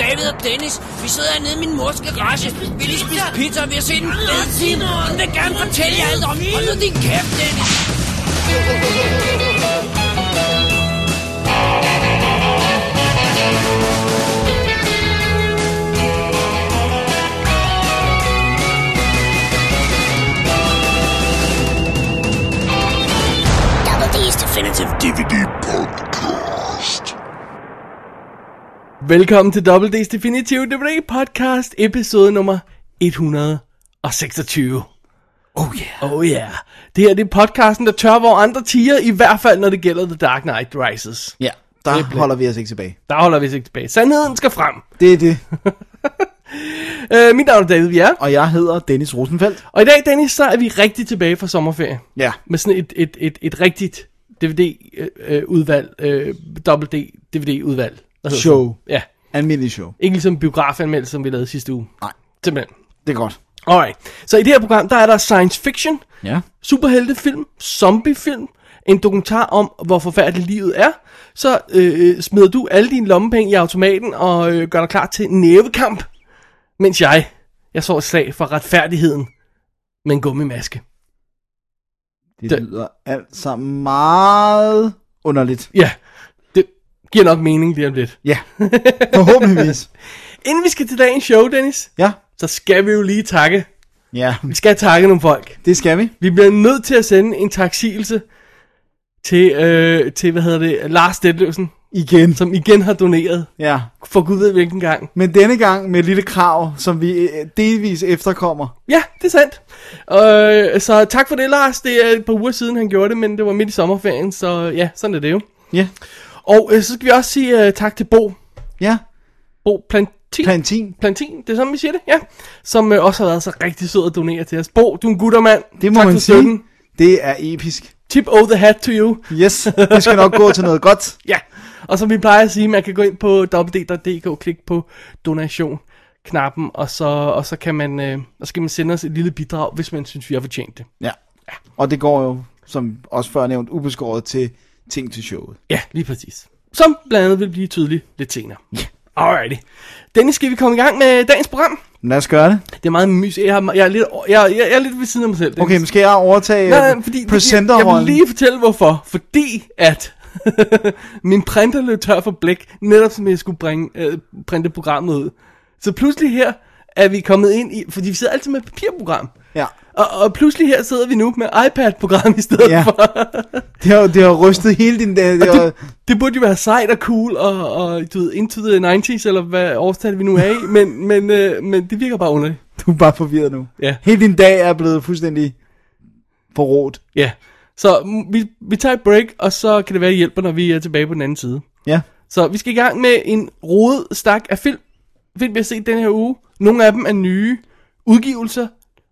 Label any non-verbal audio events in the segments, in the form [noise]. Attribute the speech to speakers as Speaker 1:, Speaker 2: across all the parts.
Speaker 1: Dennis, vi sidder hernede i min mors garage. Vi lige spise pizza, og vi har set en fed film. Hun vil gerne fortælle jer alt om. Hold nu din kæft, Dennis.
Speaker 2: Double D's Definitive DVD
Speaker 3: Velkommen til Double D's Definitive DVD Podcast, episode nummer 126. Oh yeah. Oh yeah. Det her det er podcasten, der tør, hvor andre tiger, i hvert fald når det gælder The Dark Knight Rises.
Speaker 4: Ja, der holder vi os ikke tilbage.
Speaker 3: Der holder vi sig ikke tilbage. Sandheden skal frem.
Speaker 4: Det er det.
Speaker 3: Øh, mit navn er David Bjerre,
Speaker 4: Og jeg hedder Dennis Rosenfeldt.
Speaker 3: og i dag, Dennis, så er vi rigtig tilbage fra sommerferie.
Speaker 4: Ja.
Speaker 3: Med sådan et, et, et, et rigtigt DVD-udvalg, øh, Double D-DVD-udvalg.
Speaker 4: Show.
Speaker 3: Ja.
Speaker 4: Almindelig show.
Speaker 3: Ikke ligesom biografanmeldelse, som vi lavede sidste uge.
Speaker 4: Nej.
Speaker 3: Simpelthen.
Speaker 4: Det er godt.
Speaker 3: Alright. Så i det her program, der er der science fiction,
Speaker 4: Ja.
Speaker 3: superheltefilm, zombiefilm, en dokumentar om, hvor forfærdeligt livet er. Så øh, smider du alle dine lommepenge i automaten og øh, gør dig klar til nævekamp. Mens jeg, jeg så et slag for retfærdigheden med en gummimaske. Det-
Speaker 4: Det, det lyder alt sammen meget underligt.
Speaker 3: Ja, det giver nok mening lige om lidt.
Speaker 4: Ja. [laughs] Forhåbentligvis.
Speaker 3: Inden vi skal til dagens show, Dennis,
Speaker 4: Ja.
Speaker 3: så skal vi jo lige takke.
Speaker 4: Ja,
Speaker 3: Vi skal takke nogle folk.
Speaker 4: det skal vi.
Speaker 3: Vi bliver nødt til at sende en taksigelse til, øh, til hvad hedder det, Lars Detlevsen,
Speaker 4: Igen.
Speaker 3: som igen har doneret
Speaker 4: Ja.
Speaker 3: for gud ved hvilken gang.
Speaker 4: Men denne gang med et lille krav, som vi øh, delvis efterkommer.
Speaker 3: Ja, det er sandt. Øh, så tak for det, Lars. Det er et par uger siden, han gjorde det, men det var midt i sommerferien, så ja, sådan er det jo.
Speaker 4: Ja.
Speaker 3: Og øh, så skal vi også sige øh, tak til Bo.
Speaker 4: Ja.
Speaker 3: Bo Plantin.
Speaker 4: Plantin.
Speaker 3: Plantin, det er sådan, vi siger det, ja. Som øh, også har været så rigtig sød at donere til os. Bo, du er en guttermand.
Speaker 4: Det må
Speaker 3: tak
Speaker 4: man
Speaker 3: for
Speaker 4: sige.
Speaker 3: støtten.
Speaker 4: Det er episk.
Speaker 3: Tip of the hat to you.
Speaker 4: Yes, det skal nok gå til noget godt.
Speaker 3: Ja, og som vi plejer at sige, man kan gå ind på www.dk, klik på donation knappen, og så, og så kan man, øh, og så kan man sende os et lille bidrag, hvis man synes, vi har fortjent det.
Speaker 4: Ja. Og det går jo, som også før nævnt, ubeskåret til ting til showet.
Speaker 3: Ja, lige præcis. Som blandt andet vil blive tydeligt lidt senere. Ja. Alrighty. Dennis, skal vi komme i gang med dagens program?
Speaker 4: Men lad os gøre det.
Speaker 3: Det er meget mys. Jeg, har, jeg, er, lidt, jeg, jeg, jeg er lidt ved siden af mig selv. Dennis.
Speaker 4: Okay, men skal jeg overtage
Speaker 3: Nej, nej, fordi, jeg, jeg vil
Speaker 4: presenterrollen?
Speaker 3: lige fortælle hvorfor. Fordi at [laughs] min printer løb tør for blæk, netop som jeg skulle bringe, øh, printe programmet ud. Så pludselig her er vi kommet ind i, fordi vi sidder altid med et papirprogram.
Speaker 4: Ja.
Speaker 3: Og, og pludselig her sidder vi nu med iPad-program i stedet
Speaker 4: Ja.
Speaker 3: ja. for.
Speaker 4: Det har, det har rystet hele din... Det, det har,
Speaker 3: Det burde jo være sejt og cool og, og du ved, into the 90s, eller hvad årstal vi nu er i, men, men, øh, men det virker bare underligt.
Speaker 4: du er bare forvirret nu.
Speaker 3: Ja.
Speaker 4: Hele din dag er blevet fuldstændig forrådt.
Speaker 3: Ja. Så mm, vi, vi tager et break, og så kan det være, at I hjælper, når vi er tilbage på den anden side.
Speaker 4: Ja.
Speaker 3: Så vi skal i gang med en rodet stak af film. Film, vi har set den her uge. Nogle af dem er nye udgivelser,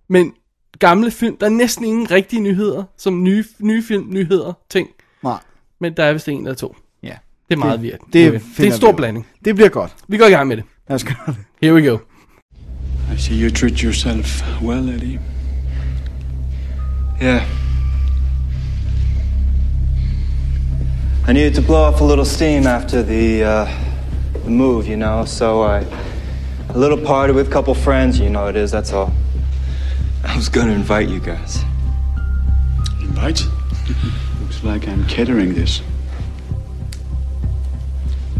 Speaker 3: men gamle film. Der er næsten ingen rigtige nyheder, som nye, nye film, nyheder, ting.
Speaker 4: Nej.
Speaker 3: Men der er vist en eller to.
Speaker 4: Ja.
Speaker 3: Det er meget virkende.
Speaker 4: det
Speaker 3: det er en
Speaker 4: finder
Speaker 3: stor
Speaker 4: vi ud.
Speaker 3: blanding.
Speaker 4: Det bliver godt.
Speaker 3: Vi går i gang med det.
Speaker 4: Lad os gøre det. [laughs]
Speaker 3: Here we go.
Speaker 5: I see you treat yourself well, Eddie. Yeah.
Speaker 6: I needed to blow off a little steam after the, uh, the move, you know, so I. A little party with a couple friends, you know it is, that's all. I was gonna invite you guys.
Speaker 5: Invite? [laughs] Looks like I'm catering this.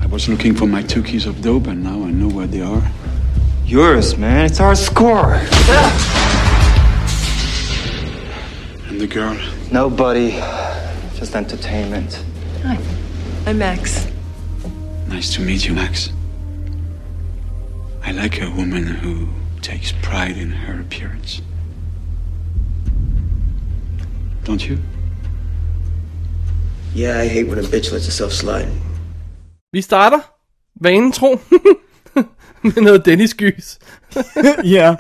Speaker 5: I was looking for my two keys of dope, and now I know where they are.
Speaker 6: Yours, man, it's our score!
Speaker 5: And the girl.
Speaker 6: Nobody, just entertainment.
Speaker 7: I'm Max.
Speaker 5: Nice to meet you, Max. I like a woman who takes pride in her appearance. Don't you?
Speaker 8: Yeah, I hate when a bitch lets herself slide.
Speaker 3: Vi starter, vanen tro, [laughs] med noget Dennis Gys.
Speaker 4: Ja.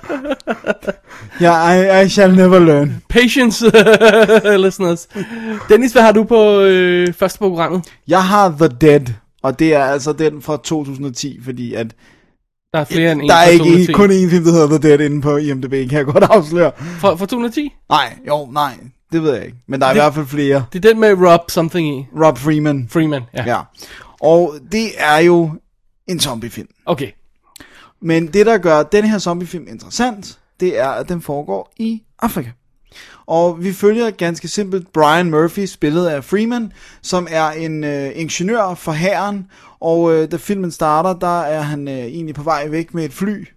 Speaker 4: Ja, I, I shall never learn.
Speaker 3: Patience, [laughs] eller sådan noget. Dennis, hvad har du på øh, første programmet?
Speaker 4: Jeg har The Dead, og det er altså den fra 2010, fordi at
Speaker 3: Der er flere end en
Speaker 4: der er
Speaker 3: fra
Speaker 4: ikke en-
Speaker 3: 210.
Speaker 4: kun én film, der hedder The Dead inde på IMDb, kan jeg godt afsløre.
Speaker 3: Fra, fra 210?
Speaker 4: Nej, jo, nej, det ved jeg ikke. Men der er
Speaker 3: Det-
Speaker 4: i hvert fald flere.
Speaker 3: Det er den med Rob something i.
Speaker 4: Rob Freeman.
Speaker 3: Freeman, ja.
Speaker 4: Ja. Og det er jo en zombiefilm.
Speaker 3: Okay.
Speaker 4: Men det, der gør den her zombiefilm interessant, det er, at den foregår i Afrika. Og vi følger ganske simpelt Brian Murphy, spillet af Freeman, som er en øh, ingeniør for hæren, og øh, da filmen starter, der er han øh, egentlig på vej væk med et fly,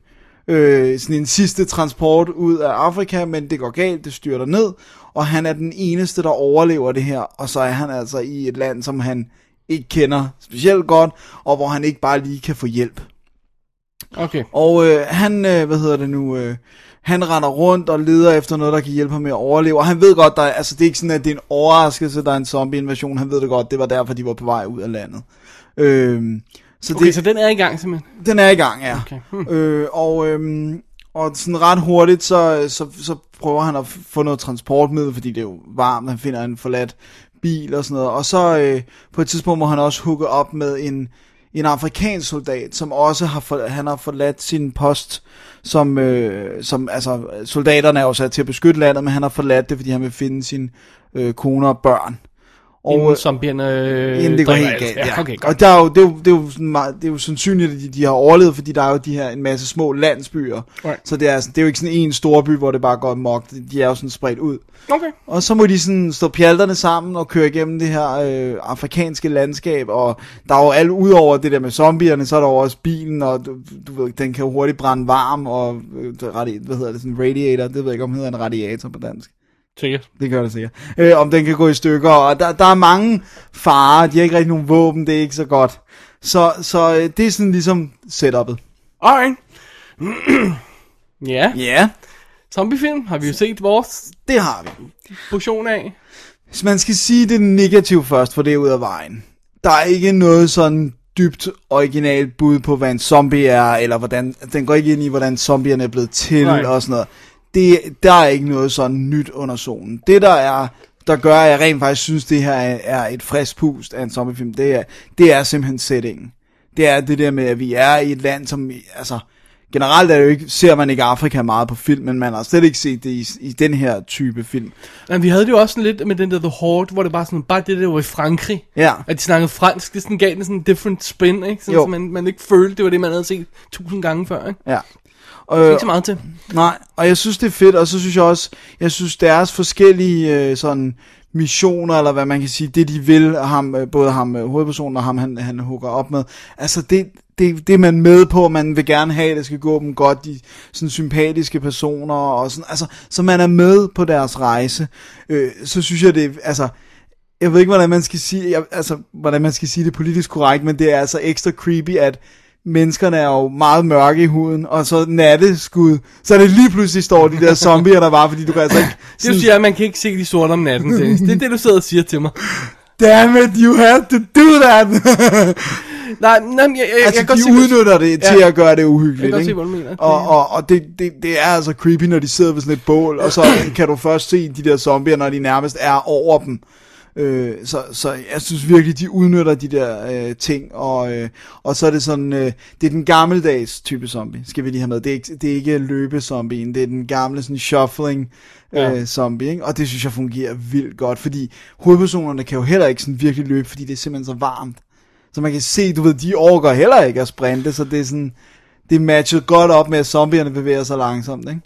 Speaker 4: øh, sådan en sidste transport ud af Afrika, men det går galt, det styrter ned, og han er den eneste, der overlever det her, og så er han altså i et land, som han ikke kender specielt godt, og hvor han ikke bare lige kan få hjælp.
Speaker 3: Okay.
Speaker 4: Og øh, han, øh, hvad hedder det nu, øh, han render rundt og leder efter noget, der kan hjælpe ham med at overleve. Og han ved godt, der, er- altså det er ikke sådan, at det er en overraskelse, der er en zombie-invasion. Han ved det godt, det var derfor, de var på vej ud af landet. Øh, så,
Speaker 3: Okay,
Speaker 4: det,
Speaker 3: så den er i gang simpelthen.
Speaker 4: den er i gang, ja.
Speaker 3: Okay.
Speaker 4: Okay.
Speaker 3: Hmm.
Speaker 4: Hmm. Øh, og, øhm, og sådan ret hurtigt, så, så, så prøver han at f- få noget transportmiddel, fordi det er jo varmt, han finder en forladt bil og sådan noget. Og så øh, på et tidspunkt må han også hooke op med en, en afrikansk soldat, som også har, for, han har forladt sin post, som, øh, som altså, soldaterne er jo sat til at beskytte landet, men han har forladt det, fordi han vil finde sin øh, kone og børn. Og, øh,
Speaker 3: Inden zombierne øh,
Speaker 4: Inden det går
Speaker 3: drikker
Speaker 4: helt
Speaker 3: alt.
Speaker 4: galt, ja.
Speaker 3: Okay, godt.
Speaker 4: og der er jo, det, er jo, det, er jo sådan meget, det er jo sandsynligt, at de, de har overlevet, fordi der er jo de her en masse små landsbyer.
Speaker 3: Right.
Speaker 4: Så det er, sådan- det er jo ikke sådan en stor by, hvor det bare går mok. De er jo sådan spredt ud.
Speaker 3: Okay.
Speaker 4: Og så må de sådan stå pjalterne sammen og køre igennem det her øh, afrikanske landskab, og der er jo alt ud over det der med zombierne, så er der jo også bilen, og du, du ved, den kan jo hurtigt brænde varm, og øh, det er radi- hvad hedder det, sådan en radiator, det ved jeg ikke, om det hedder en radiator på dansk.
Speaker 3: Sikkert.
Speaker 4: Det gør det sikkert. Øh, om den kan gå i stykker, og der, der er mange farer, de har ikke rigtig nogen våben, det er ikke så godt. Så, så øh, det er sådan ligesom setup'et.
Speaker 3: Alright. [clears throat] ja,
Speaker 4: Ja, yeah.
Speaker 3: zombiefilm har vi jo set vores
Speaker 4: det har vi.
Speaker 3: portion af.
Speaker 4: Hvis man skal sige det negative først, for det er ud af vejen. Der er ikke noget sådan dybt originalt bud på, hvad en zombie er, eller hvordan, den går ikke ind i, hvordan zombierne er blevet til,
Speaker 3: Nej.
Speaker 4: Nej. og sådan noget. Det, der er ikke noget sådan nyt under solen. Det der er, der gør, at jeg rent faktisk synes, det her er, er et frisk pust af en zombiefilm, det er, det er simpelthen settingen. Det er det der med, at vi er i et land, som, altså, generelt er det jo ikke, ser man ikke Afrika meget på film, men man har slet ikke set det i, i den her type film.
Speaker 3: Men vi havde det jo også sådan lidt med den der The Horde, hvor det bare sådan, bare det der var i Frankrig.
Speaker 4: Ja.
Speaker 3: At de snakkede fransk, det sådan gav den sådan en different spin, ikke? Sådan,
Speaker 4: Jo.
Speaker 3: så man, man ikke følte, det var det, man havde set tusind gange før, ikke?
Speaker 4: Ja.
Speaker 3: Øh,
Speaker 4: Øh,
Speaker 3: ikke så meget til.
Speaker 4: Nej, og jeg synes, det er fedt, og så synes jeg også, jeg synes deres forskellige øh, sådan missioner, eller hvad man kan sige, det de vil, ham, øh, både ham øh, hovedpersonen og ham, han, han hugger op med, altså det, det, det er man med på, man vil gerne have, at det skal gå dem godt, de sådan sympatiske personer, og sådan, altså, så man er med på deres rejse, øh, så synes jeg, det er- altså, jeg ved ikke, hvordan man skal sige, jeg, altså, hvordan man skal sige det politisk korrekt, men det er altså ekstra creepy, at menneskerne er jo meget mørke i huden, og så natteskud, så er det lige pludselig
Speaker 3: [laughs]
Speaker 4: står de der zombier der var, fordi du kan altså ikke...
Speaker 3: Det vil sige, at man kan ikke se de sorte om natten, Dennis. Det er det, du sidder og siger til mig.
Speaker 4: Damn it, you had to do that!
Speaker 3: Nej, nej, men jeg, jeg, jeg,
Speaker 4: altså,
Speaker 3: kan godt
Speaker 4: de
Speaker 3: se, hvad-
Speaker 4: udnytter det til
Speaker 3: Ja.
Speaker 4: at gøre det
Speaker 3: Jeg kan
Speaker 4: uhyggeligt,
Speaker 3: godt se,
Speaker 4: ikke?
Speaker 3: hvad du mener. Det-
Speaker 4: Og, og, og det, det, det er altså creepy, når de sidder ved sådan et
Speaker 3: [coughs]
Speaker 4: bål, og så kan du først se de der zombier, når de nærmest er over dem. Øh, så, så jeg synes virkelig, de udnytter de der øh, ting, og, øh, og så er det sådan, øh, det er den gammeldags type zombie, skal vi lige have med. Det er ikke, det er ikke løbezombien, det er den gamle sådan shuffling øh,
Speaker 3: Ja.
Speaker 4: zombie, ikke? og det synes jeg fungerer vildt godt, fordi hovedpersonerne kan jo heller ikke sådan virkelig løbe, fordi det er simpelthen så varmt. Så man kan se, du ved, de overgår heller ikke at sprinte, så det er sådan, det matchede godt op med, at zombierne bevæger sig langsomt, ikke?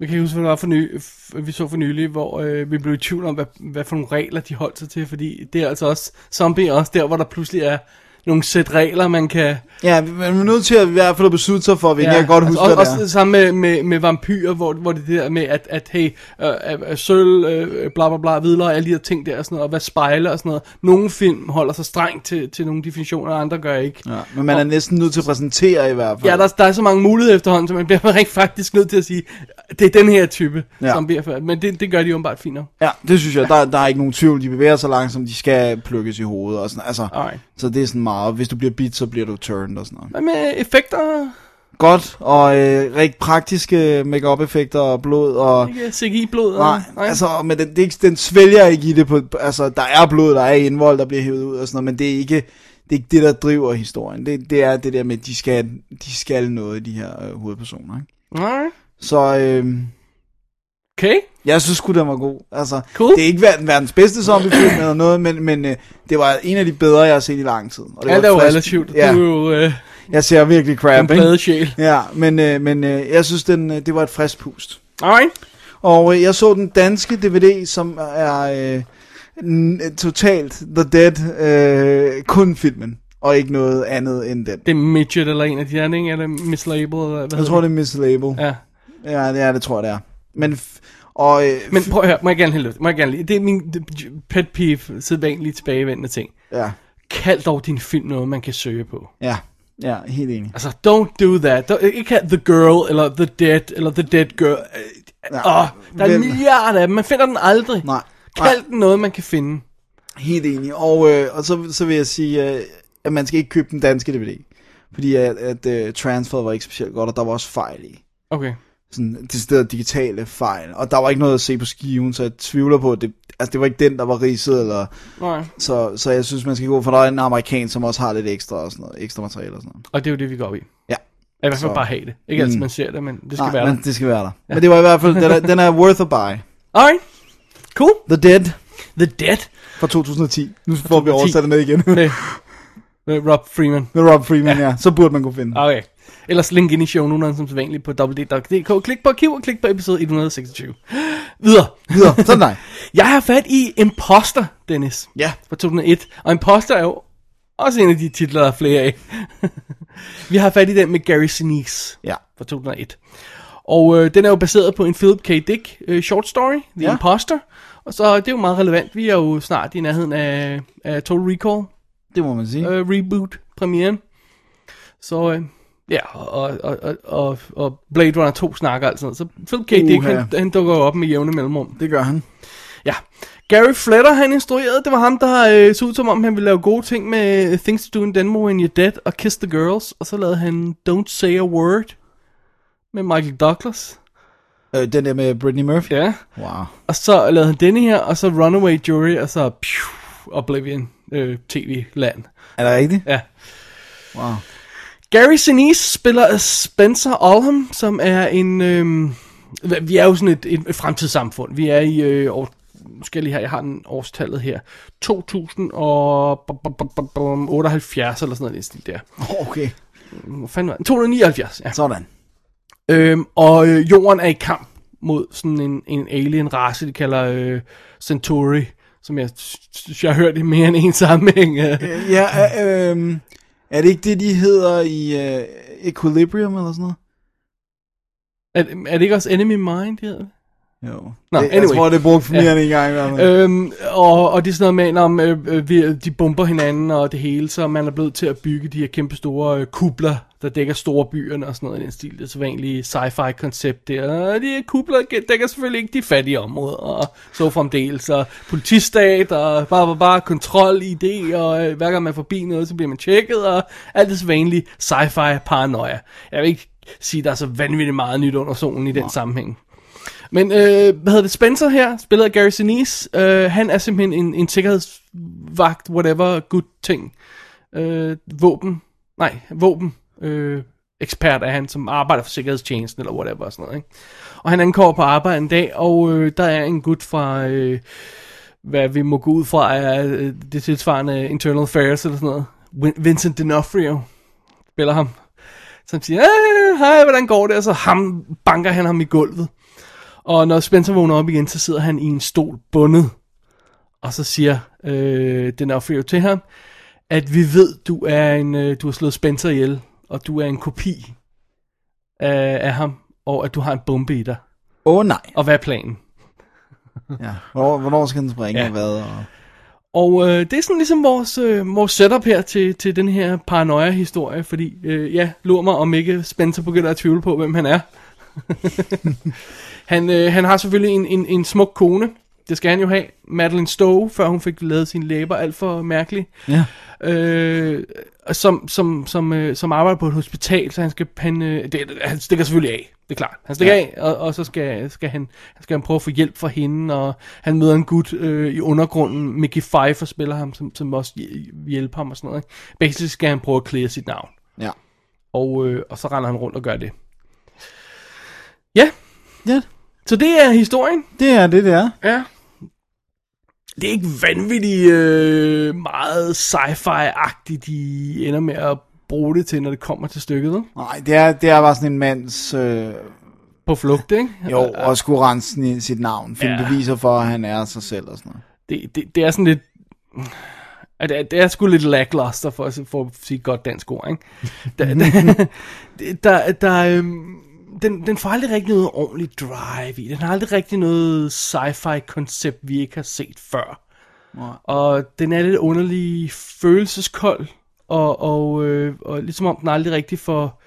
Speaker 3: Jeg kan huske, hvad det var for ny, f- vi så for nylig, hvor øh, vi blev i tvivl om, hvad, hvad for nogle regler de holdt sig til, fordi det er altså også, zombie er også der, hvor der pludselig er nogle sæt regler, man kan...
Speaker 4: Ja, men vi er nødt til at i hvert fald at beslutte sig for at vinde. Ja, jeg kan godt huske,
Speaker 3: altså,
Speaker 4: altså,
Speaker 3: også,
Speaker 4: hvad det
Speaker 3: også sammen med, med, med vampyrer, hvor, hvor det der med, at, at hey, øh, øh, sølv, øh, bla bla bla, hvidløg, alle de her ting der, og, sådan noget, og hvad spejler og sådan noget. Nogle film holder sig strengt til, til nogle definitioner, og andre gør ikke.
Speaker 4: er. Ja, men man er næsten nødt til at præsentere i hvert fald.
Speaker 3: Ja, der, der er så mange muligheder efterhånden, så man bliver [laughs] rent faktisk nødt til at sige, det er den her type, ja.
Speaker 4: Ja.
Speaker 3: som bliver før. Men det, det gør de jo bare fint nok.
Speaker 4: ja det synes jeg. Der, der er ikke nogen tvivl. De bevæger sig langsomt. De skal plukkes i hovedet og sådan. Altså,
Speaker 3: Alright.
Speaker 4: så det er sådan meget. Hvis du bliver bit, så bliver du turned og sådan noget.
Speaker 3: Hvad med effekter?
Speaker 4: Godt, og øh, rigtig praktiske make effekter og blod og...
Speaker 3: Ikke CGI-blod?
Speaker 4: Nej,
Speaker 3: nej. Altså,
Speaker 4: altså, men den, det er ikke, den svælger ikke i det. På, altså, der er blod, der er indvold, der bliver hævet ud og sådan noget, men det er ikke det, er ikke det der driver historien. Det, det er det der med, at de skal, de skal noget, de her øh, hovedpersoner. Ikke?
Speaker 3: nej.
Speaker 4: Så øh,
Speaker 3: Okay,
Speaker 4: jeg synes sgu, den var god. Altså,
Speaker 3: Cool.
Speaker 4: Det er ikke verden, verdens bedste zombiefilm eller noget, men, men øh, det var en af de bedre, jeg har set i lang tid. Og det
Speaker 3: alt er
Speaker 4: var
Speaker 3: jo
Speaker 4: frisk.
Speaker 3: relativt.
Speaker 4: Ja.
Speaker 3: Du er jo, øh,
Speaker 4: Jeg ser virkelig
Speaker 3: En
Speaker 4: crap,
Speaker 3: plade
Speaker 4: ikke?
Speaker 3: sjæl.
Speaker 4: Ja, men, øh, men øh, jeg synes, den, øh, det var et frisk pust.
Speaker 3: Alright.
Speaker 4: Og øh, jeg så den danske DVD, som er øh, n- totalt The Dead, øh, kun filmen, og ikke noget andet end den.
Speaker 3: Det er Midget eller en af de andre, ikke? Eller Mislabel, eller hvad
Speaker 4: Jeg tror, det er mislabel.
Speaker 3: Ja.
Speaker 4: Ja, det, ja, det tror jeg, det er. Men, f- og, øh,
Speaker 3: Men prøv at høre, må jeg gerne have løft? Må jeg gerne lige? Det er min det- pet peeve, sædvanligt tilbagevendende ting.
Speaker 4: ja,
Speaker 3: Kald dog din film noget, man kan søge på.
Speaker 4: ja, ja, helt enig.
Speaker 3: Altså, don't do that. Don't, ikke have The Girl, eller The Dead, eller The Dead Girl.
Speaker 4: Ja,
Speaker 3: Åh, oh, der er en
Speaker 4: hvem-
Speaker 3: milliard af dem. Man finder den aldrig.
Speaker 4: Nej, nej,
Speaker 3: Kald den noget, man kan finde.
Speaker 4: helt enig. Og, øh, og så, så vil jeg sige, øh, at man skal ikke købe den danske DVD. Fordi at, at øh, transferet var ikke specielt godt, og der var også fejl i.
Speaker 3: Okay.
Speaker 4: Sådan det sted digitale fejl. Og der var ikke noget at se på skiven, så jeg tvivler på, at det, altså, det var ikke den, der var ridset. Eller,
Speaker 3: Nej.
Speaker 4: så, så jeg synes, man skal gå for, der er en amerikan, som også har lidt ekstra, og sådan noget, ekstra materiale og sådan noget.
Speaker 3: Og det er jo det, vi går op i.
Speaker 4: Ja.
Speaker 3: I hvert fald
Speaker 4: Så-
Speaker 3: bare have det. Ikke mm. altid, man ser det, men det skal
Speaker 4: Nej,
Speaker 3: være
Speaker 4: men
Speaker 3: der.
Speaker 4: det skal være der. Men det var i hvert fald, den er, den er worth a buy.
Speaker 3: Alright. Cool.
Speaker 4: The Dead
Speaker 3: The Dead
Speaker 4: fra 2010. Nu får vi oversat det ned igen. [laughs]
Speaker 3: med, med Rob Freeman.
Speaker 4: Med Rob Freeman, ja. ja. Så burde man kunne finde. den.
Speaker 3: Okay. Ellers link ind i show nu, som sædvanligt på www.dk. Klik på arkiv og klik på episode 126. Videre.
Speaker 4: Videre. Sådan
Speaker 3: [laughs]
Speaker 4: nej.
Speaker 3: Jeg har fat i Imposter, Dennis.
Speaker 4: Ja.
Speaker 3: Fra 2001. Og Imposter er jo også en af de titler, der er flere af. Vi har fat i den med Gary Sinise.
Speaker 4: Ja.
Speaker 3: fra 2001. Og øh, den er jo baseret på en Philip K. Dick øh, short story, The
Speaker 4: Ja.
Speaker 3: ja. Imposter. Og så det er jo meget relevant. Vi er jo snart i nærheden af, af Total Recall
Speaker 4: Det må man sige. Øh.
Speaker 3: øh, reboot premieren. Så øh, ja, og, og, og, og, og Blade Runner 2 snakker altså. Så Philip K. Dick,
Speaker 4: Uha.
Speaker 3: han, han dukker jo op med jævne mellemrum.
Speaker 4: Det gør han.
Speaker 3: Ja. Gary Fletter, han instruerede, det var ham, der øh, så ud som om, han ville lave gode ting med øh, Things to Do in Denver When You're Dead og Kiss the Girls, og så lavede han Don't Say a Word med Michael Douglas.
Speaker 4: Øh, den der med Britney Murphy.
Speaker 3: Ja.
Speaker 4: Wow.
Speaker 3: Og så lavede han denne her, og så Runaway Jury, og så phew, Oblivion øh, TV-land.
Speaker 4: Er det rigtigt?
Speaker 3: Ja.
Speaker 4: Wow.
Speaker 3: Gary Sinise spiller Spencer Olham, som er en... Øh, vi er jo sådan et, et fremtidssamfund. Vi er i... Øh, år, nu skal jeg lige her, jeg har den årstallet her. 2078 eller sådan noget, i den stil der.
Speaker 4: Okay.
Speaker 3: Hvor fanden var den? 279, ja.
Speaker 4: Sådan.
Speaker 3: Øhm, og øh, jorden er i kamp mod sådan en, en alien-race, de kalder øh, Centauri, som jeg synes, jeg har hørt i mere end en sammenhæng. Øh.
Speaker 4: Øh, Ja, øh, øh, er det ikke det, de hedder i øh, Equilibrium eller sådan noget?
Speaker 3: Er, er det ikke også Enemy Mind, de hedder det?
Speaker 4: Jo.
Speaker 3: Nå,
Speaker 4: det, Jeg
Speaker 3: anyway.
Speaker 4: tror, det er brugt for mere
Speaker 3: Ja.
Speaker 4: end en gang i hvert fald.
Speaker 3: Øhm, og, og det er sådan noget med, om øh, øh, vi- de bomber hinanden og det hele, så man er blevet til at bygge de her kæmpe store øh, kubler, der dækker store byerne og sådan noget i den stil. Det er så egentlig sci-fi koncept der. Og de her kubler gæ- dækker selvfølgelig ikke de fattige områder og så fremdeles. Og politistat og bare, bare, bare kontrol, idé og øh, hver gang man er forbi noget, så bliver man tjekket og alt det så vanlige sci-fi paranoia. Jeg vil ikke sige, at der er så vanvittigt meget nyt under solen i den sammenhæng. Men øh, hvad hedder det, Spencer her, spillet af Gary Sinise, øh, han er simpelthen en, en sikkerhedsvagt, whatever, good ting. Øh, våben, nej, våben øh, ekspert er han, som arbejder for sikkerhedstjenesten eller whatever og sådan noget. Ikke? Og han ankommer på arbejde en dag, og øh, der er en gut fra, øh, hvad vi må gå ud fra, er øh, det tilsvarende Internal Affairs eller sådan noget. Win- Vincent D'Onofrio spiller ham. Som siger, "Øh, hej, hvordan går det? Og så ham, banker han ham i gulvet. Og når Spencer vågner op igen, så sidder han i en stol bundet. Og så siger øh, den affyrer til ham, at vi ved, du er en, øh, du har slået Spencer ihjel, og du er en kopi af, af ham, og at du har en bombe i dig.
Speaker 4: Åh oh, nej.
Speaker 3: Og hvad er planen?
Speaker 4: Ja. Hvornår, hvornår skal den springe
Speaker 3: Ja.
Speaker 4: og hvad? Og...
Speaker 3: Og øh, det er sådan ligesom vores, øh, vores setup her til, til den her paranoia-historie, fordi øh, ja, lur mig om ikke Spencer begynder at tvivle på, hvem han er. [laughs] han, øh, han har selvfølgelig en, en, en smuk kone, det skal han jo have, Madeline Stowe, før hun fik lavet sine læber alt for mærkeligt,
Speaker 4: Ja.
Speaker 3: øh, som, som, som, øh, som arbejder på et hospital, så han skal han, øh, det, han stikker selvfølgelig af, det er klart. Han stikker ja. af, og, og så skal, skal, han, skal han prøve at få hjælp fra hende, og han møder en gut øh, i undergrunden, Mickey Pfeiffer spiller ham, som, som også hjæl- hjælper ham og sådan noget. Ikke? Basically skal han prøve at klæde sit navn,
Speaker 4: Ja.
Speaker 3: og, øh, og så render han rundt og gør det. Ja,
Speaker 4: Ja.
Speaker 3: så det er historien.
Speaker 4: Det er det, det er.
Speaker 3: Ja. Det er ikke vanvittigt øh, meget sci-fi-agtigt, de ender med at bruge det til, når det kommer til stykket, vel?
Speaker 4: Nej, det er, det er bare sådan en mands... Øh,
Speaker 3: På flugt, ikke?
Speaker 4: jo, og skulle rense sin- sit navn. Finde
Speaker 3: Ja.
Speaker 4: beviser for, at han er sig selv og sådan noget.
Speaker 3: Det, det, det er sådan lidt... Ja, Det er, det er sgu lidt lackluster, for, at- for at sige et godt dansk ord, ikke? Der, der, der, [laughs] der, øhm, den, den får aldrig rigtig noget ordentligt drive i. Den har aldrig rigtig noget sci-fi-koncept, vi ikke har set før. Og den er lidt underlig følelseskold, og, og, øh, og ligesom om den aldrig rigtig får...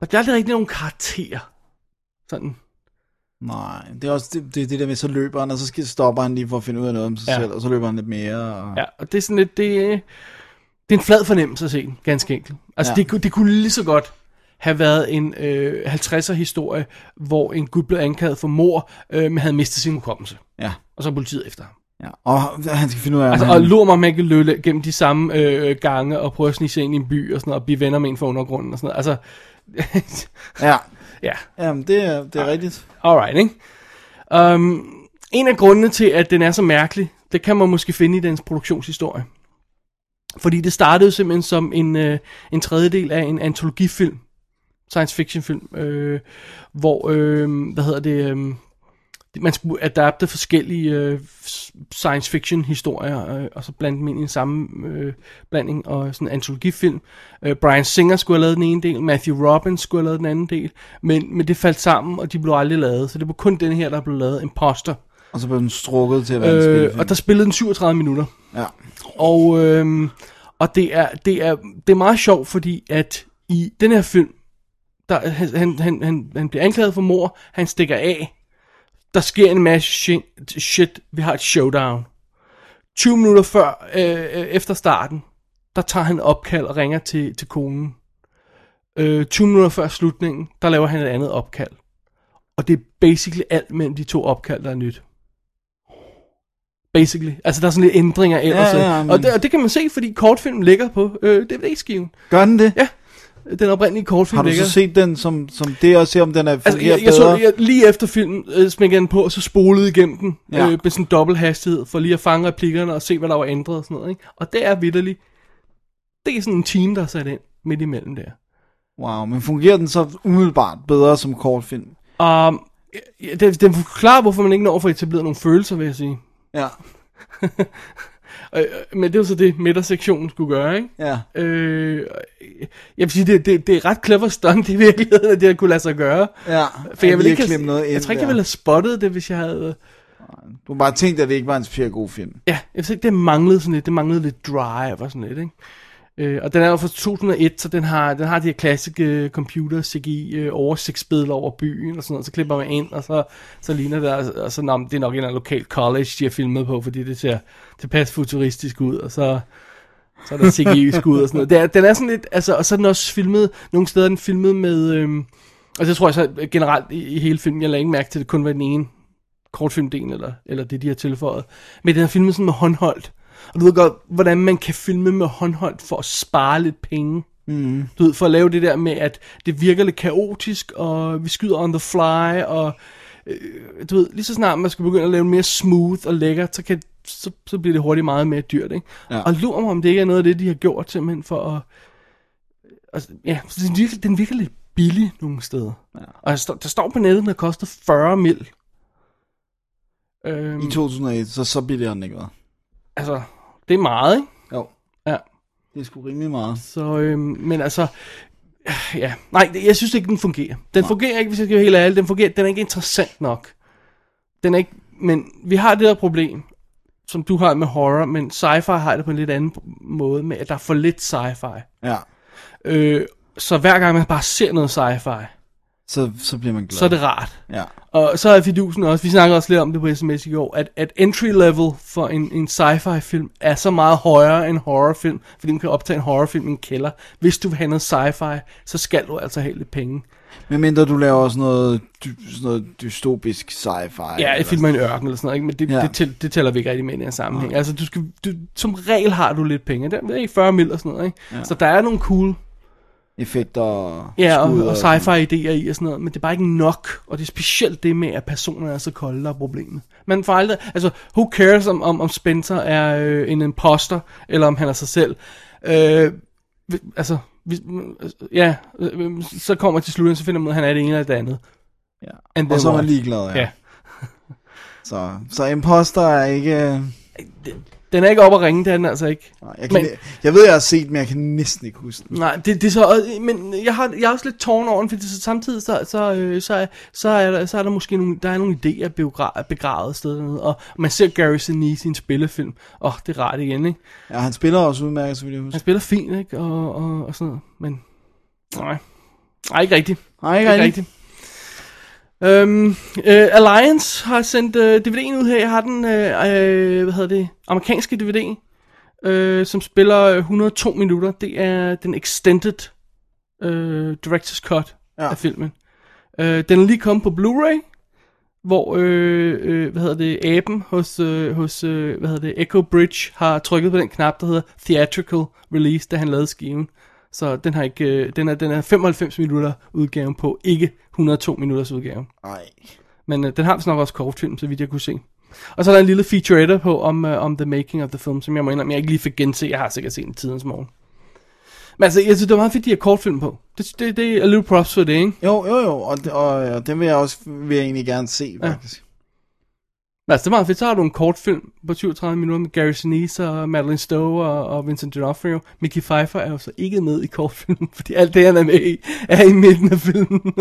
Speaker 3: Der bliver aldrig rigtig nogen karakterer. Sådan.
Speaker 4: Nej, det er også det, det, er det der med, så løber han, og så skal- stopper han lige for at finde ud af noget om sig
Speaker 3: Ja.
Speaker 4: ja. selv, og så løber han lidt mere. Og...
Speaker 3: Ja, og det er sådan lidt, det, øh, det er en flad fornemmelse at se den, ganske enkelt. Altså, ja.
Speaker 4: Ja.
Speaker 3: det, kunne- det kunne lige så godt have været en øh, 50'er historie, hvor en gut blev anklaget for mor, øh, men havde mistet sin hukommelse.
Speaker 4: Ja.
Speaker 3: Og så er politiet efter ham.
Speaker 4: ja. Og han skal finde ud af, om
Speaker 3: Altså,
Speaker 4: han...
Speaker 3: og lur mig, om man kan løbe gennem de samme øh, gange og prøve at snige sig ind i en by og sådan noget, og blive venner med en fra undergrunden og sådan noget. Altså, [laughs]
Speaker 4: Ja,
Speaker 3: ja.
Speaker 4: Jamen, det er, det er rigtigt.
Speaker 3: Alright, ikke? Um, en af grundene til, at den er så mærkelig, det kan man måske finde i dens produktionshistorie. Fordi det startede simpelthen som en, øh, en tredjedel af en antologifilm, science fiction film, øh, hvor, øh, hvad hedder det, øh, man skulle adapte forskellige øh, s- science fiction historier, øh, og så blande dem ind i en samme øh, blanding, og sådan en antologifilm. Øh, Brian Singer skulle have lavet den ene del, Matthew Robbins skulle have lavet den anden del, men, men det faldt sammen, og de blev aldrig lavet, så det var kun den her, der blev lavet, Imposter.
Speaker 4: Og så blev den strukket til at være en
Speaker 3: Øh,
Speaker 4: spillefilm.
Speaker 3: og der spillede den 37 minutter.
Speaker 4: Ja.
Speaker 3: Og, øhm, og det, er, det, er, det er meget sjovt, fordi at i den her film, der, han, han- han, han, han bliver anklaget for mor, han stikker af, der sker en masse shit, shit vi har et showdown. 20 minutter før, øh, øh, efter starten, der tager han opkald og ringer til, til konen. Øh, 20 minutter før slutningen, der laver han et andet opkald. Og det er basically alt mellem de to opkald, der er nyt. Basically. Altså, der er sådan lidt ændringer ellers.
Speaker 4: ja, men-
Speaker 3: Og, det, og det kan man se, fordi kortfilm ligger på øh, DVD-skiven.
Speaker 4: Gør den det?
Speaker 3: Ja. Den oprindelige kortfilm
Speaker 4: Har du
Speaker 3: ligger.
Speaker 4: så set den som, som det, og se om den er fungerer
Speaker 3: Altså, jeg, jeg
Speaker 4: bedre?
Speaker 3: så jeg, lige efter filmen øh, smækkede jeg den på, og så spolede igennem den ja.
Speaker 4: Ja.
Speaker 3: øh, med sådan en dobbelt hastighed, for lige at fange replikkerne og se, hvad der var ændret og sådan noget. Ikke? Og det er vidderligt. Det er sådan en time, der er sat ind midt imellem der.
Speaker 4: Wow, men fungerer den så umiddelbart bedre som kortfilm?
Speaker 3: Og Um, ja, det, det forklarer, hvorfor man ikke når for at etablere nogle følelser, vil jeg sige.
Speaker 4: Ja,
Speaker 3: Øh, øh, men det er jo så det, midtersektionen skulle gøre, ikke?
Speaker 4: ja.
Speaker 3: Øh, jeg vil sige, det, det, det er ret clever stunt i virkeligheden, at det har kunne lade sig gøre.
Speaker 4: ja.
Speaker 3: For jeg, vil
Speaker 4: lige
Speaker 3: ikke
Speaker 4: at klemme noget
Speaker 3: jeg
Speaker 4: ind
Speaker 3: tror ikke,
Speaker 4: der.
Speaker 3: jeg ville have spottet det, hvis jeg havde...
Speaker 4: Du har bare tænkt, at det ikke var en specielt god film.
Speaker 3: Ja, jeg synes ikke, det manglede sådan lidt, det manglede lidt drive og sådan lidt, ikke? Øh, og den er jo fra 2001, så den har, den har de her klassiske øh, computer CGI øh, oversigtsbilleder over byen og sådan noget, så klipper man ind, og så, så ligner det, altså, og, og så, nå, men det er nok en eller anden lokal college, de har filmet på, fordi det ser tilpas futuristisk ud, og så, så er der CGI-skud og sådan noget. Det er, den er sådan lidt, altså, og så er den også filmet, nogle steder er den filmet med, øhm, og det tror jeg så generelt i, i hele filmen, jeg lagde ikke mærke til, at det kun var den ene kortfilmdelen, eller, eller det, de har tilføjet. Men den er filmet sådan med håndholdt. Og du ved godt, hvordan man kan filme med håndholdt for at spare lidt penge. Mm. Du ved, for at lave det der med, at det virker lidt kaotisk, og vi skyder on the fly, og øh, du ved, lige så snart man skal begynde at lave det mere smooth og lækkert, så, kan, så, så bliver det hurtigt meget mere dyrt, ikke? Ja.
Speaker 4: Ja.
Speaker 3: Og lur mig, om det ikke er noget af det, de har gjort simpelthen for at... Altså, ja, så den virker, den virker lidt billig nogle steder. Ja. Og der står, der står på nettet, den har kostet 40 mil. Øhm,
Speaker 4: I 2001, så så billig har den ikke været.
Speaker 3: altså, det er meget, ikke?
Speaker 4: Jo,
Speaker 3: Ja.
Speaker 4: det er sgu rimelig meget.
Speaker 3: Så, øhm, men altså, ja. Nej, det- jeg synes ikke, den fungerer. Den Nej. fungerer ikke, hvis jeg skal være helt ærlig. Den fungerer, den er ikke interessant nok. Den er ikke, men vi har det der problem, som du har med horror, men sci-fi har det på en lidt anden måde, med at der er for lidt sci-fi.
Speaker 4: Ja,
Speaker 3: Øh, så hver gang man bare ser noget sci-fi,
Speaker 4: så, så bliver man glad.
Speaker 3: så er det rart.
Speaker 4: Ja,
Speaker 3: Og så er fidusen også, vi snakkede også lidt om det på sms i går, at, at entry level for en, en sci-fi film er så meget højere end horrorfilm, fordi man kan optage en horrorfilm i en kælder. Hvis du vil have noget sci-fi, så skal du altså have lidt penge.
Speaker 4: men mindre du laver også noget, dy- sådan noget dystopisk sci-fi.
Speaker 3: Ja,
Speaker 4: eller
Speaker 3: jeg filmer i en ørken eller sådan noget, ikke? men det, ja.
Speaker 4: Ja.
Speaker 3: det, tæl, det tæller vi ikke rigtig med i den her sammenhæng. Altså, du skal, du, som regel har du lidt penge, det er ikke 40 mil og sådan noget, ikke? Ja. Så der er nogle cool
Speaker 4: Effekter og
Speaker 3: Ja, og,
Speaker 4: skud
Speaker 3: og sci-fi idéer i og sådan noget, men det er bare ikke nok, og det er specielt det med, at personer er så kolde, der er problemet. Man får aldrig, altså, who cares om, om, om Spencer er øh, en imposter, eller om han er sig selv. Øh, vi- altså, hvis, ja, øh, så kommer til slutningen, så finder man ud af, at han er det ene eller det andet.
Speaker 4: Ja.
Speaker 3: And then
Speaker 4: Og så er man
Speaker 3: what?
Speaker 4: ligeglad, ja.
Speaker 3: Ja.
Speaker 4: [laughs] Så, så imposter er ikke... øh,
Speaker 3: Den er ikke op at ringe, det er den altså ikke.
Speaker 4: Nej, Jeg, kan,
Speaker 3: Men-
Speaker 4: men, jeg ved, jeg har set den, men jeg kan næsten ikke huske den.
Speaker 3: Nej, det, det er så, og- men jeg, har, jeg er også lidt tårn over den, fordi så samtidig så, så, øh, så, er- så, er, der, så er der måske nogle, der er nogle idéer begra- begravet sted dernede, og man ser Gary Sinise i en spillefilm, og oh, det er rart igen, ikke?
Speaker 4: Ja, han spiller også udmærket, så vil jeg huske.
Speaker 3: Han spiller fint, ikke? Og, og, og sådan noget, men nej, nej ikke rigtigt.
Speaker 4: Nej,
Speaker 3: Ikke
Speaker 4: ikke rigtigt.
Speaker 3: rigtigt. Øhm, øh, Alliance har sendt øh, DVD'en ud her. Jeg har den, øh, øh, hvad hedder det, amerikanske DVD, øh, som spiller øh, 102 minutter. Det er den extended øh, director's cut
Speaker 4: Ja.
Speaker 3: ja. af filmen. Øh, den er lige kommet på Blu-ray, hvor, øh, øh, hvad hedder det, aben hos, øh, hos øh, hvad hedder det, Echo Bridge har trykket på den knap, der hedder Theatrical Release, da han lavede skiven. Så den, har ikke, øh, den, er, den er 95 minutter udgaven på, ikke 102 minutters udgave.
Speaker 4: Nej.
Speaker 3: Men øh, den har vist nok også kortfilm, så vidt jeg kunne se. Og så er der en lille featurette på om, øh, om the making of the film, som jeg må indrømme, jeg ikke lige fik gense. Jeg har sikkert set den tidens morgen. Men altså, jeg synes, det var meget fedt, de har kortfilm på. Det, det, det er lidt props for det, ikke?
Speaker 4: Jo, jo, jo, og, det- og, og den vil jeg også vil jeg egentlig gerne se, faktisk.
Speaker 3: Men altså, det er meget fedt. Så har du en kortfilm på 37 minutter med Gary Sinise og Madeline Stowe og, og Vincent D'Onofrio. Mickey Pfeiffer er jo så ikke med i kortfilmen, [laughs] fordi alt det, han er med i, er i midten af filmen. [laughs]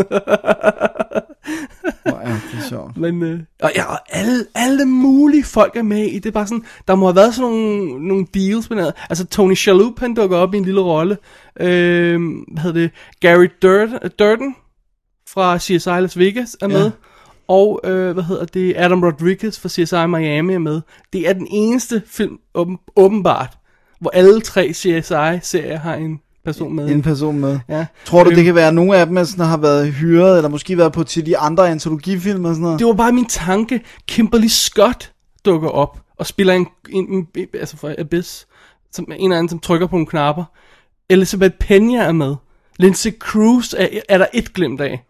Speaker 4: Ja, ja det er sjovt.
Speaker 3: Men, øh, og, ja, og alle, alle mulige folk er med i det. er bare sådan, der må have været sådan nogle, nogle deals med noget. Altså, Tony Shalhoub, han dukker op i en lille rolle. Øh, hvad hedder det? Gary Durden, Durden fra CSI Las Vegas er med.
Speaker 4: Ja.
Speaker 3: Ja. Og, øh, hvad hedder det? Adam Rodriguez fra CSI Miami er med. Det er den eneste film, åben, åbenbart, hvor alle tre CSI-serier har en person med.
Speaker 4: En person med.
Speaker 3: ja.
Speaker 4: Tror du, det kan være, at nogle af dem er sådan, har været hyret, eller måske været på til de andre antologifilm og sådan noget?
Speaker 3: Det var bare min tanke. Kimberly Scott dukker op og spiller en, en, en altså fra Abyss, som er en eller anden, som trykker på nogle knapper. Elizabeth Pena er med. Lindsay Cruz er, er der et glemt af.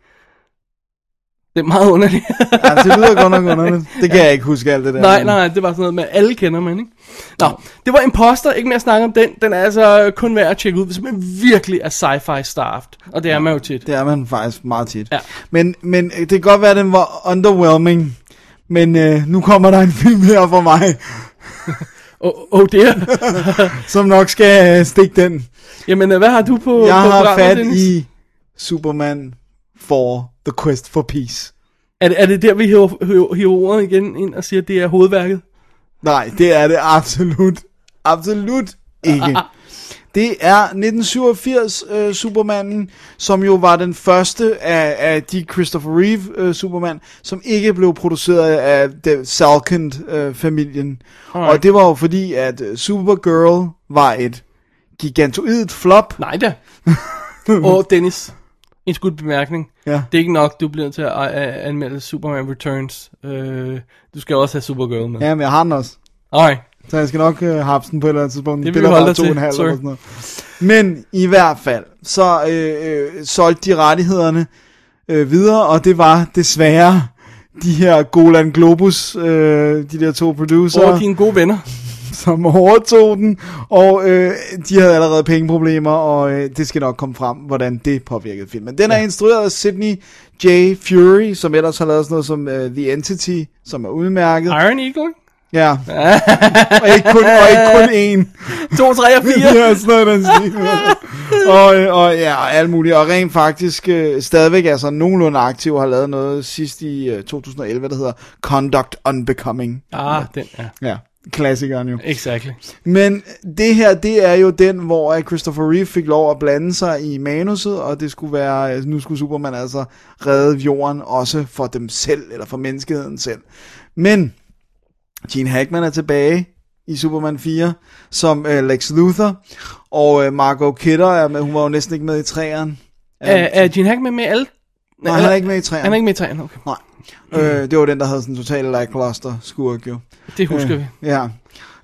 Speaker 3: Det er meget underligt. [laughs]
Speaker 4: Ja, Altså, det lyder godt nok underligt. Det kan jeg ikke huske alt det der.
Speaker 3: nej,
Speaker 4: men-
Speaker 3: nej, det var sådan noget med, alle kender man, ikke? Nå, det var Imposter, ikke mere at snakke om den. Den er altså kun værd at tjekke ud, hvis man virkelig er sci-fi starved. Og det er man jo tit.
Speaker 4: Det er man faktisk meget tit.
Speaker 3: Ja.
Speaker 4: Men, men øh, det kan godt være, at den var underwhelming. Men øh, nu kommer der en film her for mig,
Speaker 3: Åh, oh, oh dear.
Speaker 4: som nok skal øh, stikke den.
Speaker 3: [laughs] Jamen, øh, hvad har du på
Speaker 4: Jeg
Speaker 3: på
Speaker 4: har
Speaker 3: programmet,
Speaker 4: fat
Speaker 3: Dennis?
Speaker 4: i Superman for The Quest for Peace.
Speaker 3: Er det, er det der, vi hiver, hiver, hiver ordet igen ind og siger, at det er hovedværket?
Speaker 4: Nej, det er det absolut. Absolut
Speaker 3: [laughs]
Speaker 4: ikke. Det er 1987 øh, Supermanen, som jo var den første af, af de Christopher Reeve øh, Superman, som ikke blev produceret af de- Salkind-familien. Øh,
Speaker 3: Alright.
Speaker 4: og det var jo fordi, at øh, Supergirl var et gigantoidt flop.
Speaker 3: Nej
Speaker 4: [laughs]
Speaker 3: da. og Dennis, en skudt bemærkning.
Speaker 4: Ja.
Speaker 3: Det er ikke nok, du bliver nødt til at øh, anmelde Superman Returns. Øh, du skal også have Supergirl med.
Speaker 4: Ja, men jeg har den også.
Speaker 3: Alright.
Speaker 4: Så jeg skal nok øh, hapse den på et eller andet tidspunkt.
Speaker 3: Det vil
Speaker 4: Den
Speaker 3: vi
Speaker 4: er
Speaker 3: holde
Speaker 4: bare
Speaker 3: dig
Speaker 4: to
Speaker 3: til,
Speaker 4: og en halv
Speaker 3: sorry.
Speaker 4: eller sådan noget. Men i hvert fald, så øh, øh, solgte de rettighederne øh, videre, og det var desværre de her Golan Globus, øh, de der to
Speaker 3: Så... Og
Speaker 4: producer,
Speaker 3: dine gode venner.
Speaker 4: som overtog den, og øh, de havde allerede pengeproblemer, og øh, det skal nok komme frem, hvordan det påvirkede filmen. Den er instrueret af Sidney J. Fury, som ellers har lavet sådan noget som øh, The Entity, som er udmærket.
Speaker 3: Iron Eagle.
Speaker 4: [laughs] Ja. og ikke kun, og ikke kun én.
Speaker 3: 2, 3 og 4.
Speaker 4: [laughs] ja, sådan noget, den stil. og, øh, og ja, og alt muligt. Og rent faktisk øh, stadigvæk er sådan nogenlunde aktiv og har lavet noget sidst i øh, 2011, der hedder Conduct Unbecoming.
Speaker 3: Ah, den er.
Speaker 4: Ja, klassikeren jo.
Speaker 3: Exactly.
Speaker 4: Men det her, det er jo den, hvor øh, Christopher Reeve fik lov at blande sig i manuset, og det skulle være, øh, nu skulle Superman altså redde jorden også for dem selv, eller for menneskeheden selv. Men Gene Hackman er tilbage i Superman 4 som øh, Lex Luthor, og øh, Margot Kidder er med, hun var jo næsten ikke med i træeren.
Speaker 3: Er, er Gene Hackman med i alle?
Speaker 4: Nej, han er ikke med i træeren.
Speaker 3: Øh, Han er ikke med i træerne, okay.
Speaker 4: Nej. Øh, det var den, der havde sådan en total lackluster skurk jo.
Speaker 3: Det husker vi.
Speaker 4: Ja.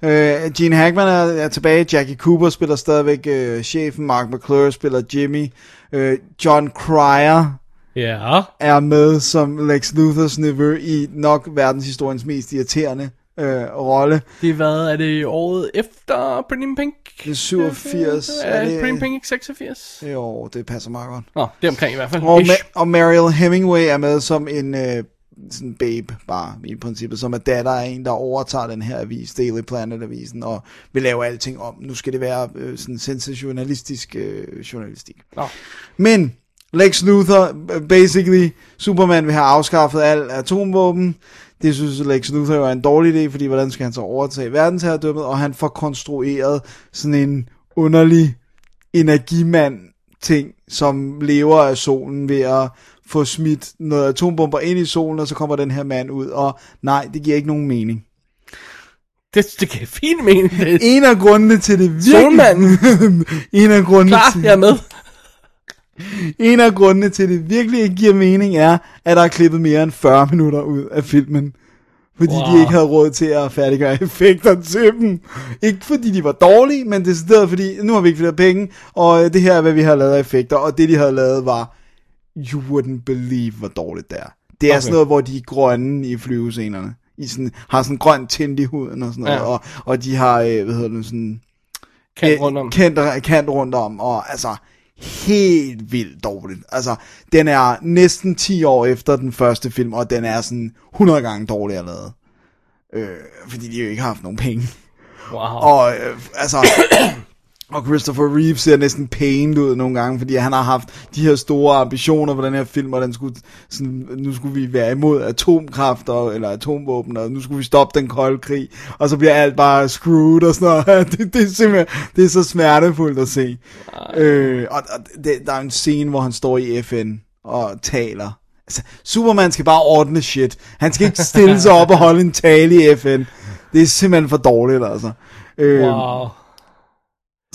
Speaker 4: Øh, Gene Hackman er, er tilbage, Jackie Cooper spiller stadigvæk øh, chefen, Mark McClure spiller Jimmy, øh, John Cryer
Speaker 3: Ja.
Speaker 4: er med som Lex Luthers nevø i nok verdenshistoriens mest irriterende øh, rolle.
Speaker 3: Det er hvad, er det året efter Pretty in Pink?
Speaker 4: Det er 87.
Speaker 3: Er det Pretty in
Speaker 4: det,
Speaker 3: Pink ikke 86?
Speaker 4: jo, det passer meget godt.
Speaker 3: Nå, det er omkring i hvert fald.
Speaker 4: Og,
Speaker 3: Ish.
Speaker 4: Ma- og Mariel Hemingway er med som en øh, sådan babe, bare i princippet, som er datter af en, der overtager den her avis, Daily Planet-avisen, og vil lave alting om. Nu skal det være øh, sådan sensationalistisk øh, journalistik.
Speaker 3: Nå.
Speaker 4: Men Lex Luthor, øh, basically, Superman vil have afskaffet al atomvåben. Det synes Lex Luthor jo er en dårlig idé, fordi hvordan skal han så overtage verdensherredømmet? Og han får konstrueret sådan en underlig energimand ting, som lever af solen ved at få smidt noget atombomber ind i solen, og så kommer den her mand ud, og nej, det giver ikke nogen mening.
Speaker 3: Det, det kan fint mene det.
Speaker 4: En af grundene til det virkelig...
Speaker 3: Solmanden.
Speaker 4: [laughs] en af grundene
Speaker 3: [laughs] Klar,
Speaker 4: til...
Speaker 3: jeg er med.
Speaker 4: En af grundene til, at det virkelig ikke giver mening, er, at der er klippet mere end 40 minutter ud af filmen. Fordi wow.
Speaker 3: Wow.
Speaker 4: de ikke havde råd til at færdiggøre [laughs] effekter til dem. Ikke fordi de var dårlige, men decideret fordi, nu har vi ikke flere penge, og øh, det her er, hvad vi har lavet af effekter, og det, de havde lavet, var, you wouldn't believe, hvor dårligt det er. Det er okay. sådan noget, hvor de er grønne i flyvescenerne. I sådan, har sådan grøn tint i huden og sådan noget,
Speaker 3: Ja.
Speaker 4: ja. og, og de har, øh, hvad hedder det, sådan
Speaker 3: Kan
Speaker 4: øh,
Speaker 3: rundt om.
Speaker 4: Kendt, kendt rundt om, og altså helt vildt dårligt. Altså, den er næsten 10 år efter den første film, og den er sådan 100 gange dårligere lavet. Øh, fordi de jo ikke har haft nogen penge.
Speaker 3: Wow.
Speaker 4: Og øh, altså... Og Christopher Reeve ser næsten pained ud nogle gange, fordi han har haft de her store ambitioner på den her film, og den skulle, sådan, nu skulle vi være imod atomkraft og, eller atomvåben, og nu skulle vi stoppe den kolde krig, og så bliver alt bare screwed og sådan noget. [laughs] Det, det er simpelthen det er så smertefuldt at se. Øh, og og det, der er en scene, hvor han står i FN og taler. Altså, Superman skal bare ordne shit. Han skal ikke stille sig op og holde en tale i FN. Det er simpelthen for dårligt, altså. Øh,
Speaker 3: Wow.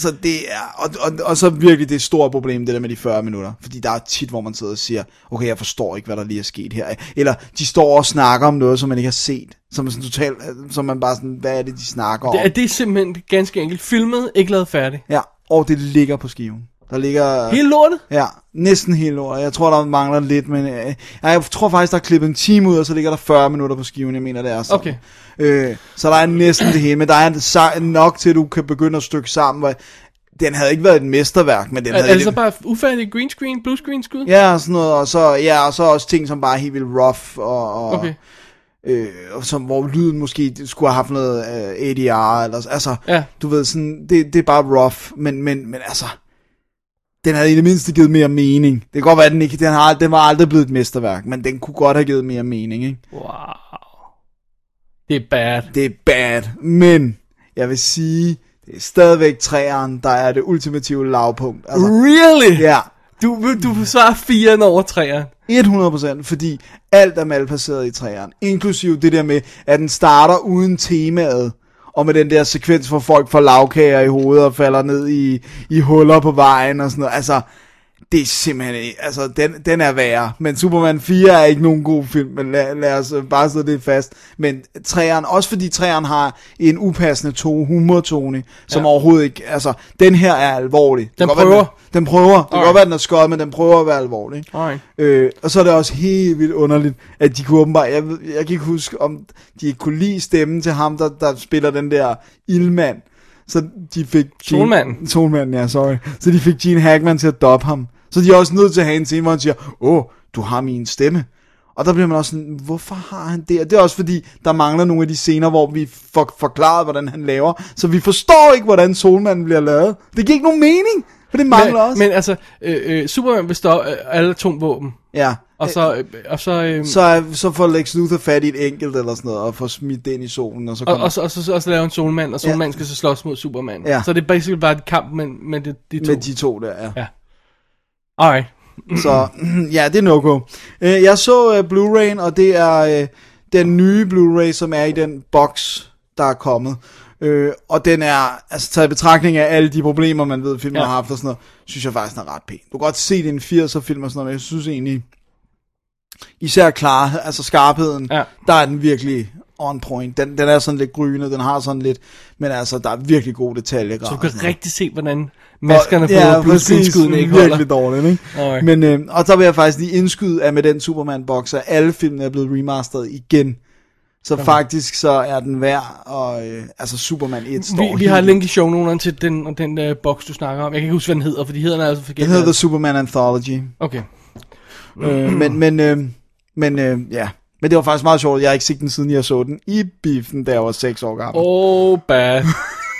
Speaker 4: så det er, og, og, og så virkelig det store problem, det der med de 40 minutter. Fordi der er tit, hvor man sidder og siger, okay, jeg forstår ikke, hvad der lige er sket her. Eller de står og snakker om noget, som man ikke har set. Som er sådan totalt, som man bare sådan, hvad er det, de snakker om?
Speaker 3: Det, er det er simpelthen ganske enkelt filmet, ikke lavet færdig.
Speaker 4: Ja, og det ligger på skiven. Der ligger...
Speaker 3: Hele lortet?
Speaker 4: Ja, næsten helt over. Jeg tror, der mangler lidt, men øh, ja, jeg tror faktisk, der er klippet en time ud, og så ligger der 40 minutter på skiven. Jeg mener, det er sådan.
Speaker 3: Okay.
Speaker 4: Øh, så der er næsten det hele, men der er sa- nok til, at du kan begynde at stykke sammen. Hvor, den havde ikke været et mesterværk, men den
Speaker 3: Er,
Speaker 4: havde...
Speaker 3: er det
Speaker 4: lidt-
Speaker 3: så bare ufærdig green screen, blue screen skud?
Speaker 4: Ja, og sådan noget, og så, ja, og så også ting, som bare er helt vildt rough, og, og,
Speaker 3: Okay.
Speaker 4: okay. øh, og som, hvor lyden måske skulle have haft noget øh, ADR, eller, altså,
Speaker 3: Ja.
Speaker 4: du ved, sådan, det, det er bare rough, men, men, men altså, den havde i det mindste givet mere mening. Det kan godt være, at den ikke, den, har, den var aldrig blevet et mesterværk, men den kunne godt have givet mere mening, ikke?
Speaker 3: Wow. Det er bad.
Speaker 4: Det er bad, men jeg vil sige, det er stadigvæk træeren, der er det ultimative lavpunkt. Altså,
Speaker 3: Really?
Speaker 4: ja,
Speaker 3: Du, du forsvarer 4 over 3'eren.
Speaker 4: 100%, fordi alt er malplaceret i træerne. Inklusiv det der med, at den starter uden temaet, og med den der sekvens, hvor folk får lavkager i hovedet og falder ned i, i huller på vejen og sådan noget. Altså, det er simpelthen ikke- altså, den, den er værre. Men Superman 4 er ikke nogen god film, men lad, lad os øh, bare slå det fast. Men træeren, også fordi træeren har en upassende tone, humortone, som ja. overhovedet ikke, altså, den her er alvorlig. Det
Speaker 3: Den
Speaker 4: kan godt være,
Speaker 3: prøver.
Speaker 4: Den, den prøver. Det kan
Speaker 3: Alright.
Speaker 4: godt være, den er skøjet, men den prøver at være alvorlig. ikke?
Speaker 3: Alright.
Speaker 4: Øh, og så er det også helt vildt underligt, at de kunne åbenbart, jeg, ved- jeg kan ikke huske, om de ikke kunne lide stemmen til ham, der, der spiller den der ildmand. Så de fik... Gene-
Speaker 3: Solmanden.
Speaker 4: Solmanden, ja, sorry. Så de fik Gene Hackman til at doppe ham. Så de er også nødt til at have en scene, hvor han siger, åh, du har min stemme. Og der bliver man også sådan, hvorfor har han det? Og det er også fordi, der mangler nogle af de scener, hvor vi får forklaret, hvordan han laver. Så vi forstår ikke, hvordan Solmanden bliver lavet. Det giver ikke nogen mening, for det mangler
Speaker 3: Men,
Speaker 4: også.
Speaker 3: men altså, øh, øh, Superman består af alle atomvåben.
Speaker 4: ja.
Speaker 3: Og så, øh, og så, øh,
Speaker 4: så, er- så får Lex Luthor fat i et enkelt eller sådan noget, og får smidt det ind i solen, og så
Speaker 3: og,
Speaker 4: kommer...
Speaker 3: og, så, og, så, så, og så laver en solmand, og
Speaker 4: Ja.
Speaker 3: solmanden skal så slås mod Superman.
Speaker 4: Ja.
Speaker 3: Så det er basically bare et kamp med, med de, de to.
Speaker 4: med de to der, ja.
Speaker 3: Ja. Alright.
Speaker 4: Så [clears throat] ja, det er no-go. Øh, Jeg så øh, Blu-ray'en, og det er øh, den nye Blu-ray, som er i den boks, der er kommet. Øh, og den er, altså taget i betragtning af alle de problemer, man ved, filmen
Speaker 3: Ja.
Speaker 4: ja. har haft og sådan noget, synes jeg faktisk, den er ret pæn. Du kan godt se, det er en 80'er film og sådan noget, men jeg synes egentlig, især klar, altså skarpheden,
Speaker 3: Ja.
Speaker 4: der er den virkelig on point. Den, den er sådan lidt grynet, den har sådan lidt, men altså, der er virkelig gode detaljer.
Speaker 3: Så du kan rigtig se, hvordan maskerne på ja,
Speaker 4: præcis.
Speaker 3: blueskudskudene ikke holder.
Speaker 4: virkelig dårligt, ikke?
Speaker 3: Alright.
Speaker 4: Men, øh, og der vil jeg faktisk lige indskyde, at med den Superman-box, at alle filmene er blevet remasteret igen. Så okay. faktisk så er den værd, og øh, altså Superman 1 står
Speaker 3: Vi, vi
Speaker 4: helt-
Speaker 3: har et link i shownoterne til den, og den øh, boks, du snakker om. Jeg kan ikke huske, hvad den hedder, for de hedder den altså forkert.
Speaker 4: Den hedder The Superman Anthology.
Speaker 3: Okay. Mm.
Speaker 4: Øh, men, men, øh, men øh, ja. Men det var faktisk meget sjovt. Jeg har ikke set den, siden jeg så den i biffen, da jeg var 6 år gammel.
Speaker 3: Oh, bad.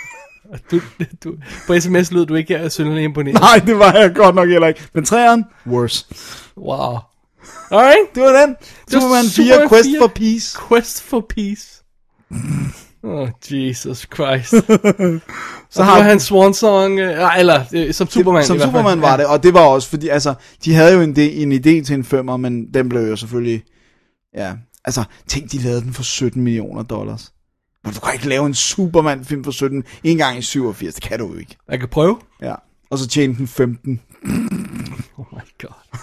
Speaker 3: [laughs] du, du, på sms lød du ikke her synderligt imponeret.
Speaker 4: Nej, det var jeg godt nok heller ikke. Men træeren, worse.
Speaker 3: Wow. Alright.
Speaker 4: Det var den. Superman 4,
Speaker 3: Superman
Speaker 4: Quest
Speaker 3: 4.
Speaker 4: for Peace.
Speaker 3: Quest for peace. [laughs] Oh, Jesus Christ.
Speaker 4: Så
Speaker 3: Så har han swan song, øh, eller øh, som Superman i
Speaker 4: Som
Speaker 3: hvert fald.
Speaker 4: Superman var det, og det var også, fordi altså, de havde jo en, de, en idé til en femmer, men den blev jo selvfølgelig, ja, altså, tænk, de lavede den for 17 millioner dollars. Men du kan ikke lave en Superman-film for 17, en gang i 87, det kan du jo ikke.
Speaker 3: Jeg kan prøve.
Speaker 4: Ja. Og så tjente den 15.
Speaker 3: Oh my
Speaker 4: [laughs]
Speaker 3: god.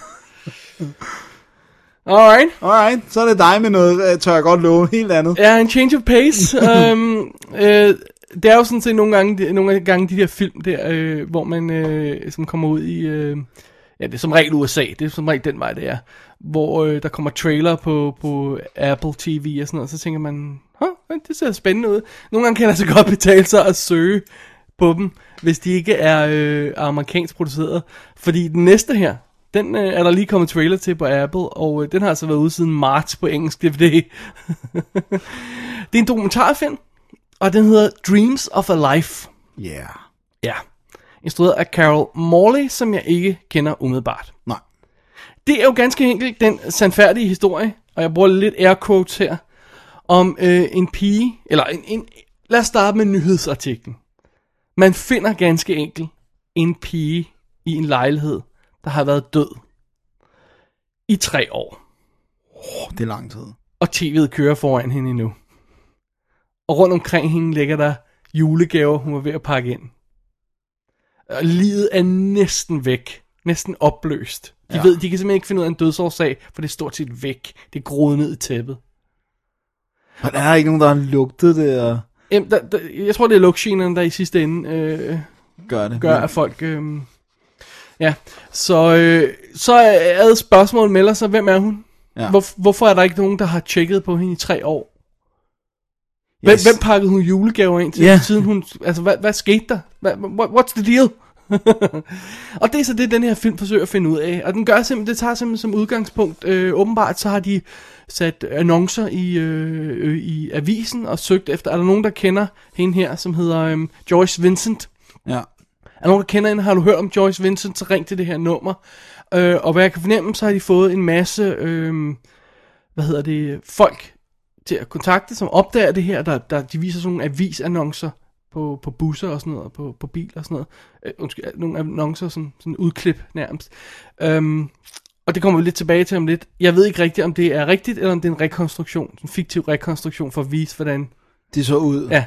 Speaker 3: Alright.
Speaker 4: Alright, så er det dig med noget, øh, tør jeg godt love, helt andet.
Speaker 3: Ja, en change of pace. um, øh, det er jo sådan set nogle gange, de, nogle gange de der film der, øh, hvor man øh, som kommer ud i... Øh, ja, det er som regel USA. Det er som regel den vej, det er. Hvor øh, der kommer trailer på, på Apple TV og sådan noget. Så tænker man, huh, det ser spændende ud. Nogle gange kan det altså godt betale sig at søge på dem, hvis de ikke er øh, amerikansk produceret. Fordi den næste her, den øh, er der lige kommet trailer til på Apple, og øh, den har altså været ude siden marts på engelsk DVD. Det er en dokumentarfilm, og den hedder Dreams of a Life.
Speaker 4: Yeah.
Speaker 3: Ja. Instrueret af Carol Morley, som jeg ikke kender umiddelbart.
Speaker 4: Nej.
Speaker 3: Det er jo ganske enkelt den sandfærdige historie, og jeg bruger lidt air quotes her, om øh, en pige, eller en, en, lad os starte med nyhedsartiklen. Man finder ganske enkelt en pige i en lejlighed, der har været død i tre år
Speaker 4: Oh, det er lang tid.
Speaker 3: og tv'et kører foran hende endnu. Og rundt omkring hende ligger der julegaver, hun var ved at pakke ind. Og livet er næsten væk. Næsten opløst. De ja. ved, de kan simpelthen ikke finde ud af en dødsårsag, for det er stort set væk. Det er groet ned i tæppet.
Speaker 4: Men er der ikke nogen, der har lugtet det og
Speaker 3: Jamen, der, der, jeg tror, det er lugtgenerne, der i sidste ende øh,
Speaker 4: gør det?
Speaker 3: gør, at folk... Øh, ja, så, øh, så er spørgsmålet melder sig, hvem er hun?
Speaker 4: Ja.
Speaker 3: Hvor, hvorfor er der ikke nogen, der har tjekket på hende i tre år? Hvem,
Speaker 4: Yes.
Speaker 3: hvem pakkede hun julegaver ind til,
Speaker 4: Ja.
Speaker 3: yeah. siden hun... Altså, hvad, hvad skete der? Hvad, what, what's the deal? [laughs] og det er så det, den her film forsøger at finde ud af. Og den gør simpelthen, det tager simpelthen som udgangspunkt, øh, åbenbart, så har de sat annoncer i, øh, øh, i avisen og søgt efter, er der nogen, der kender hende her, som hedder øh, Joyce Vincent?
Speaker 4: Ja.
Speaker 3: Er der nogen, der kender hende? Har du hørt om Joyce Vincent, så ring til det her nummer. Øh, og hvad jeg kan fornemme, så har de fået en masse, øh, hvad hedder det, folk til at kontakte, som opdager det her. Der, der, de viser sådan nogle avisannoncer på, på busser og sådan noget, og på, på biler og sådan noget. Øh, undskyld, nogle annoncer, sådan, sådan udklip nærmest. Øhm, og det kommer vi lidt tilbage til om lidt. Jeg ved ikke rigtigt, om det er rigtigt, eller om det er en rekonstruktion, en fiktiv rekonstruktion for at vise, hvordan
Speaker 4: Det så ud.
Speaker 3: Ja.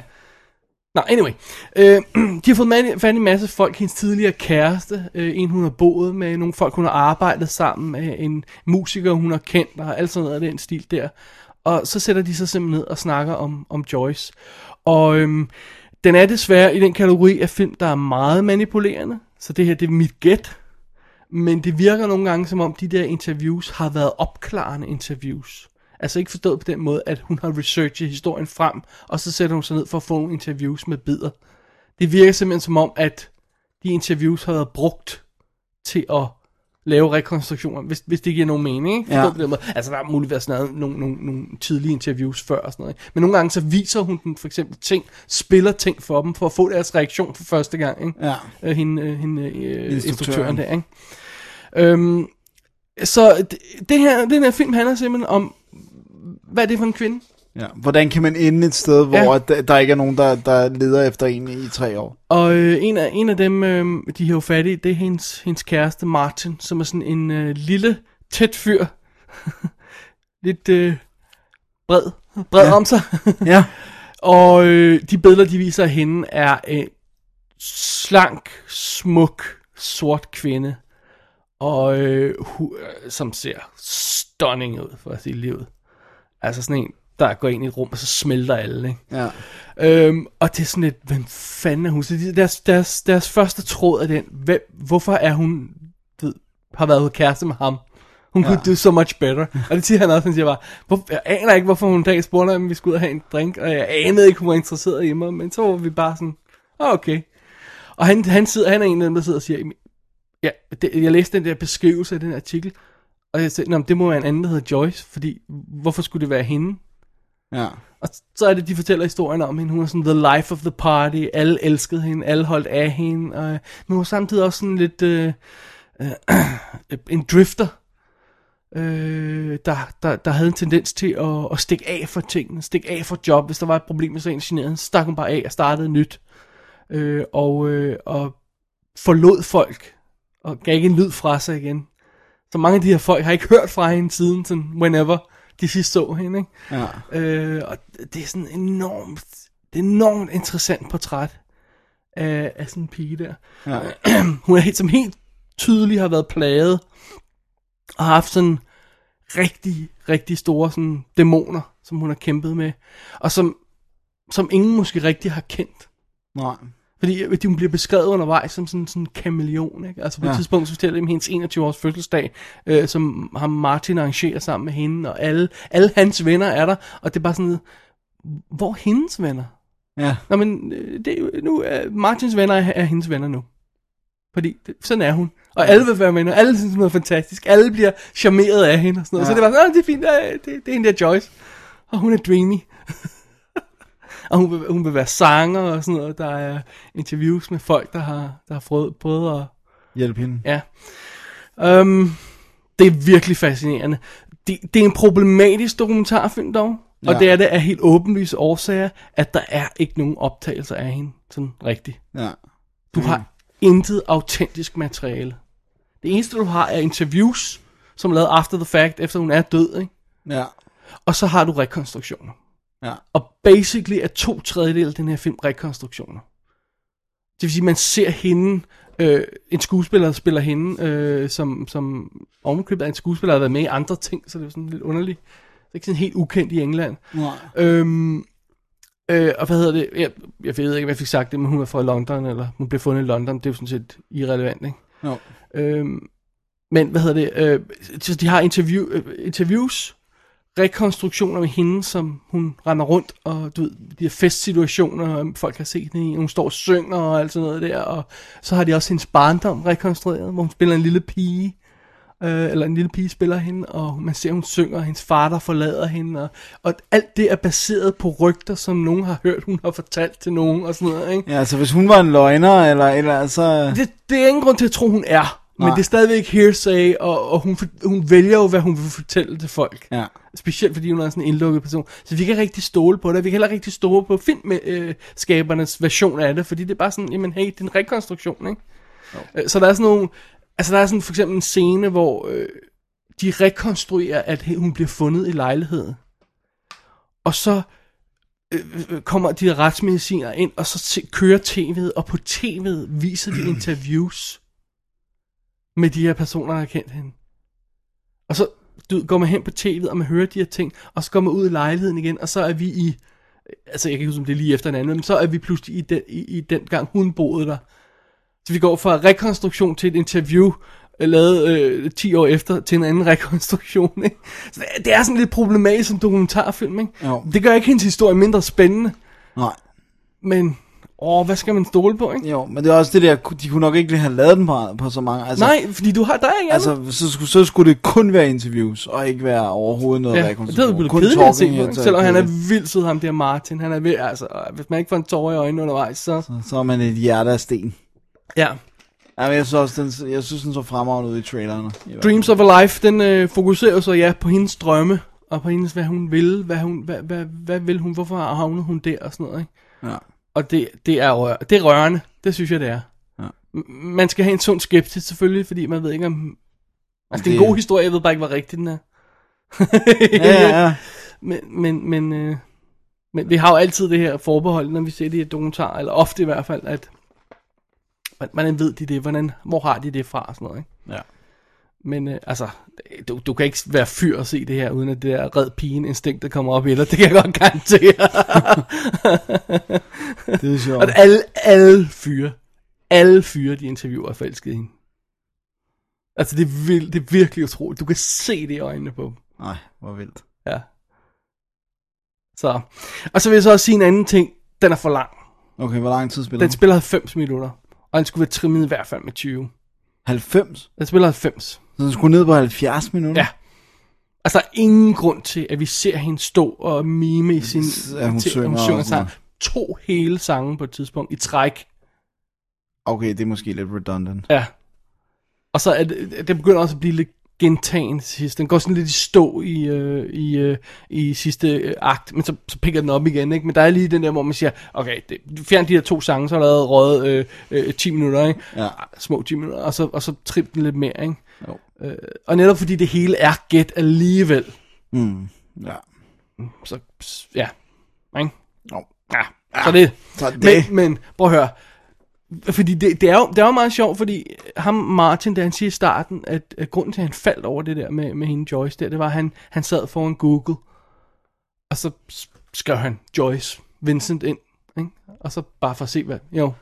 Speaker 3: Nå, anyway. Øh, [clears throat] de har fået mand- fat i en masse folk. Hendes tidligere kæreste, øh, en hun har boet med, nogle folk hun har arbejdet sammen med, en musiker hun har kendt, og alt sådan noget af den stil der. Og så sætter de sig simpelthen ned og snakker om, om Joyce. Og øhm, den er desværre i den kategori af film, der er meget manipulerende. Så det her, det er mit gæt. Men det virker nogle gange, som om de der interviews har været opklarende interviews. Altså ikke forstået på den måde, at hun har researchet historien frem, og så sætter hun sig ned for at få nogle interviews med bidder. Det virker simpelthen som om, at de interviews har været brugt til at lave rekonstruktioner, hvis, hvis det giver nogen mening. Ikke?
Speaker 4: Ja.
Speaker 3: Forstået på den måde. Altså der har muligvis været sådan nogle, nogle, nogle tidlige interviews før og sådan noget. ikke? Men nogle gange så viser hun dem for eksempel ting, spiller ting for dem, for at få deres reaktion for første gang. Ikke?
Speaker 4: Ja.
Speaker 3: øh, hende, øh, hende øh,
Speaker 4: Instruktøren.
Speaker 3: instruktøren der, ikke? Øhm, så det, det her, den her film handler simpelthen om, hvad er det for en kvinde?
Speaker 4: ja. Hvordan kan man ende et sted, hvor
Speaker 3: Ja.
Speaker 4: ja. der, der ikke er nogen, der, der leder efter en i tre år?
Speaker 3: Og øh, en, af, en af dem, øh, de har jo fat i, det er hendes, hendes kæreste Martin, som er sådan en øh, lille, tæt fyr. [laughs] Lidt øh, bred, bred ja. om sig.
Speaker 4: Ja.
Speaker 3: Og øh, de billeder, de viser af hende, er en slank, smuk, sort kvinde. Og øh, hu, øh, som ser stunning ud, for at sige livet. Altså sådan en, der går ind i et rum, og så smelter alle, ikke?
Speaker 4: Ja.
Speaker 3: Øhm, og det er sådan lidt, hvem fanden er hun? Så de- deres, deres, deres første tråd er den, hvem, hvorfor er hun, du ved, har været kæreste med ham? Hun ja. could do so much better. Og det siger han også, han siger bare, hvor, jeg aner ikke, hvorfor hun en dag spurgte, om vi skulle ud og have en drink, og jeg anede ikke, hun var interesseret i mig, men så var vi bare sådan, "Ah, okay. Og han, han, sidder, han er en af dem, der sidder og siger, "Jamen, ja, det, jeg læste den der beskrivelse af den artikel, og jeg sagde, "Nå, men det må være en anden, der hedder Joyce, fordi hvorfor skulle det være hende?
Speaker 4: Ja.
Speaker 3: Og så er det, de fortæller historien om hende. Hun er sådan the life of the party. Alle elskede hende. Alle holdt af hende. Og, øh, men hun er samtidig også sådan lidt øh, øh, [clears throat] en drifter, øh, der, der, der havde en tendens til at, at stikke af for tingene. Stikke af for job. Hvis der var et problem, så ingeniøren, så stak hun bare af og startede nyt. Øh, og, øh, og forlod folk. Og gav ikke en lyd fra sig igen. Så mange af de her folk har ikke hørt fra hende siden, sådan whenever de sidst så hende. Ikke?
Speaker 4: Ja.
Speaker 3: Øh, og det er sådan enormt, det er enormt interessant portræt af, af sådan en pige der.
Speaker 4: Ja.
Speaker 3: [clears throat] Hun er helt, som helt tydeligt har været plaget, og har haft sådan rigtig, rigtig store sådan dæmoner, som hun har kæmpet med, og som, som ingen måske rigtig har kendt.
Speaker 4: Nej.
Speaker 3: Fordi øh, hun bliver beskrevet undervejs som sådan en kameleon, ikke? Altså på ja.
Speaker 4: Ja.
Speaker 3: et tidspunkt, så fortæller de om hendes 21-års fødselsdag, øh, som ham Martin arrangerer sammen med hende, og alle, alle hans venner er der, og det er bare sådan, hvor er hendes venner?
Speaker 4: Ja.
Speaker 3: Nå, men øh, det, er jo- nu er Martins venner er, er hendes venner nu. Fordi det, sådan er hun. Og alle vil være venner, alle synes, hun er fantastisk, alle bliver charmeret af hende og sådan noget. Ja. Så
Speaker 4: Ja.
Speaker 3: det var sådan, "Nå, det er fint, øh, det, det er hende der Joyce. Og hun er dreamy. [laughs] og hun vil, hun vil være sanger og sådan noget. Der er interviews med folk, der har, der har prøvet, prøvet at
Speaker 4: Hjælp hende.
Speaker 3: Ja. Um, det er virkelig fascinerende. Det, det er en problematisk dokumentarfilm dog. Ja. Og
Speaker 4: Ja.
Speaker 3: det er det af helt åbenlyse årsager, at der er ikke nogen optagelser af hende. Sådan rigtigt.
Speaker 4: Ja.
Speaker 3: Du mm. har intet autentisk materiale. Det eneste du har er interviews, som er lavet after the fact, efter hun er død. Ikke?
Speaker 4: Mm. Ja.
Speaker 3: Og så har du rekonstruktioner.
Speaker 4: Ja.
Speaker 3: Og basically er to tredjedel af den her film rekonstruktioner. Det vil sige, man ser hende, øh, en skuespiller spiller hende, øh, som, som ovenkøbet er en skuespiller, der har været med i andre ting, så det er sådan lidt underligt. Det er ikke sådan helt ukendt i England.
Speaker 4: Nej.
Speaker 3: Øhm, øh, og hvad hedder det? Jeg, jeg ved ikke, hvad jeg fik sagt det, men hun er fra London, eller hun blev fundet i London. Det er jo sådan set irrelevant, ikke?
Speaker 4: Jo.
Speaker 3: Øhm, men hvad hedder det? Øh, så de har interview, øh, interviews, rekonstruktioner med hende, som hun render rundt, og du ved, de her festsituationer, øhm, folk har set hende i, hun står og synger og alt sådan noget der, og så har de også hendes barndom rekonstrueret, hvor hun spiller en lille pige, øh, eller en lille pige spiller hende, og man ser, hun synger, og hendes far, der forlader hende, og, og alt det er baseret på rygter, som nogen har hørt, hun har fortalt til nogen, og sådan noget, ikke?
Speaker 4: Ja, altså hvis hun var en løgner, eller, eller så...
Speaker 3: det, det er ingen grund til at tro, hun er. Men
Speaker 4: Nej.
Speaker 3: det er stadigvæk hearsay, og, og hun, for- hun vælger jo, hvad hun vil fortælle til folk.
Speaker 4: Ja.
Speaker 3: Specielt fordi hun er sådan en indlukket person. Så vi kan ikke rigtig stole på det. Vi kan heller ikke rigtig stole på filmskabernes version af det. Fordi det er bare sådan, jamen hey, det er en rekonstruktion, ikke? Øh, Så der er sådan nogle... Altså der er sådan for eksempel en scene, hvor øh, de rekonstruerer, at he- hun bliver fundet i lejligheden. Og så øh, kommer de der retsmediciner ind, og så se, kører tv'et, og på tv'et viser de interviews med de her personer, der har kendt hende. Og så du, ved, går man hen på tv'et, og man hører de her ting, og så går man ud i lejligheden igen, og så er vi i, altså jeg kan ikke huske, om det er lige efter hinanden, men så er vi pludselig i den, i, i den gang, hun boede der. Så vi går fra rekonstruktion til et interview, øh, lavet øh, 10 år efter, til en anden [laughs] rekonstruktion. Ikke? Så det- det er sådan lidt problematisk som dokumentarfilm. Ikke?
Speaker 4: Jo.
Speaker 3: Det gør ikke hendes historie mindre spændende,
Speaker 4: Nej.
Speaker 3: men åh, hvad skal man stole på? Ikke?
Speaker 4: Jo, men det er også det der, de kunne nok ikke lige have lavet den på, på så mange. Altså,
Speaker 3: Nej, fordi du har dig ikke andet.
Speaker 4: Altså, så, skulle, så skulle det kun være interviews, og ikke være overhovedet noget
Speaker 3: Ja, og det
Speaker 4: rekonstruktion.
Speaker 3: havde blevet
Speaker 4: Kun
Speaker 3: kedeligt at se
Speaker 4: talking
Speaker 3: på, ikke?
Speaker 4: heads og
Speaker 3: selvom han
Speaker 4: alt
Speaker 3: er
Speaker 4: det.
Speaker 3: vildt sød, ham der Martin. Han er ved, altså, hvis man ikke får en tårer i øjnene undervejs, så...
Speaker 4: Så er man et hjerte af sten.
Speaker 3: Ja.
Speaker 4: Ja, men jeg synes, også, den, jeg synes, den så fremragende ud i trailerne.
Speaker 3: Dreams of a Life, den øh, fokuserer jo så, ja, på hendes drømme, og på hendes, hvad hun vil, hvad, hun, hvad, hvad, hvad vil hun, hvorfor havnede hun der, og sådan noget, ikke?
Speaker 4: Ja.
Speaker 3: Og det, det, er, rør, det er rørende, det synes jeg, det er.
Speaker 4: Ja.
Speaker 3: M- Man skal have en sund skepsis selvfølgelig, fordi man ved ikke om... Altså, det er en
Speaker 4: Det-
Speaker 3: god historie, jeg ved bare ikke, hvor rigtig den er. [laughs]
Speaker 4: Ja, ja, ja.
Speaker 3: Men, men, men, øh, men vi har jo altid det her forbehold, når vi ser det i dokumentarer, eller ofte i hvert fald, at hvordan- hvordan ved de det, hvordan, hvor har de det fra og sådan noget, ikke?
Speaker 4: Ja.
Speaker 3: Men øh, altså, du, du kan ikke være fyr og se det her, uden at det der red pigen instinkt, der kommer op i dig, det kan jeg godt garantere.
Speaker 4: Det er sjovt.
Speaker 3: og alle, alle fyre, alle fyre, de interviewer er forelskede i hende. Altså, det er, vild, det er virkelig utroligt. Du kan se det i øjnene på dem.
Speaker 4: Nej, hvor vildt.
Speaker 3: Ja. Så. Og så vil jeg så også sige en anden ting. Den er for lang.
Speaker 4: Okay, hvor lang tid spiller
Speaker 3: Den spiller 90 minutter. Og den skulle være trimmet i hvert fald med 20.
Speaker 4: 90?
Speaker 3: Den spiller 90.
Speaker 4: Så den skulle ned på 70 minutter?
Speaker 3: Ja. Altså, der er ingen grund til, at vi ser hende stå og mime i sin...
Speaker 4: Ja, hun
Speaker 3: til-
Speaker 4: synger
Speaker 3: hun
Speaker 4: og
Speaker 3: synger
Speaker 4: sådan
Speaker 3: sang.
Speaker 4: noget.
Speaker 3: To hele sange på et tidspunkt i træk.
Speaker 4: Okay, det er måske lidt redundant.
Speaker 3: Ja. Og så er det, det begynder også at blive lidt gentagen til sidst. Den går sådan lidt i stå i, øh, i, øh, i sidste øh, akt, men så, så pikker den op igen, ikke? Men der er lige den der, hvor man siger, okay, det, du fjern de der to sange, så har der allerede røget øh, øh, 10 minutter, ikke?
Speaker 4: Ja.
Speaker 3: Små 10 minutter, og så, og så trim den lidt mere, ikke?
Speaker 4: Jo.
Speaker 3: Øh, og netop fordi det hele er gæt alligevel,
Speaker 4: Mm. Ja.
Speaker 3: så s- ja, ikke?
Speaker 4: Jo.
Speaker 3: Ja, så det.
Speaker 4: Så det.
Speaker 3: Men, men prøv at høre. Fordi det, det, er jo, det er jo meget sjovt, fordi ham Martin, da han siger i starten, at, at grunden til, at han faldt over det der med, med hende Joyce der, det var, at han, han sad foran Google, og så s- skrev han Joyce Vincent ind, ikke? og så bare for at se, hvad... Jo.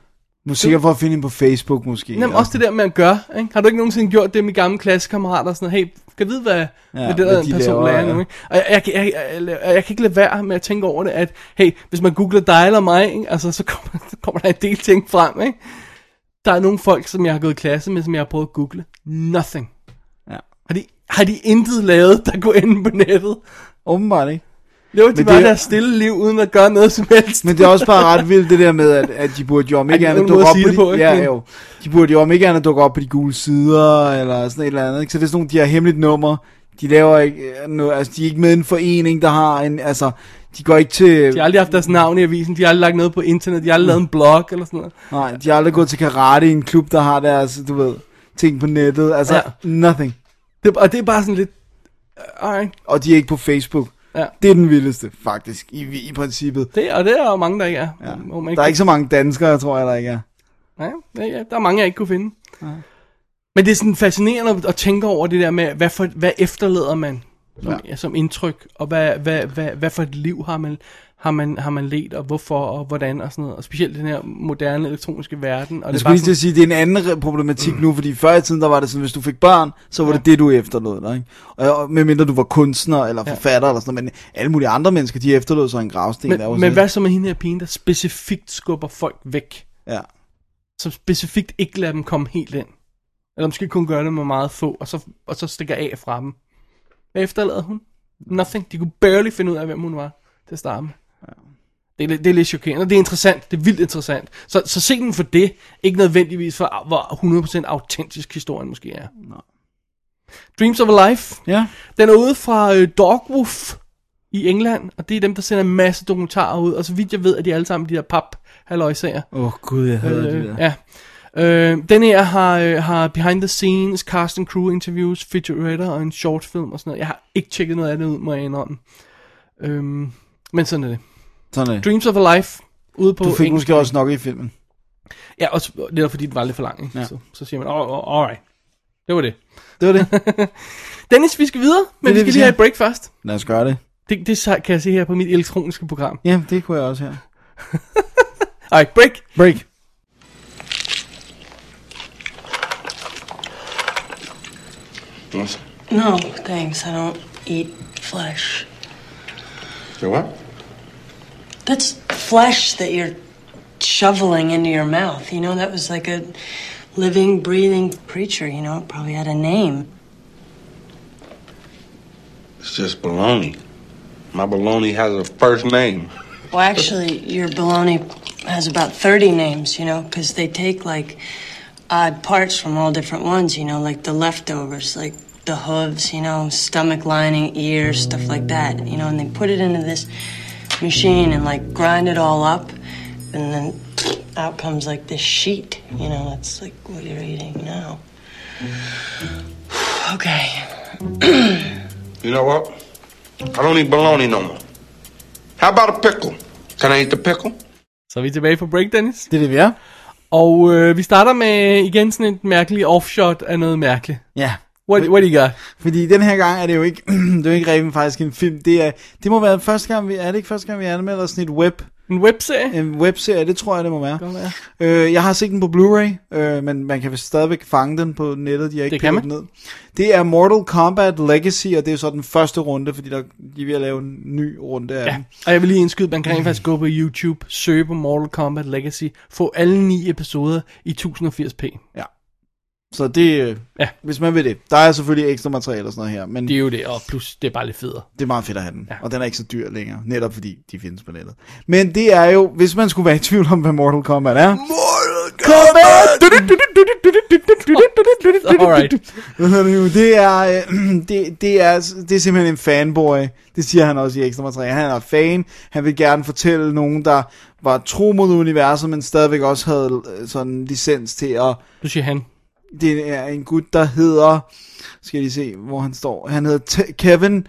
Speaker 4: Måske for at finde hende på Facebook, måske.
Speaker 3: Jamen, også det der med at gøre, ikke? Har du ikke nogensinde gjort det med gamle klassekammerater og sådan noget? Hey, kan vide, hvad, ja, hvad det
Speaker 4: hvad
Speaker 3: der
Speaker 4: de
Speaker 3: de person
Speaker 4: laver,
Speaker 3: laver,
Speaker 4: ja.
Speaker 3: nu, ikke? Og jeg, jeg, kan- jeg, jeg, jeg, jeg, kan ikke lade være med at tænke over det, at hey, hvis man googler dig eller mig, ikke? Altså, så kommer, [laughs] så kommer der en del ting frem, ikke? Der er nogle folk, som jeg har gået i klasse med, som jeg har prøvet at google. Nothing.
Speaker 4: Ja.
Speaker 3: Har de, har de intet lavet, der går inde på nettet?
Speaker 4: Åbenbart ikke.
Speaker 3: Det var de
Speaker 4: Men
Speaker 3: bare
Speaker 4: det-
Speaker 3: deres stille liv, uden at gøre noget som helst.
Speaker 4: Men det er også bare ret vildt det der med, at, at de burde jo om ikke
Speaker 3: Ej,
Speaker 4: andet
Speaker 3: nogen måde
Speaker 4: dukke
Speaker 3: at
Speaker 4: op
Speaker 3: sige
Speaker 4: på de,
Speaker 3: det på, ikke?
Speaker 4: ja,
Speaker 3: Men-
Speaker 4: jo. De burde jo om ikke andet dukke op på de gule sider, eller sådan et eller andet. Ikke? Så det er sådan nogle, de har hemmeligt nummer. De laver ikke øh, noget, altså de er ikke med i en forening, der har en, altså, de går ikke til,
Speaker 3: De har aldrig haft deres navn i avisen, de har aldrig lagt noget på internet, de har aldrig lavet en blog eller sådan noget.
Speaker 4: nej, de har aldrig gået til karate i en klub, der har deres, du ved, ting på nettet, altså,
Speaker 3: Ja.
Speaker 4: ja. nothing.
Speaker 3: Det, og det er bare sådan lidt... Øh, alright.
Speaker 4: Og de er ikke på Facebook.
Speaker 3: Ja.
Speaker 4: Det er den vildeste, faktisk, i, i princippet.
Speaker 3: Det, og det er der jo mange, der ikke er.
Speaker 4: Ja.
Speaker 3: Hvor man
Speaker 4: Der er ikke så mange danskere, tror jeg, der ikke er.
Speaker 3: Nej, ja, ja, der er mange, jeg ikke kunne finde. Men det er sådan fascinerende at- at tænke over det der med, hvad, for, hvad efterlader man som, ja. som indtryk, og hvad, hvad, hvad, hvad for et liv har man, har man, har man let, og hvorfor, og hvordan, og sådan noget. Og specielt den her moderne elektroniske verden. Og
Speaker 4: Jeg
Speaker 3: det er
Speaker 4: skulle
Speaker 3: bare
Speaker 4: lige til
Speaker 3: sådan,
Speaker 4: at sige, det er en anden re- problematik nu, fordi før i tiden, der var det sådan, hvis du fik børn, så var det det, du efterlod dig, ikke? Og og medmindre du var kunstner eller
Speaker 3: Ja.
Speaker 4: forfatter eller sådan noget, men alle mulige andre mennesker, de efterlod sig en gravsten. der var
Speaker 3: men, men
Speaker 4: sådan-
Speaker 3: hvad så med hende her pige, der specifikt skubber folk væk?
Speaker 4: Ja.
Speaker 3: Som specifikt ikke lader dem komme helt ind. Eller måske kun gør det med meget få, og så, og så stikker af fra dem. Hvad efterlader hun? Nothing. De kunne barely finde ud af, hvem hun var til at starte med. Det er, lidt- det er lidt chokerende. Det er interessant. Det er vildt interessant. Så, så se den for det. Ikke nødvendigvis for, hvor 100% autentisk historien måske er. Nej. Dreams of a Life.
Speaker 4: Ja.
Speaker 3: Den er ude fra øh, Dogwoof i England, og det er dem, der sender en masse dokumentarer ud. Og så vidt jeg ved, at de alle sammen de der pap haløjsager.
Speaker 4: Åh oh, gud, jeg hader øh, det der.
Speaker 3: Øh, ja. Øh, den her har, øh, har behind the scenes, cast and crew interviews, featuretter og en short film og sådan noget. Jeg har ikke tjekket noget af det ud, må jeg indrømme. Øhm, men sådan er det.
Speaker 4: Sådan er det.
Speaker 3: Dreams of a Life, ude på
Speaker 4: Du fik
Speaker 3: engelsk.
Speaker 4: måske også nok i filmen.
Speaker 3: Ja, også, det er fordi, det var lidt for langt. Ikke?
Speaker 4: Ja.
Speaker 3: Ja. Så, så siger man, oh, oh, alright. Det var det.
Speaker 4: Det
Speaker 3: [laughs]
Speaker 4: var det.
Speaker 3: Dennis, vi skal videre, men
Speaker 4: det,
Speaker 3: det, vi
Speaker 4: vi
Speaker 3: skal lige have
Speaker 4: skal.
Speaker 3: et break først.
Speaker 4: Lad os gøre det.
Speaker 3: Det, det så- kan jeg se her på mit elektroniske program.
Speaker 4: Ja, det kunne jeg også her.
Speaker 3: Alright, break.
Speaker 4: Break.
Speaker 9: No, thanks. I don't eat flesh.
Speaker 10: You what?
Speaker 9: That's flesh that you're shoveling into your mouth. You know, that was like a living, breathing creature. You know, it probably had a name.
Speaker 10: It's just baloney. My baloney has a first name.
Speaker 9: Well, actually, your baloney has about 30 names, you know, because they take like odd parts from all different ones, you know, like the leftovers, like the hooves, you know, stomach lining, ears, stuff like that, you know, and they put it into this machine and like grind it all up, and then out comes like this sheet, you know, that's like what you're eating now. okay.
Speaker 10: You know what? I don't eat baloney no more. How about a pickle? Can I eat the pickle?
Speaker 3: Så er vi tilbage på break, Dennis.
Speaker 4: Det er det, vi er.
Speaker 3: Og øh, vi starter med igen sådan et mærkeligt offshot af noget mærkeligt.
Speaker 4: Ja.
Speaker 3: What, what do you got?
Speaker 4: Fordi den her gang er [clears throat] det jo ikke, det er jo ikke rent faktisk en film. Det, er, det må være første gang, vi, er det ikke første gang, vi anmelder sådan et web
Speaker 3: En webserie?
Speaker 4: En webserie, det tror jeg, det må være. Øh, jeg har set den på Blu-ray, øh, men man kan vist stadigvæk fange den på nettet, de har ikke
Speaker 3: Det kan
Speaker 4: pillet
Speaker 3: man.
Speaker 4: den ned. Det er Mortal Kombat Legacy, og det er jo så den første runde, fordi der, de er ved at lave en ny runde af
Speaker 3: Ja,
Speaker 4: den.
Speaker 3: og jeg vil lige indskyde, man kan rent faktisk gå på YouTube, søge på Mortal Kombat Legacy, få alle ni episoder i 1080p.
Speaker 4: Så det, øh,
Speaker 3: Ja.
Speaker 4: hvis man vil det. Der er selvfølgelig ekstra materiale og sådan noget her, men
Speaker 3: Det er jo det, og plus det er bare lidt federe.
Speaker 4: Det er meget fedt at have den, ja.
Speaker 3: Ja.
Speaker 4: og den er ikke så dyr længere, netop fordi de findes på nettet. Men det er jo, hvis man skulle være i tvivl om, hvad Mortal Kombat er. Mortal Kombat!
Speaker 3: Alright.
Speaker 4: Hvad hedder det nu? Det er, øh, [clears throat] det, det, er, det er simpelthen en fanboy. Det siger han også i ekstra materiale. Han er fan. Han vil gerne fortælle nogen, der var tro mod universet, men stadigvæk også havde øh, sådan licens til at
Speaker 3: Du siger han.
Speaker 4: det er en gut, der hedder, skal jeg lige se, hvor han står. Han hedder T- Kevin,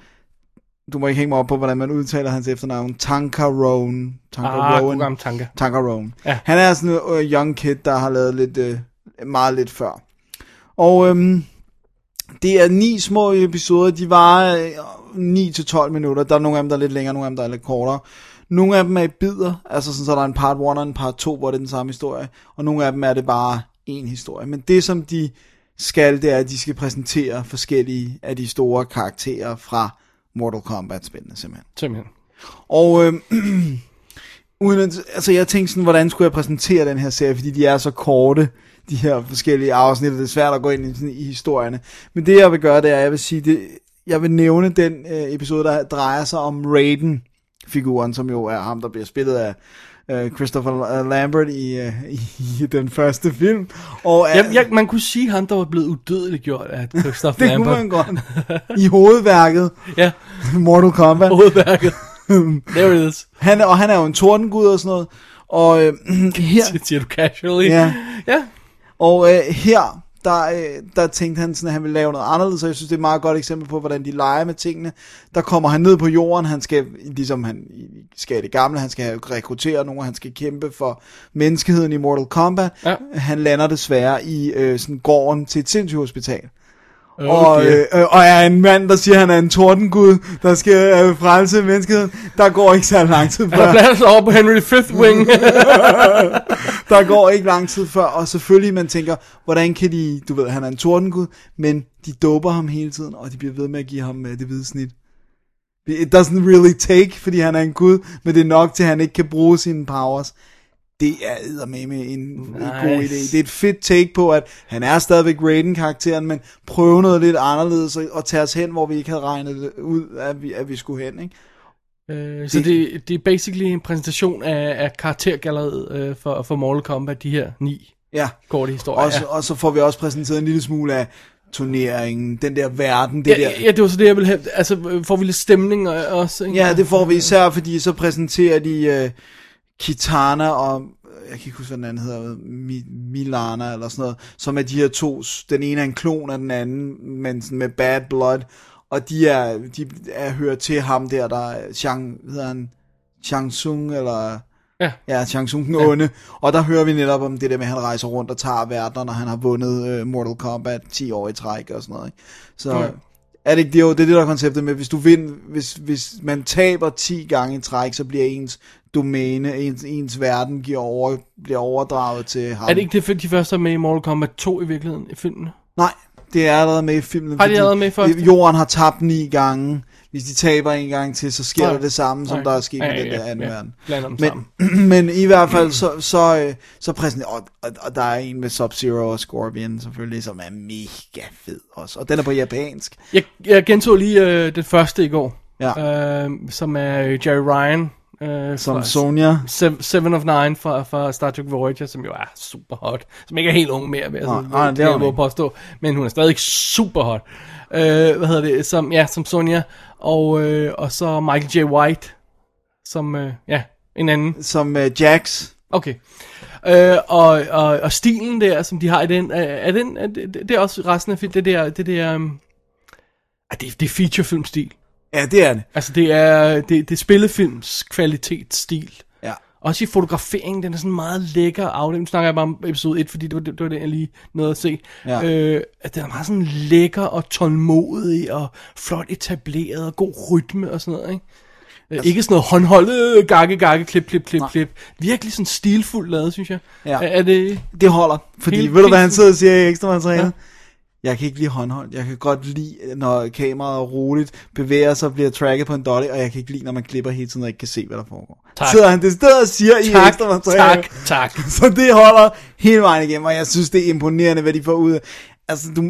Speaker 4: du må ikke hænge mig op på, hvordan man udtaler hans efternavn, Tankaroen.
Speaker 3: Ah, program tanker.
Speaker 4: Tankaroen.
Speaker 3: Ja.
Speaker 4: Han er sådan en uh, young kid, der har lavet lidt, uh, meget lidt før. Og øhm, det er ni små episoder, de var øh, 9-12 minutter. Der er nogle af dem, der er lidt længere, nogle af dem, der er lidt kortere. Nogle af dem er i bidder, altså sådan, så der er en part 1 og en part 2, hvor det er den samme historie. Og nogle af dem er det bare en historie. Men det, som de skal, det er, at de skal præsentere forskellige af de store karakterer fra Mortal Kombat-spillene, simpelthen.
Speaker 3: Simpelthen.
Speaker 4: Og øh, [clears throat] uden at, altså jeg tænkte sådan, hvordan skulle jeg præsentere den her serie, fordi de er så korte, de her forskellige afsnit, og det er svært at gå ind i, sådan, i historierne. Men det jeg vil gøre, det er, at jeg vil sige, det, jeg vil nævne den øh, episode, der drejer sig om Raiden, figuren, som jo er ham, der bliver spillet af øh, Christopher øh, Lambert i, øh, [laughs] i den første film. Og er-
Speaker 3: Ja, ja, man kunne sige ham, der var blevet udødeligt gjort af Christoph
Speaker 4: [laughs] det
Speaker 3: Lambert.
Speaker 4: kunne man godt. I hovedværket,
Speaker 3: Ja,
Speaker 4: Mortal
Speaker 3: [laughs]
Speaker 4: Kombat.
Speaker 3: hovedværket. There it is.
Speaker 4: Han, er- og han er jo en tordengud og sådan noget. Og øh, [clears throat] her,
Speaker 3: Det siger du casually.
Speaker 4: Ja.
Speaker 3: ja.
Speaker 4: Og øh, her, der, øh, der tænkte han sådan, at han ville lave noget anderledes, og jeg synes, det er et meget godt eksempel på, hvordan de leger med tingene. Der kommer han ned på jorden, han skal, ligesom han skal i det gamle, han skal rekruttere nogen, han skal kæmpe for menneskeheden i Mortal Kombat.
Speaker 3: Ja.
Speaker 4: Han lander desværre i øh, sådan gården til et sindssygehospital.
Speaker 3: Oh,
Speaker 4: Og, øh, øh, og er en mand, der siger, at han er en tordengud, der skal øh, frelse menneskeheden. Der går ikke så lang tid
Speaker 3: Han [laughs]
Speaker 4: før.
Speaker 3: blander sig over på Henry V. Wing.
Speaker 4: [laughs] der går ikke lang tid før, og selvfølgelig man tænker, hvordan kan de, du ved, han er en tordengud, men de doper ham hele tiden, og de bliver ved med at give ham øh, det hvide snit. It doesn't really take, fordi han er en gud, men det er nok til, at han ikke kan bruge sine powers. Det er med en nice. god
Speaker 3: Nice.
Speaker 4: idé. Det er et fedt take på, at han er stadigvæk Raiden-karakteren, men prøve noget lidt anderledes og, og tage os hen, hvor vi ikke havde regnet det ud, at vi, at vi skulle hen. Ikke?
Speaker 3: Øh, så det, det er basically en præsentation af, af karaktergalleriet øh, for, for Mortal Kombat, de her ni
Speaker 4: Ja.
Speaker 3: korte historier.
Speaker 4: Og så, og så får vi også præsenteret en lille smule af turneringen, den der verden, det
Speaker 3: ja.
Speaker 4: der.
Speaker 3: Ja, ja, det var så det, jeg ville have. Altså, øh, får vi lidt stemning og, også? Ikke?
Speaker 4: Ja, det får vi især, fordi så præsenterer de øh, Kitana og, jeg kan ikke huske, hvad den anden hedder, Mi- Milana eller sådan noget, som er de her to, s- den ene er en klon af den anden, men sådan med bad blood, og de er, de er, hører til ham der, der er Shang, hvad hedder han, Shang Tsung, eller...
Speaker 3: Ja.
Speaker 4: Ja, Shang Tsung den onde. Og der hører vi netop om det der med, at han rejser rundt og tager verdener, når han har vundet øh, Mortal Kombat 10 år i træk og sådan noget. Ikke? Så
Speaker 3: Ja.
Speaker 4: er det ikke det, jo, det er det, der er konceptet med, hvis, du vind, hvis, hvis man taber 10 gange i træk, så bliver ens domæne, ens, ens verden giver over, bliver overdraget til ham.
Speaker 3: Er det ikke det, for de første er med i Mortal Kombat 2 i virkeligheden i filmen?
Speaker 4: Nej, det er allerede med i filmen.
Speaker 3: Har de
Speaker 4: fordi
Speaker 3: allerede med i første?
Speaker 4: Jorden har tabt ni gange. Hvis de taber en gang til, så sker
Speaker 3: Nej.
Speaker 4: der det samme, som
Speaker 3: Nej.
Speaker 4: der er sket
Speaker 3: Ja,
Speaker 4: med den
Speaker 3: ja,
Speaker 4: der anden
Speaker 3: ja.
Speaker 4: verden.
Speaker 3: Blander dem sammen.
Speaker 4: Men, [clears throat] men i hvert fald, så, så, øh, så præsent, og, og, og der er en med Sub-Zero og Scorpion selvfølgelig, som er mega fed også. Og den er på japansk.
Speaker 3: Jeg, jeg gentog lige øh, den første i går,
Speaker 4: Ja.
Speaker 3: øh, som er øh, Jerry Ryan. Øh,
Speaker 4: Som
Speaker 3: fra-
Speaker 4: Sonja.
Speaker 3: Seven, Seven of Nine fra, fra Star Trek Voyager, som jo er super hot. Som ikke er helt ung mere, vil jeg
Speaker 4: Nej,
Speaker 3: sådan-
Speaker 4: nej, det er
Speaker 3: jeg
Speaker 4: hun
Speaker 3: våge
Speaker 4: ikke.
Speaker 3: påstå. Men hun er stadig super hot. Øh, hvad hedder det? Som, ja, som Sonja. Og, øh, og så Michael J. White, som, øh, ja, en anden.
Speaker 4: Som øh, Jax.
Speaker 3: Okay. Øh, og, og, og stilen der, som de har i den, er, er den, er det, det er også resten af film, det der, det der, um, det, det er featurefilmstil.
Speaker 4: Ja, det er det.
Speaker 3: Altså det er, det, det er spillefilms kvalitetsstil.
Speaker 4: Ja.
Speaker 3: Også i fotograferingen, den er sådan meget lækker af Nu snakker jeg bare om episode 1, fordi det var, det var den, jeg lige nåede at se.
Speaker 4: Ja.
Speaker 3: Øh, at den er meget sådan lækker og tålmodig og flot etableret og god rytme og sådan noget, ikke? Altså, ikke sådan noget håndholdet, øh, gakke, gakke, klip, klip, klip, nej. klip. Virkelig sådan stilfuldt lavet, synes jeg.
Speaker 4: Ja.
Speaker 3: Er, er det...
Speaker 4: Det holder, fordi
Speaker 3: Helt-
Speaker 4: helt, ved du hvad
Speaker 3: helt-
Speaker 4: han sidder og siger i ekstra materiale?
Speaker 3: Ja.
Speaker 4: Ja. Jeg kan ikke lide håndholdt. Jeg kan godt lide, når kameraet roligt bevæger sig og bliver tracket på en dolly, og jeg kan ikke lide, når man klipper hele tiden og ikke kan se, hvad der foregår.
Speaker 3: Tak.
Speaker 4: Sidder han det sted og siger i
Speaker 3: Tak,
Speaker 4: ekstra materiale.
Speaker 3: tak, tak.
Speaker 4: Så det holder hele vejen igennem, og jeg synes, det er imponerende, hvad de får ud af. Altså, du,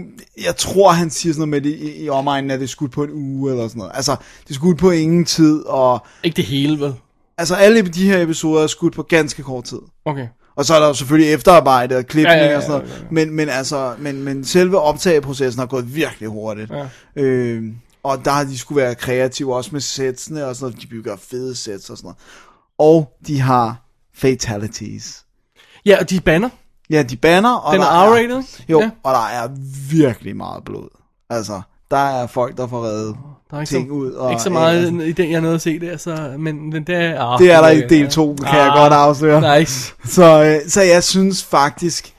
Speaker 4: jeg tror, han siger sådan noget med, at i, i omegnen er det skudt på en uge, eller sådan noget. Altså, det er skudt på ingen tid, og...
Speaker 3: Ikke det hele, vel?
Speaker 4: Altså, alle de her episoder er skudt på ganske kort tid.
Speaker 3: Okay.
Speaker 4: Og så er der jo selvfølgelig efterarbejde og klipning
Speaker 3: Ja,
Speaker 4: ja,
Speaker 3: ja, ja,
Speaker 4: og sådan noget.
Speaker 3: ja, ja, ja.
Speaker 4: Men, men, altså, men, men selve optageprocessen har gået virkelig hurtigt.
Speaker 3: Ja.
Speaker 4: Øh, og der har de skulle være kreative også med sætsene og sådan noget. De bygger fede sæts og sådan noget. Og de har fatalities.
Speaker 3: Ja, og de banner.
Speaker 4: Ja, de banner. Og
Speaker 3: Den
Speaker 4: der
Speaker 3: er R-rated, ikke?
Speaker 4: Jo,
Speaker 3: Ja.
Speaker 4: ja. og der er virkelig meget blod. Altså, der er folk, der får reddet
Speaker 3: Der er ikke,
Speaker 4: ting
Speaker 3: så,
Speaker 4: ud. Og,
Speaker 3: ikke så
Speaker 4: Ja,
Speaker 3: meget
Speaker 4: altså,
Speaker 3: i den, jeg nåede at se der, så, men den der... Ah,
Speaker 4: det er der i del 2, kan jeg godt afsløre.
Speaker 3: Nice.
Speaker 4: Så, øh, så jeg synes faktisk,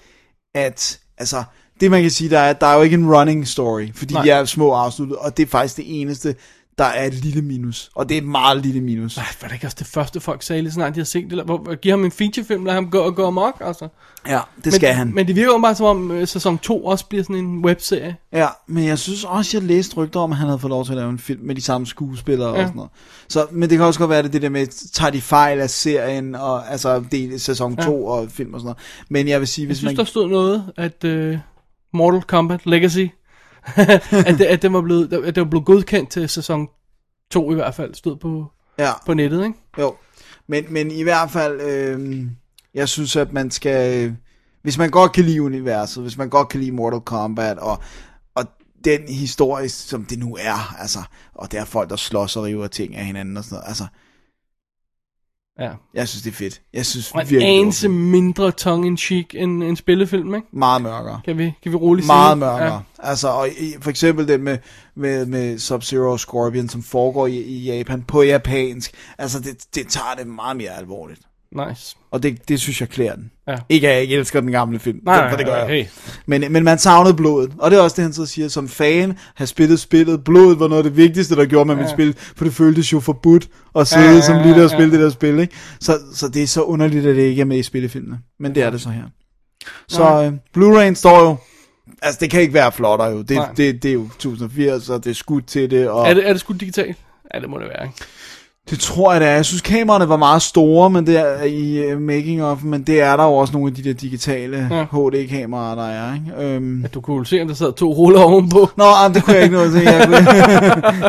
Speaker 4: at altså, det man kan sige, der er, der er jo ikke en running story, fordi
Speaker 3: Nej.
Speaker 4: Nej. de er små afsluttet, og det er faktisk det eneste, der er et lille minus. Og det er et meget lille minus.
Speaker 3: Ej, var det ikke også det første, folk sagde, lige snart de har set det? Eller, hvor, giv ham en featurefilm, lad ham gå og gå amok, altså.
Speaker 4: Ja, det skal
Speaker 3: men,
Speaker 4: han.
Speaker 3: Men det virker jo bare som om, øh, sæson 2 også bliver sådan en webserie.
Speaker 4: Ja, men jeg synes også, jeg læste rygter om, at han havde fået lov til at lave en film med de samme skuespillere ja.
Speaker 3: Ja.
Speaker 4: og sådan noget. Så, men det kan også godt være, at det er det der med, tager de fejl af serien, og altså del sæson
Speaker 3: Ja.
Speaker 4: 2 og film og sådan noget. Men jeg vil sige,
Speaker 3: Jeg
Speaker 4: hvis
Speaker 3: synes,
Speaker 4: man...
Speaker 3: der stod noget, at uh, Mortal Kombat Legacy, [laughs] at, det, at den var blevet, at den var blevet godkendt til sæson 2 i hvert fald, stod på,
Speaker 4: Ja.
Speaker 3: på nettet, ikke?
Speaker 4: Jo, men, men i hvert fald, øh, jeg synes, at man skal, øh, hvis man godt kan lide universet, hvis man godt kan lide Mortal Kombat, og, og den historie, som det nu er, altså, og der er folk, der slås og river ting af hinanden og sådan noget, altså,
Speaker 3: Ja.
Speaker 4: jeg synes, det er fedt. Jeg synes
Speaker 3: Og en
Speaker 4: virkelig,
Speaker 3: anelse
Speaker 4: det var fedt.
Speaker 3: mindre tongue-in-cheek end en spillefilm, ikke?
Speaker 4: meget mørkere.
Speaker 3: Kan vi, kan vi roligt
Speaker 4: Meget
Speaker 3: sige?
Speaker 4: mørkere. Ja. Altså, og i, for eksempel den med, med, med Sub-Zero og Scorpion, som foregår i, i Japan på japansk. Altså, det, det tager det meget mere alvorligt.
Speaker 3: Ja. Nice.
Speaker 4: Og det, det synes jeg klæder den.
Speaker 3: Ja.
Speaker 4: Ikke at jeg ikke elsker den gamle film,
Speaker 3: Nej,
Speaker 4: den, for det gør jeg.
Speaker 3: hey.
Speaker 4: Men, men man savnede blodet. Og det er også det, han så siger, som fan har spillet spillet. Blodet var noget af det vigtigste, der gjorde, man ville spille, for det føltes jo forbudt at sidde
Speaker 3: Ja, ja,
Speaker 4: som lille
Speaker 3: ja,
Speaker 4: og spille
Speaker 3: ja.
Speaker 4: det der spil. Ikke? Så, så det er så underligt, at det ikke er med i spillefilmene. Men det er det så her. Så
Speaker 3: Nej.
Speaker 4: øh, Blu-rayen står jo... Altså, det kan ikke være flottere jo. Det,
Speaker 3: Nej.
Speaker 4: det, det er jo 1080, og det er skudt til det. Og...
Speaker 3: Er det, er det sgu digitalt? Ja, det må det være, ikke?
Speaker 4: Det tror jeg, det er. Jeg synes, kameraerne var meget store men det er, i øh, making of, men det er der jo også nogle af de der digitale
Speaker 3: Ja.
Speaker 4: ja. HD-kameraer, der er. Ikke? Øhm.
Speaker 3: At du kunne se, om der sad to ruller ovenpå.
Speaker 4: Nå, ah, det kunne jeg ikke nå at se. Jeg kunne,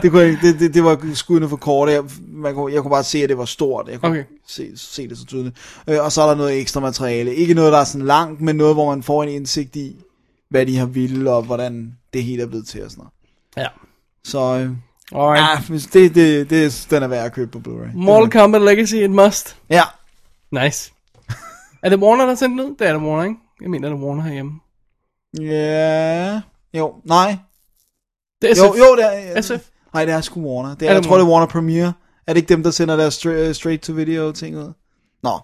Speaker 4: det, kunne jeg, ikke. [laughs] det, det, det var skuddene for kort. Jeg, man kunne, jeg kunne bare se, at det var stort. Jeg kunne
Speaker 3: Okay.
Speaker 4: okay. se, se det så tydeligt. Øh, og så er der noget ekstra materiale. Ikke noget, der er sådan langt, men noget, hvor man får en indsigt i, hvad de har ville, og hvordan det hele er blevet til og sådan noget.
Speaker 3: Ja.
Speaker 4: Så øh,
Speaker 3: Alright.
Speaker 4: ah, hvis det, det, det, den er værd at købe på Blu-ray.
Speaker 3: Mortal Kombat Legacy, et must.
Speaker 4: Ja,
Speaker 3: Nice. er det Warner, der har sendt den ud? Det er det Warner, ikke? Jeg mener, det er Warner herhjemme.
Speaker 4: Ja, jo, nej.
Speaker 3: Det er
Speaker 4: SF. Jo,
Speaker 3: SF.
Speaker 4: jo, det er...
Speaker 3: SF.
Speaker 4: Nej, det er sgu Warner. Det er,
Speaker 3: Er det
Speaker 4: jeg tror, det er Warner Premiere. Er det ikke dem, der sender deres stra- øh, straight-to-video-ting ud? Nå.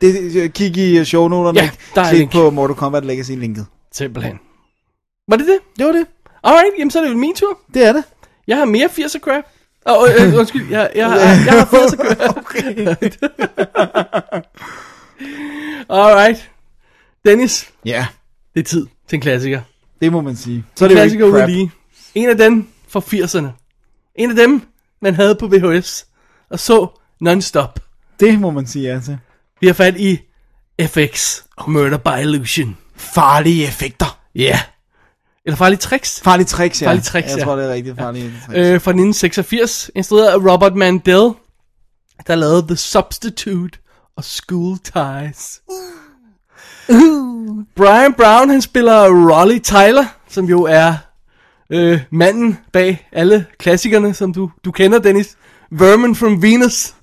Speaker 4: Det, det, kig i øh, shownoterne.
Speaker 3: Ja, der er
Speaker 4: Klik
Speaker 3: link.
Speaker 4: på Mortal Kombat Legacy-linket.
Speaker 3: Simpelthen. Var det det?
Speaker 4: Det var det.
Speaker 3: Alright, jamen så er det jo min tur.
Speaker 4: Det er det.
Speaker 3: Jeg har mere 80'er crap. Åh, oh, øh, undskyld, jeg, jeg, har, jeg [laughs] har 80'er crap. [laughs] Alright. Dennis,
Speaker 4: Ja,
Speaker 3: det er tid til en klassiker.
Speaker 4: det må man sige. Så er
Speaker 3: En
Speaker 4: det jo
Speaker 3: klassiker
Speaker 4: ikke
Speaker 3: ude
Speaker 4: crap.
Speaker 3: lige. En af dem fra 80'erne. En af dem, man havde på VHS. Og så non-stop.
Speaker 4: Det må man sige ja til.
Speaker 3: Vi har fat i FX, Murder by Illusion.
Speaker 4: Farlige effekter.
Speaker 3: Ja. Yeah. Eller farlige tricks.
Speaker 4: Farlige tricks, ja.
Speaker 3: Farlige tricks,
Speaker 4: Jeg
Speaker 3: ja.
Speaker 4: tror, det er rigtigt farlige ja. tricks.
Speaker 3: øh, fra 1986, instrueret af Robert Mandel, der lavede The Substitute og School Ties. Uh.
Speaker 4: Uh-huh.
Speaker 3: Brian Brown, han spiller Rolly Tyler, som jo er øh, manden bag alle klassikerne, som du, du kender, Dennis. Vermin from Venus.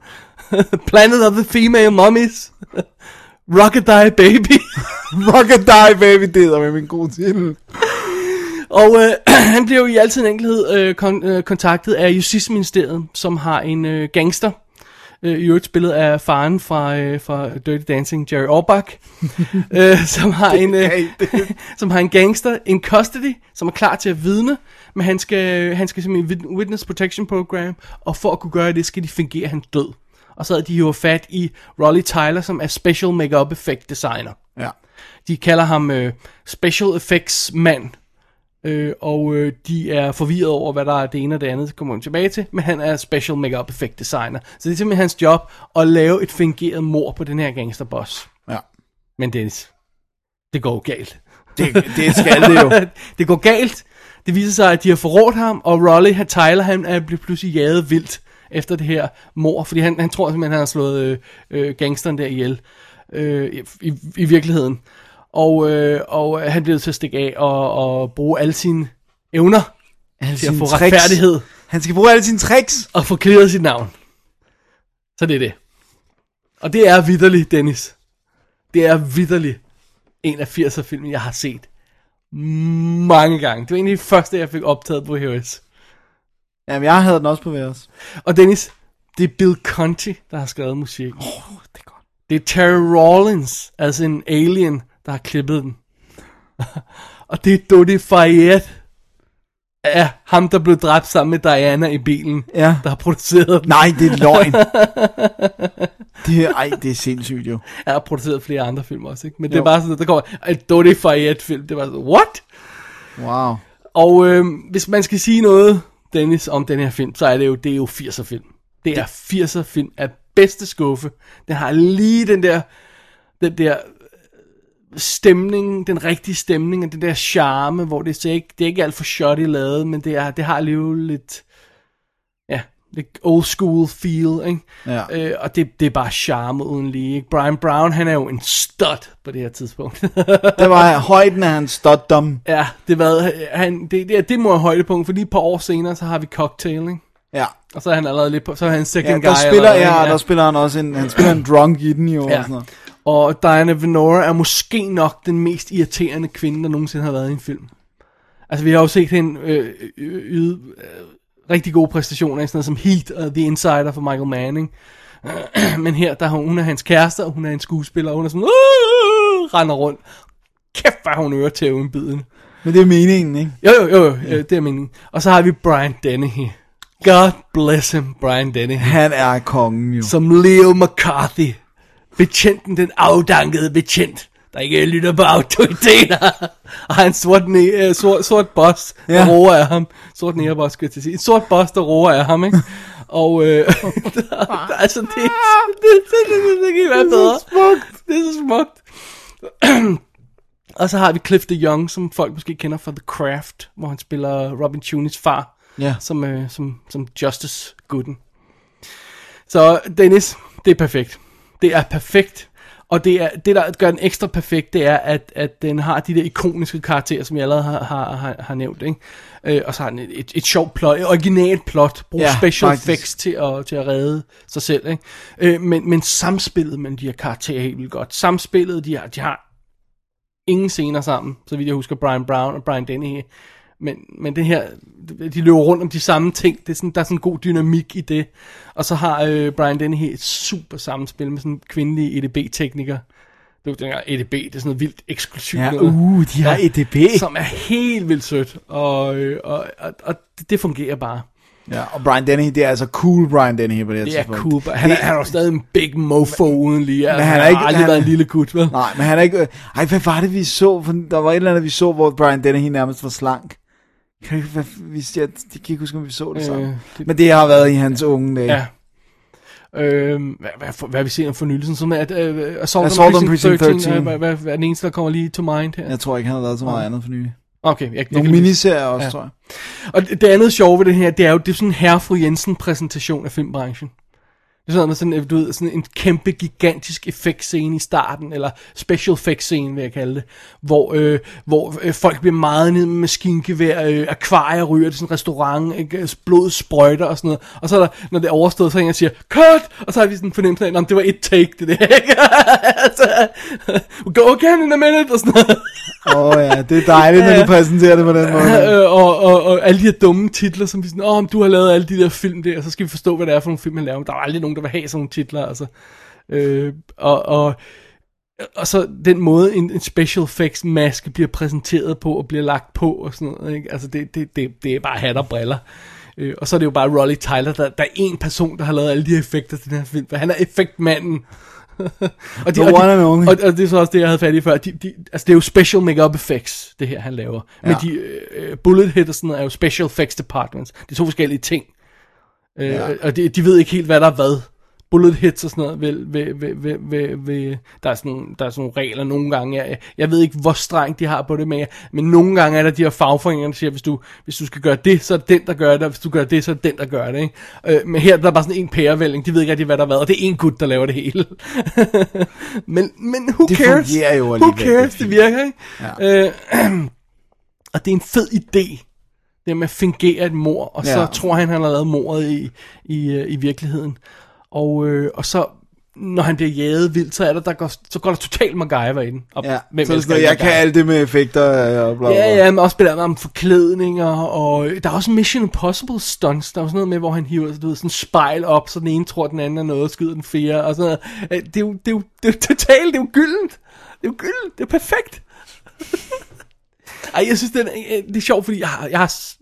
Speaker 3: [laughs] Planet of the Female Mummies. Rockadie
Speaker 4: [laughs]
Speaker 3: Baby.
Speaker 4: Rock and die, baby. Det er med min gode titel.
Speaker 3: Og øh, [clears throat] han bliver jo i altid enkelhed øh, kon- øh, kontaktet af Justitsministeriet, som har en øh, gangster, Øh, I øvrigt spillet af faren fra, øh, fra Dirty Dancing, Jerry Orbach, øh, som, har en, øh, [laughs] som har en gangster in custody, som er klar til at vidne, men han skal, han skal simpelthen i wit- Witness Protection Program, og for at kunne gøre det, skal de fingere, at han er død. Og så havde de jo fat i Rolly Tyler, som er special makeup effect designer.
Speaker 4: Ja.
Speaker 3: De kalder ham øh, Special Effects Mand. Øh, og øh, de er forvirret over, hvad der er det ene og det andet, det kommer vi tilbage til. Men han er Special Makeup Effect Designer. Så det er simpelthen hans job at lave et fingeret mor på den her gangsterboss.
Speaker 4: Ja.
Speaker 3: Men Dennis, det går jo galt.
Speaker 4: Det, det skal
Speaker 3: [laughs]
Speaker 4: det jo.
Speaker 3: det går galt. Det viser sig, at de har forrådt ham, og Rolly, han, Tyler, han er blevet pludselig jaget vildt efter det her mor, fordi han, han tror simpelthen, han har slået øh, øh, gangsteren der ihjel øh, i- i, i virkeligheden. Og, øh, og øh, han bliver nødt til at stikke af og, og bruge alle sine evner
Speaker 4: Alle
Speaker 3: til at
Speaker 4: sine
Speaker 3: få
Speaker 4: tricks.
Speaker 3: retfærdighed
Speaker 4: Han skal bruge alle sine tricks.
Speaker 3: og få klaret sit navn. Så det er det. Og det er vidderligt, Dennis. Det er vidderligt en af 80'er filmen, jeg har set mange gange. Det var egentlig det første, jeg fik optaget på VHS.
Speaker 4: Jamen, jeg havde den også på VHS.
Speaker 3: Og Dennis, det er Bill Conti, der har skrevet musikken. Åh, oh, det er godt. Det er Terry Rawlins, altså en alien, der har klippet den. [laughs] og det er Dodi Fayed. Ja, ham der blev dræbt sammen med Diana i bilen,
Speaker 4: Ja.
Speaker 3: der har produceret den.
Speaker 4: Nej, det er løgn. det, er- ej, det er sindssygt jo.
Speaker 3: Jeg har produceret flere andre film også, ikke? Men det er bare sådan, at der kommer en Dodi Fayed film. Det var sådan, what?
Speaker 4: Wow.
Speaker 3: Og øh, hvis man skal sige noget, Dennis, om den her film, så er det jo, det er jo 80'er film. Det er 80'er film af bedste skuffe. Den har lige den der, den der øh, stemning, den rigtige stemning, og den der charme, hvor det, ser ikke, det er ikke alt for shotty lavet, men det, er, det har alligevel lidt, ja, lidt old school feel, ikke?
Speaker 4: Ja.
Speaker 3: Øh, og det, det er bare charme uden lige, ikke? Brian Brown, han er jo en stud på det her tidspunkt. [laughs]
Speaker 4: Det var højden af hans stotdom.
Speaker 3: Ja, det, var, han, det, det, det må være højdepunkt, for lige et par år senere, så har vi Cocktail, ikke?
Speaker 4: Ja.
Speaker 3: Og så er han allerede lidt på, så er han second
Speaker 4: ja
Speaker 3: guy.
Speaker 4: der, spiller,
Speaker 3: allerede,
Speaker 4: ja,
Speaker 3: ikke?
Speaker 4: der spiller han også en, han spiller en drunk i den jo. Ja. Og sådan
Speaker 3: ja.
Speaker 4: noget.
Speaker 3: Og Diana Venora er måske nok den mest irriterende kvinde, der nogensinde har været i en film. Altså, vi har jo set hende øh, øh, yde øh, rigtig gode præstationer i sådan noget som Heat og The Insider for Michael Manning. [clears throat] Men her, der er hun, hun er hans kæreste, og hun er en skuespiller, og hun er sådan, uh, render rundt. Kæft, hvor er hun øretæven biden.
Speaker 4: Men det er meningen, ikke?
Speaker 3: Jo, jo, jo, jo ja. det er meningen. Og så har vi Brian Dennehy. God bless him, Brian Dennehy.
Speaker 4: Han er kongen jo.
Speaker 3: Som Leo McCarthy. Betjenten, den afdankede betjent, der ikke lytter på autoriteter. Og har en sort, ne- øh, sort, sort boss, der
Speaker 4: Ja.
Speaker 3: roer af ham. Sort nærboss, skal jeg til at sige. En sort boss, der roer af ham, ikke? Og [laughs] øh, der, [laughs] altså, det, det, det, det, det, det kan ikke være bedre. Det er så smukt. Det er så smukt. [clears throat] Og så har vi Cliff de Young, som folk måske kender fra The Craft, hvor han spiller Robin Tunis far,
Speaker 4: Ja.
Speaker 3: som, øh, som, som Justice Gooden. Så Dennis, det er perfekt. Det er perfekt. Og det, er, det der gør den ekstra perfekt, det er, at, at den har de der ikoniske karakterer, som jeg allerede har, har, har, har nævnt. Ikke? Øh, og så har den et, et, et sjovt plot, et originalt plot. Brug ja,
Speaker 4: Ja,
Speaker 3: special
Speaker 4: faktisk.
Speaker 3: effects til at, til at redde sig selv. Ikke? Øh, men, men samspillet mellem de her karakterer er helt vildt godt. Samspillet, de har, de har ingen scener sammen, så vidt jeg husker Brian Brown og Brian Dennehy. Men, men det her, de løber rundt om de samme ting. Det er sådan, der er sådan en god dynamik i det. Og så har øh, Brian Dennehy et super samspil med sådan en kvindelig E EDB-tekniker. Det er jo dengang EDB, det er sådan noget vildt eksklusivt.
Speaker 4: Ja,
Speaker 3: noget
Speaker 4: uh, de har
Speaker 3: E
Speaker 4: EDB.
Speaker 3: som er helt vildt sødt, og, øh, og, og, og det, det fungerer bare.
Speaker 4: Ja, og Brian Dennehy, det er altså cool Brian Dennehy på det her
Speaker 3: Det er
Speaker 4: tidspunkt.
Speaker 3: cool, og han, er- han er jo stadig en big mofo uden lige. Altså,
Speaker 4: han
Speaker 3: han
Speaker 4: er
Speaker 3: har
Speaker 4: ikke-
Speaker 3: aldrig
Speaker 4: han-
Speaker 3: været en lille gut, vel?
Speaker 4: Nej, men han er ikke... Ej, hvad var det, vi så? For der var et eller andet, vi så, hvor Brian Dennehy nærmest var slank. Kan jeg, ikke- hvad, vi, jeg, jeg kan ikke huske, om vi så det sammen.
Speaker 3: Øh,
Speaker 4: Øh, men det har været i hans unge dage.
Speaker 3: Ja. Øhm, hvad, hvad, for- hvad har vi ser om fornyelsen, som er at, øh, Assault,
Speaker 4: Assault
Speaker 3: on Precinct 13, 13.
Speaker 4: 13.
Speaker 3: Øh, hvad, hvad, hvad, er den eneste, der kommer lige to mind her?
Speaker 4: Jeg tror ikke, han har lavet så meget andet for nylig.
Speaker 3: Okay, jeg, jeg
Speaker 4: Nogle
Speaker 3: kan lige-
Speaker 4: miniserier også,
Speaker 3: Ja.
Speaker 4: ja. tror jeg.
Speaker 3: Og det det andet sjove ved det her, det er jo, det er sådan en herre fru Jensen præsentation af filmbranchen. Det er sådan, noget med sådan, øh, du ved, sådan en kæmpe, gigantisk effektscene i starten, eller special effects scene, vil jeg kalde det, hvor, øh, hvor øh, folk bliver meget ned med maskingevær, øh, akvarier ryger, det er sådan en restaurant, ikke? Altså, blod sprøjter og sådan noget. Og så er der, når det er overstået, så er der en, der siger, cut! Og så har vi sådan en fornemmelse af, "Nå, men [laughs] det var et take, det der. ikke? altså, we'll go again in a minute, og sådan noget.
Speaker 4: Åh oh, ja, det er dejligt, når du præsenterer det på
Speaker 3: [laughs]
Speaker 4: den måde.
Speaker 3: Øh, og, og, og alle de her dumme titler, som vi sådan, åh, oh, du har lavet alle de der film der, og så skal vi forstå, hvad det er for nogle film, han laver. Men der er aldrig nogen, der vil have sådan nogle titler, altså. Øh, og, og, og så den måde, en, en special effects maske bliver præsenteret på, og bliver lagt på, og sådan noget, ikke? Altså, det, det, det, det er bare hat og briller. Øh, og så er det jo bare Rolly Tyler, der, der er en person, der har lavet alle de her effekter til den her film, for han er effektmanden. [laughs] og,
Speaker 4: The one and only.
Speaker 3: og, og det er så også det, jeg havde fat i før. De, de, altså, det er jo special makeup effects, det her, han laver. Ja. Men
Speaker 4: Ja.
Speaker 3: de øh, bullet hit og sådan noget er jo special effects departments. Det er to forskellige ting. Øh,
Speaker 4: Ja.
Speaker 3: Og de, de ved ikke helt, hvad der er hvad. Bullet hits og sådan noget, vil, vil, vil, vil, vil, vil, der, er sådan, der er sådan nogle regler nogle gange. Jeg, jeg ved ikke, hvor strengt de har på det, men, jeg, men nogle gange er der de her fagforeninger, der siger, hvis du, hvis du skal gøre det, så er det den, der gør det, og hvis du gør det, så er det den, der gør det. Ikke? Øh, men her der er der bare sådan en pærevælling, de ved ikke rigtig, hvad der er hvad, og det er en gut, der laver det hele. [laughs] men, men who
Speaker 4: Det
Speaker 3: cares?
Speaker 4: fungerer jo
Speaker 3: who
Speaker 4: alligevel, det
Speaker 3: cares? Det
Speaker 4: fint.
Speaker 3: virker, ikke? Ja. Øh, og det er en fed idé, det med at fingere et mor, og ja. så
Speaker 4: Ja.
Speaker 3: tror han, han har lavet mordet i, i, øh, i virkeligheden. Og, øh, og så, når han bliver jaget vildt, så, er der, der går, så går der totalt MacGyver i den. Og
Speaker 4: Ja,
Speaker 3: hvem
Speaker 4: så er det
Speaker 3: elsker
Speaker 4: sådan,
Speaker 3: ikke
Speaker 4: jeg kan
Speaker 3: MacGyver?
Speaker 4: alt det med effekter øh, og bla bla.
Speaker 3: Ja, ja, men også blandt andet om forklædninger, og øh, der er også Mission Impossible stunts, der er jo sådan noget med, hvor han hiver du ved, sådan et spejl op, så den ene tror, den anden er noget, og skyder den fjerde, og sådan noget. Øh, Det er jo, det er jo, det er jo totalt, det er jo gyldent. Det er jo gyldent, det er perfekt. [laughs] Ej, jeg synes, den, er- øh, det er sjovt, fordi jeg har, jeg har s-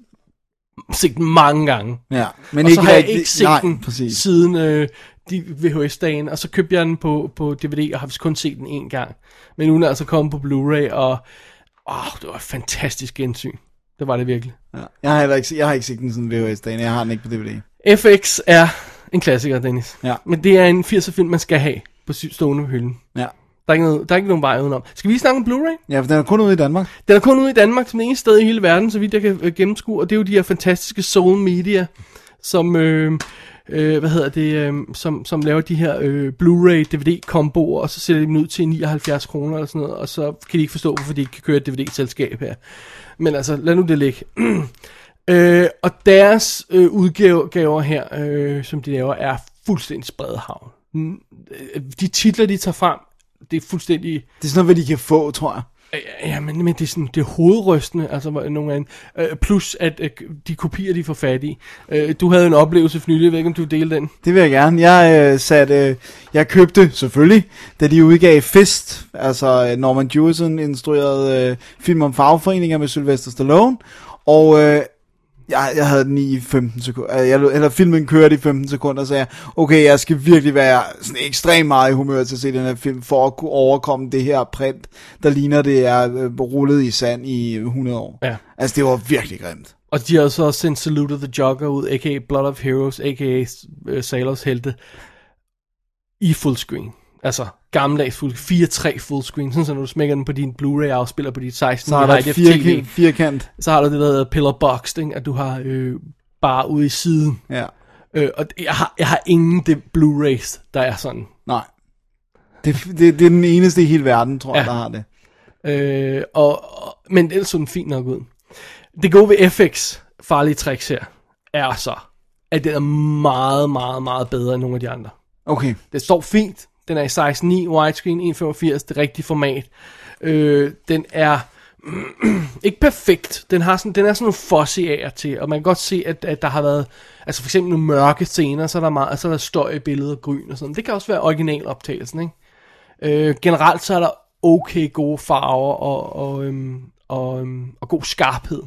Speaker 3: set den mange gange.
Speaker 4: ja. Men
Speaker 3: og så har jeg
Speaker 4: rigtig-
Speaker 3: ikke set
Speaker 4: nej,
Speaker 3: den
Speaker 4: præcis.
Speaker 3: siden øh, de VHS-dagen, og så købte jeg den på, på DVD, og har vist kun set den en gang. Men nu er den altså kommet på Blu-ray, og åh, det var et fantastisk gensyn. Det var det virkelig.
Speaker 4: Ja. Jeg, har heller ikke, jeg har ikke set den sådan VHS-dagen, jeg har den ikke på DVD.
Speaker 3: FX er en klassiker, Dennis.
Speaker 4: Ja.
Speaker 3: Men det er en 80'er film, man skal have på sy- stående på hylden.
Speaker 4: Ja.
Speaker 3: Der er, ikke noget, der er ikke nogen vej udenom. Skal vi lige snakke om Blu-ray?
Speaker 4: Ja, for den er kun ude i Danmark.
Speaker 3: Den er kun ude i Danmark som det eneste sted i hele verden, så vidt jeg kan øh, gennemskue, og det er jo de her fantastiske Soul Media, som, øh, øh, hvad hedder det, øh, som, som laver de her øh, Blu-ray DVD-komboer, og så sælger de dem ud til 79 kroner eller sådan noget, og så kan de ikke forstå, hvorfor de ikke kan køre et DVD-selskab her. Men altså, lad nu det ligge. [clears throat] øh, og deres øh, udgaver her, øh, som de laver, er fuldstændig spredhavn. Mm, øh, De titler, de tager frem, det er fuldstændig...
Speaker 4: Det er sådan noget, hvad de kan få, tror jeg.
Speaker 3: Ja, Ja, men, men det er sådan, det er hovedrystende, altså hvor- nogle af øh, plus at øh, de kopier, de får fat i. Øh, du havde en oplevelse for nylig, jeg ved ikke om du delte den.
Speaker 4: Det vil jeg gerne. Jeg øh, satte, øh, jeg købte selvfølgelig, da de udgav Fist, altså øh, Norman Jewison instruerede øh, film om fagforeninger med Sylvester Stallone, og øh, jeg, jeg havde den i 15 sekunder, øh, jeg, lod- eller filmen kørte i 15 sekunder, så jeg, okay, jeg skal virkelig være sådan ekstremt meget i humør til at se den her film, for at kunne overkomme det her print, der ligner det er øh, rullet i sand i 100 år.
Speaker 3: Ja.
Speaker 4: Altså, det var virkelig grimt.
Speaker 3: Og de har så også sendt Salute of the Jogger ud, a.k.a. Blood of Heroes, a.k.a. øh, Sailors Helte, i fullscreen. Altså gammeldags fullscreen, 4-3 fullscreen, sådan så når du smækker den på din Blu-ray-afspiller på dit 16
Speaker 4: Så er der et
Speaker 3: TV,
Speaker 4: firkant, firkant.
Speaker 3: så har du det, der hedder Pillar Boxed, ikke? at du har øh, bare ude i siden.
Speaker 4: Ja.
Speaker 3: Øh, og jeg har, jeg har ingen det Blu-rays, der er sådan.
Speaker 4: Nej. Det, det, det er den eneste i hele verden, tror jeg,
Speaker 3: Ja.
Speaker 4: der har det.
Speaker 3: Øh, og, og, men ellers så den fint nok ud. Det gode ved FX farlige tricks her, er så, at den er meget, meget, meget bedre end nogle af de andre.
Speaker 4: Okay.
Speaker 3: Den står fint. Den er i 16.9 widescreen, 1.85, det rigtige format. Øh, den er [clears throat] ikke perfekt. Den, har sådan, den er sådan nogle fuzzy af og til, og man kan godt se, at, at der har været, altså for eksempel nogle mørke scener, så er der, meget, så er der støj i billedet og gryn og sådan. Det kan også være originaloptagelsen, ikke? Øh, generelt så er der okay gode farver og, og, øhm, og, øhm, og god skarphed,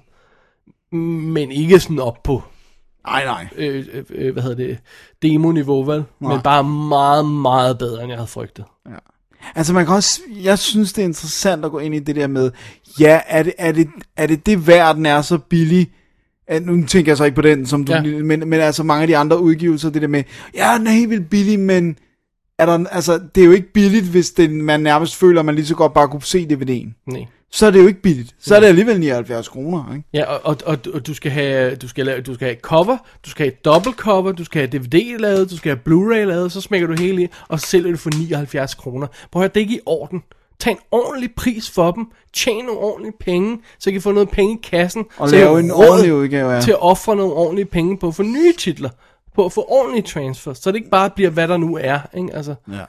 Speaker 3: men ikke sådan op på
Speaker 4: Nej, nej.
Speaker 3: øh, øh, øh, hvad hedder det, demo-niveau, vel? Nej. Men bare meget, meget bedre, end jeg havde frygtet.
Speaker 4: Altså man kan også, jeg synes det er interessant at gå ind i det der med, ja, er det er det, er det, det værd, den er så billig, at, nu tænker jeg så ikke på den, som du,
Speaker 3: Ja.
Speaker 4: ja. men, men altså mange af de andre udgivelser, det der med, ja, den er helt vildt billig, men er der, altså, det er jo ikke billigt, hvis den, man nærmest føler, at man lige så godt bare kunne se DVD'en.
Speaker 3: Nej.
Speaker 4: Så er det jo ikke billigt. Så er det alligevel 79 kroner, ikke?
Speaker 3: Ja, og, og, og, og du skal have du skal, lave, du skal have et cover, du skal have et dobbelt cover, du skal have DVD lavet, du skal have Blu-ray lavet, så smækker du hele i, og så sælger du for 79 kroner. Prøv at høre, det er ikke i orden. Tag en ordentlig pris for dem, tjen nogle ordentlige penge, så I kan få noget penge i kassen.
Speaker 4: Og
Speaker 3: så I
Speaker 4: lave
Speaker 3: har
Speaker 4: en
Speaker 3: råd
Speaker 4: ordentlig udgave, ja.
Speaker 3: Til at ofre nogle ordentlige penge på at få nye titler, på at få ordentlige transfers, så det ikke bare bliver, hvad der nu er. Ikke? Altså,
Speaker 4: Ja.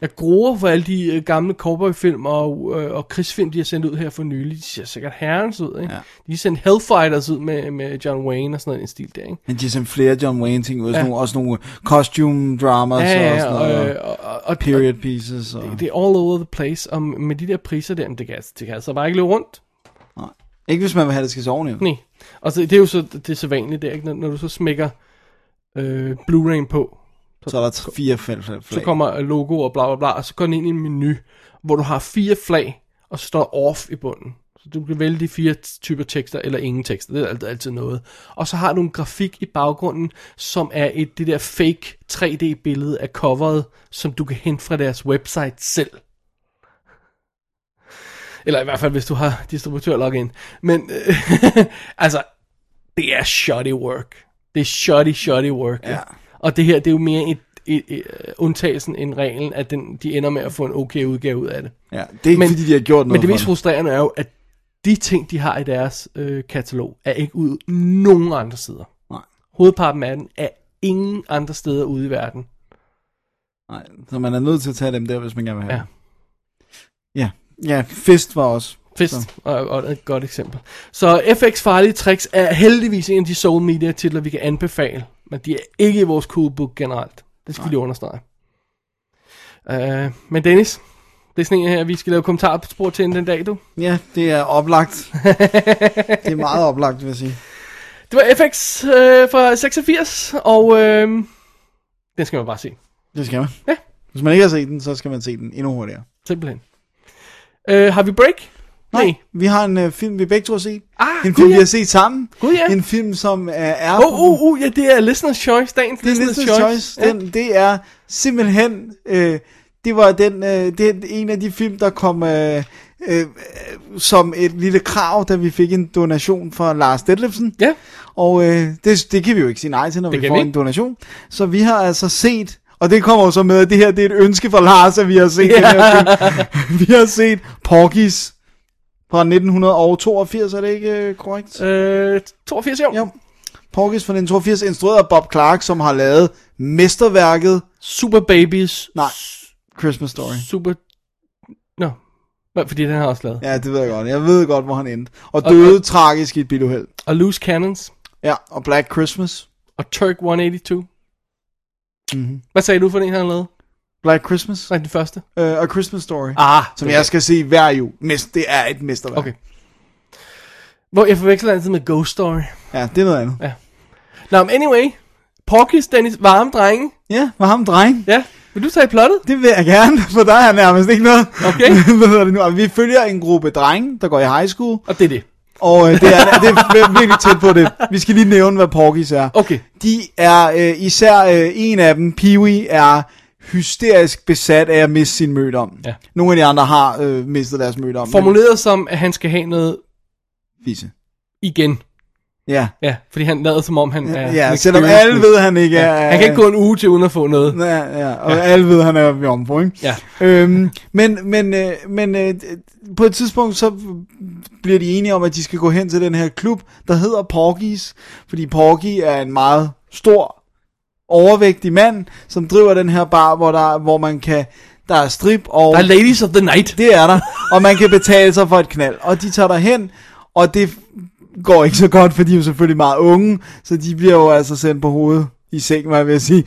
Speaker 3: Jeg gruer for alle de øh, gamle cowboyfilm og, øh, og krigsfilm, de har sendt ud her for nylig. De ser sikkert herrens ud, ikke? Ja. De har sendt Hellfighters ud med, med John Wayne og sådan noget i den stil der, ikke?
Speaker 4: Men de har sendt flere John Wayne ting ud, ja. nogle, også nogle costume dramas
Speaker 3: Ja, ja,
Speaker 4: og sådan noget,
Speaker 3: og, øh,
Speaker 4: og,
Speaker 3: og, og, og
Speaker 4: period pieces. Og,
Speaker 3: Det er all over the place, og med de der priser der, men det kan, altså- det kan altså bare ikke løbe rundt.
Speaker 4: nej. Ikke hvis man vil have, det skal sove nu.
Speaker 3: Nej. Og så, det er jo så det er så vanligt der, ikke? Når, når du så smækker øh, Blu-ray på,
Speaker 4: Så er der t- fire fem flag.
Speaker 3: så kommer logo og bla bla bla, og så går den ind i en menu, hvor du har fire flag, og så står off i bunden. Så du kan vælge de fire t- typer tekster, eller ingen tekster, det er altid, altid noget. Og så har du en grafik i baggrunden, som er et det der fake 3D-billede af coveret, som du kan hente fra deres website selv. Eller i hvert fald, hvis du har distributør-login. Men, øh, [laughs] altså, det er shoddy work. Det er shoddy, shoddy work. Ja. Og det her, det er jo mere et, et, et, øh, undtagelsen end reglen, at den, de ender med at få en okay udgave ud af det.
Speaker 4: Ja, det er ikke men, fordi, de har gjort
Speaker 3: Men
Speaker 4: noget
Speaker 3: det mest
Speaker 4: for det.
Speaker 3: frustrerende er jo, at de ting, de har i deres øh, katalog, er ikke ude nogen andre steder.
Speaker 4: Nej.
Speaker 3: Hovedparten af den er ingen andre steder ude i verden.
Speaker 4: Nej, så man er nødt til at tage dem der, hvis man gerne vil have
Speaker 3: Ja.
Speaker 4: dem. Ja. Ja, Fist var også.
Speaker 3: Fist og, og et godt eksempel. Så FX Farlige Tricks er heldigvis en af de Soul Media titler, vi kan anbefale. Men de er ikke i vores cool book generelt. Det skal vi lige understrege. Uh, men Dennis, det er sådan en her, vi skal lave kommentarer på spor til inden den dag, du.
Speaker 4: Ja, det er oplagt. det er meget oplagt, vil jeg sige.
Speaker 3: Det var FX øh, fra 86, og øh, den skal man bare se.
Speaker 4: Det skal man.
Speaker 3: Ja.
Speaker 4: Hvis man ikke har set den, så skal man se den endnu hurtigere.
Speaker 3: Simpelthen. Øh, har vi break?
Speaker 4: Vi har en uh, film, vi begge to har set.
Speaker 3: Ah,
Speaker 4: en
Speaker 3: gud
Speaker 4: film,
Speaker 3: ja.
Speaker 4: vi har set sammen.
Speaker 3: Gud ja.
Speaker 4: En film, som uh, er...
Speaker 3: Åh, oh, oh, oh, ja, det er Listener's Choice, dagens
Speaker 4: Det er
Speaker 3: Listener's,
Speaker 4: Listener's Choice.
Speaker 3: Ja.
Speaker 4: Den, Det er simpelthen... Øh, det var den, øh, det er en af de film, der kom øh, øh, som et lille krav, da vi fik en donation fra Lars Detlefsen.
Speaker 3: Ja.
Speaker 4: Og øh, det, det kan vi jo ikke sige nej til, når
Speaker 3: Det
Speaker 4: vi
Speaker 3: kan
Speaker 4: får
Speaker 3: vi
Speaker 4: en
Speaker 3: ikke.
Speaker 4: donation. Så vi har altså set, og det kommer jo så med, at det her det er et ønske fra Lars, at vi har set den her film. [laughs] Vi har set Porgies fra 1982, er det ikke øh, korrekt?
Speaker 3: Øh, 82 år.
Speaker 4: Jo. Porgies fra 1982, instrueret af Bob Clark, som har lavet mesterværket
Speaker 3: Super Babies.
Speaker 4: Nej. Christmas Story.
Speaker 3: Super... Nå. Hvad, Fordi den har jeg også lavet. Ja.
Speaker 4: Ja, det ved jeg godt. Jeg ved godt, hvor han endte. Og
Speaker 3: Og-
Speaker 4: døde tragisk i et biluheld.
Speaker 3: Og Loose Cannons.
Speaker 4: Ja, og Black Christmas.
Speaker 3: Og Turk 182.
Speaker 4: Mhm.
Speaker 3: Hvad sagde du for den, han har lavet?
Speaker 4: Black Christmas.
Speaker 3: Nej, den første.
Speaker 4: Øh, og Christmas Story.
Speaker 3: Ah,
Speaker 4: Som jeg skal se hver jul. Mest, det er et mesterværk.
Speaker 3: Okay. Hvor jeg forveksler altid med Ghost Story.
Speaker 4: Ja, det er noget andet.
Speaker 3: Nå, men anyway. Porkis, Dennis, varme drenge.
Speaker 4: Ja, var ham dreng.
Speaker 3: Ja. Vil du tage i plottet?
Speaker 4: Det vil jeg gerne, [laughs] for der er nærmest ikke noget.
Speaker 3: Okay.
Speaker 4: [laughs] Hvad hedder det nu? Og vi følger en gruppe drenge, der går i high school.
Speaker 3: Og det er det.
Speaker 4: Og øh, det, er, det er virkelig tæt på det. Vi skal lige nævne, hvad Porgies er.
Speaker 3: Okay.
Speaker 4: De er øh, især øh, en af dem, Peewee, er hysterisk besat af at miste sin mødom.
Speaker 3: Ja.
Speaker 4: Nogle af de andre har øh, mistet deres mødom.
Speaker 3: Formuleret som, at han skal have noget
Speaker 4: Vise.
Speaker 3: igen.
Speaker 4: Ja.
Speaker 3: Ja, fordi han lader som om, han er...
Speaker 4: Ja,
Speaker 3: en
Speaker 4: selvom
Speaker 3: experienced
Speaker 4: alle ved, han ikke er...
Speaker 3: Han kan ikke gå en uge til, uden at få noget.
Speaker 4: Ja, ja, og ja. alle ved, han er ved om på, ikke?
Speaker 3: Ja.
Speaker 4: Øhm, men men, øh, men øh, på et tidspunkt, så bliver de enige om, at de skal gå hen til den her klub, der hedder Porgies, fordi Porgy er en meget stor, overvægtig mand, som driver den her bar, hvor, der, hvor man kan, der er strip, og
Speaker 3: Der er Ladies of the Night.
Speaker 4: det er der, og man kan betale sig for et knald, og de tager derhen, og det går ikke så godt, for de er jo selvfølgelig meget unge, så de bliver jo altså sendt på hovedet i seng, hvad jeg vil sige.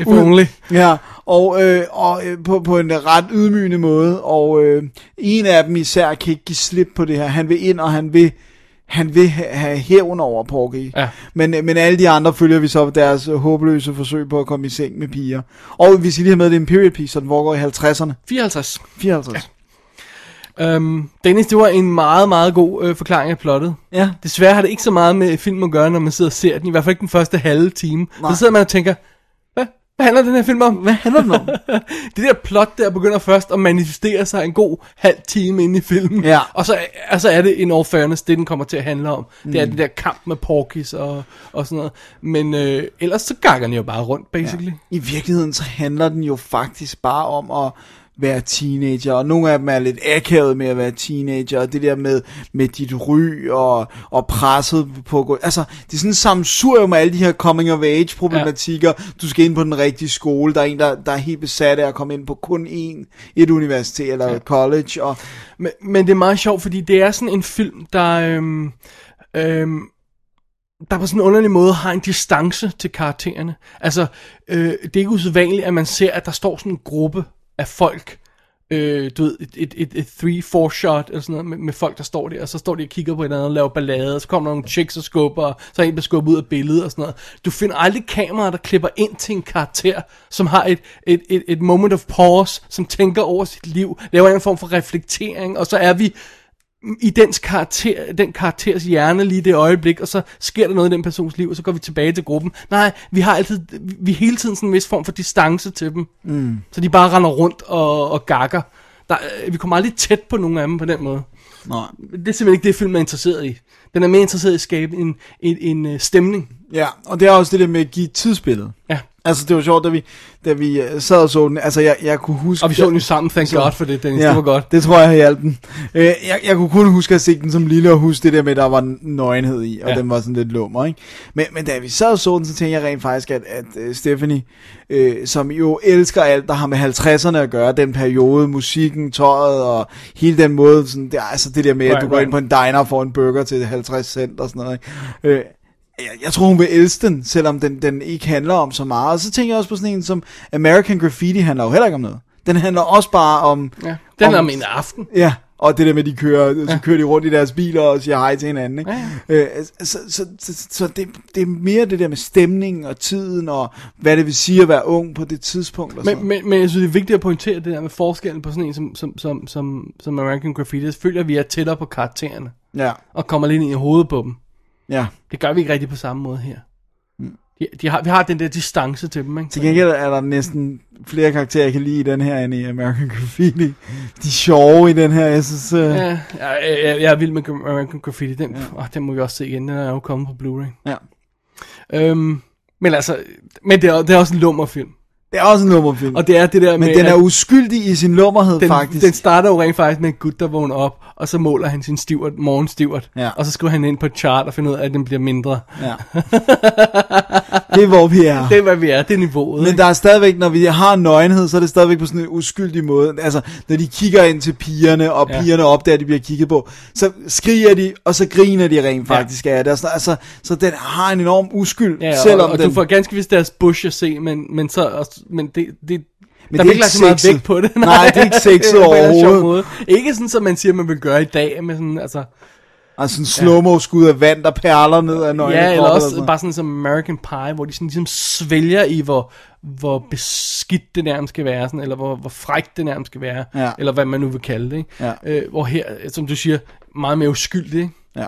Speaker 3: If
Speaker 4: [laughs]
Speaker 3: only.
Speaker 4: Ja, og, øh, og øh, på, på en ret ydmygende måde, og øh, en af dem især kan ikke give slip på det her. Han vil ind, og han vil, han vil ha- have hævn over Porgy.
Speaker 3: Ja.
Speaker 4: Men, øh, men alle de andre følger vi så på deres håbløse forsøg på at komme i seng med piger. Og vi skal lige have med, at det er en period piece, så den foregår i 50'erne.
Speaker 3: 54.
Speaker 4: 54.
Speaker 3: Øhm, Dennis, det var en meget, meget god øh, forklaring af plottet.
Speaker 4: Ja. ja.
Speaker 3: Desværre har det ikke så meget med film at gøre, når man sidder og ser den. I hvert fald ikke den første halve time. Nej. Så sidder man og tænker, hvad, hvad handler den her film om?
Speaker 4: Hvad handler den om?
Speaker 3: [laughs] Det der plot der begynder først at manifestere sig en god halv time inde i filmen.
Speaker 4: Ja.
Speaker 3: Og, så, og så er det en all fairness, det den kommer til at handle om. Mm. Det er den der kamp med Porkis og, og sådan noget. Men øh, ellers så gakker den jo bare rundt, basically.
Speaker 4: I virkeligheden så handler den jo faktisk bare om at være teenager, og nogle af dem er lidt akavet med at være teenager, og det der med, med dit ry og, og presset på at gå, altså det er sådan en samsurium af alle de her coming of age problematikker, ja. du skal ind på den rigtige skole, der er en, der, der er helt besat af at komme ind på kun én, et universitet eller ja. et college, og
Speaker 3: Men, men det er meget sjovt, fordi det er sådan en film, der, øhm, øhm, der på sådan en underlig måde har en distance til karaktererne. Altså, øh, det er ikke usædvanligt, at man ser, at der står sådan en gruppe af folk, øh, du ved, et, et, et, et three, four shot eller sådan noget, med, med folk, der står der, og så står de og kigger på hinanden og laver ballade, og så kommer der nogle chicks og skubber, og så er en, der skubber ud af billedet og sådan noget. Du finder aldrig kameraer, der klipper ind til en karakter, som har et, et, et, et moment of pause, som tænker over sit liv, laver en form for reflektering, og så er vi i dens karakter, den karakters hjerne lige det øjeblik, og så sker der noget i den persons liv, og så går vi tilbage til gruppen. Nej, vi har altid, vi er hele tiden sådan en vis form for distance til dem. Mm. Så de bare render rundt og, og gakker. Der, øh, vi kommer aldrig tæt på nogen af dem på den måde.
Speaker 4: Nej.
Speaker 3: Det er simpelthen ikke det, filmen er interesseret i. Den er mere interesseret i at skabe en, en, en øh, stemning.
Speaker 4: ja, og det er også det der med at give tidsbillede.
Speaker 3: Ja.
Speaker 4: Altså det var sjovt, da vi, da vi øh, sad og så den, altså jeg, jeg kunne huske...
Speaker 3: Og vi så den jo sammen, thank god for det, Dennis. Ja. Det var godt.
Speaker 4: Det tror jeg hjalp den. Øh, jeg, jeg kunne kun huske at se den som lille og huske det der med, at der var n- nøgenhed i, og
Speaker 3: Ja.
Speaker 4: ja. den var sådan lidt lummer, ikke? Men, men da vi sad og så den, så tænkte jeg rent faktisk, at, at øh, Stephanie, øh, som jo elsker alt, der har med 50'erne at gøre, den periode, musikken, tøjet og hele den måde, sådan, det, er altså det der med, at
Speaker 3: Right,
Speaker 4: du går
Speaker 3: right.
Speaker 4: ind på en diner og får en burger til 50 cent og sådan noget, ikke? Øh, jeg, jeg tror, hun vil elske den, selvom den, den ikke handler om så meget. Og så tænker jeg også på sådan en som American Graffiti handler jo heller ikke om noget. Den handler også bare om...
Speaker 3: Ja. Den er om en aften.
Speaker 4: Ja, og det der med, at de kører, så kører de rundt i deres biler og siger hej til hinanden. Ikke? Ja. Øh, så så, så, så det, det er mere det der med stemningen og tiden, og hvad det vil sige at være ung på det tidspunkt. Og sådan.
Speaker 3: Men, men, men jeg synes, det er vigtigt at pointere det der med forskellen på sådan en som, som, som, som, som American Graffiti. Selvfølgelig, at vi er tættere på karaktererne,
Speaker 4: noget. Ja,
Speaker 3: og kommer lidt ind i hovedet på dem.
Speaker 4: ja.
Speaker 3: Det gør vi ikke rigtig på samme måde her. De, de har, vi har den der distance til dem, ikke?
Speaker 4: Mm. Til gengæld er der næsten flere karakterer, jeg kan lide i den her, end i American Graffiti. De er sjove i den her, jeg synes... Øh, ja.
Speaker 3: Ja, jeg, jeg, jeg er vild med American Graffiti. Den, ja. åh, den må vi også se igen. Den er jo kommet på Blu-ray.
Speaker 4: ja.
Speaker 3: Øhm, men altså, men det er, det er også en lummerfilm.
Speaker 4: Det er også en lummerfilm.
Speaker 3: Og det er det der med...
Speaker 4: Mm. Men den er
Speaker 3: at
Speaker 4: uskyldig i sin lummerhed,
Speaker 3: den,
Speaker 4: faktisk.
Speaker 3: den starter jo rent faktisk med en gut, der vågner op, og så måler han sin stivert, morgenstivert.
Speaker 4: Ja.
Speaker 3: Og så skriver han ind på et chart og finder ud af, at den bliver mindre.
Speaker 4: Ja. det er, hvor vi er.
Speaker 3: Det er, hvad vi er. Det er niveauet.
Speaker 4: Men
Speaker 3: ikke?
Speaker 4: der er stadigvæk, når vi har nøgenhed, så er det stadigvæk på sådan en uskyldig måde. Altså, når de kigger ind til pigerne, og
Speaker 3: Ja.
Speaker 4: ja. pigerne opdager, at de bliver kigget på, så skriger de, og så griner de rent faktisk af det. Og sådan- Altså, så den har en enorm uskyld,
Speaker 3: Ja,
Speaker 4: selvom
Speaker 3: og, og
Speaker 4: den...
Speaker 3: du får ganske vist deres bush at se, men, men, så, også- men det, det,
Speaker 4: Men
Speaker 3: der
Speaker 4: det er
Speaker 3: bliver lagt
Speaker 4: ikke
Speaker 3: så meget
Speaker 4: sexet.
Speaker 3: vægt på [laughs] det.
Speaker 4: Nej, det er ikke sexet
Speaker 3: på en eller anden sjov
Speaker 4: overhovedet.
Speaker 3: måde. Ikke sådan, som man siger, man vil gøre i dag, men sådan, altså,
Speaker 4: Altså en slow-mo skud af vand, der perler ned af nøgne
Speaker 3: ja,
Speaker 4: kroppe
Speaker 3: eller
Speaker 4: og
Speaker 3: også
Speaker 4: sådan.
Speaker 3: bare sådan som American Pie, hvor de sådan ligesom svælger i, hvor, hvor beskidt det nærmest skal være, sådan, eller hvor, hvor frækt det nærmest skal være,
Speaker 4: Ja.
Speaker 3: eller hvad man nu vil kalde det. Ikke?
Speaker 4: Ja.
Speaker 3: Øh, hvor her, som du siger, meget mere uskyldig. Ikke?
Speaker 4: Ja.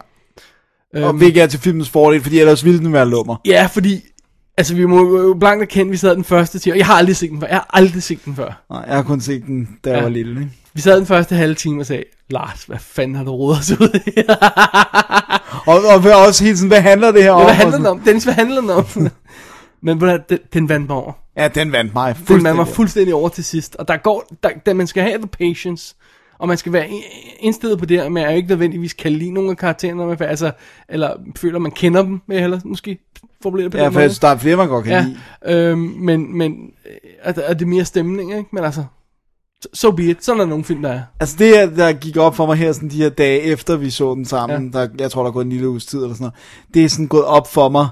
Speaker 3: Øhm,
Speaker 4: Og hvilket er til filmens fordel, fordi ellers ville den være lummer.
Speaker 3: Ja, fordi, altså vi må jo blankt erkende, vi sad den første time, og jeg har aldrig set den før, jeg har aldrig set den før.
Speaker 4: Nej, jeg har kun set den, da jeg
Speaker 3: Ja.
Speaker 4: var lille, ikke?
Speaker 3: Vi sad den første halve time og sagde, Lars, hvad fanden har du rodet os ud i? [laughs]
Speaker 4: Og, og også hele tiden, hvad handler det her om?
Speaker 3: Hvad
Speaker 4: Og
Speaker 3: handler
Speaker 4: sådan-
Speaker 3: den om? Dennis, hvad handler
Speaker 4: [laughs]
Speaker 3: den om? Men ved du hvad, den, den vandt mig over.
Speaker 4: Ja, den vandt mig.
Speaker 3: Den vandt
Speaker 4: fuldstændig.
Speaker 3: mig fuldstændig over til sidst. Og der går, der, der, man skal have the patience, og man skal være i- indstillet på det, og man er jo ikke nødvendigvis kan lide nogle af karaktererne, når man får- altså, eller føler, man kender dem, vil jeg hellere måske formulere det på
Speaker 4: Ja,
Speaker 3: den
Speaker 4: for
Speaker 3: måde.
Speaker 4: jeg synes, der er flere, man godt kan ja.
Speaker 3: Ja,
Speaker 4: lide.
Speaker 3: øhm, men, men øh, er, der- er det mere stemning, ikke? Men altså, so be it. Sådan er nogle film, der er.
Speaker 4: Altså det, her, der gik op for mig her sådan de her dage efter, vi så den sammen, ja. der, jeg tror, der er gået en lille uges tid eller sådan noget, det er sådan gået op for mig,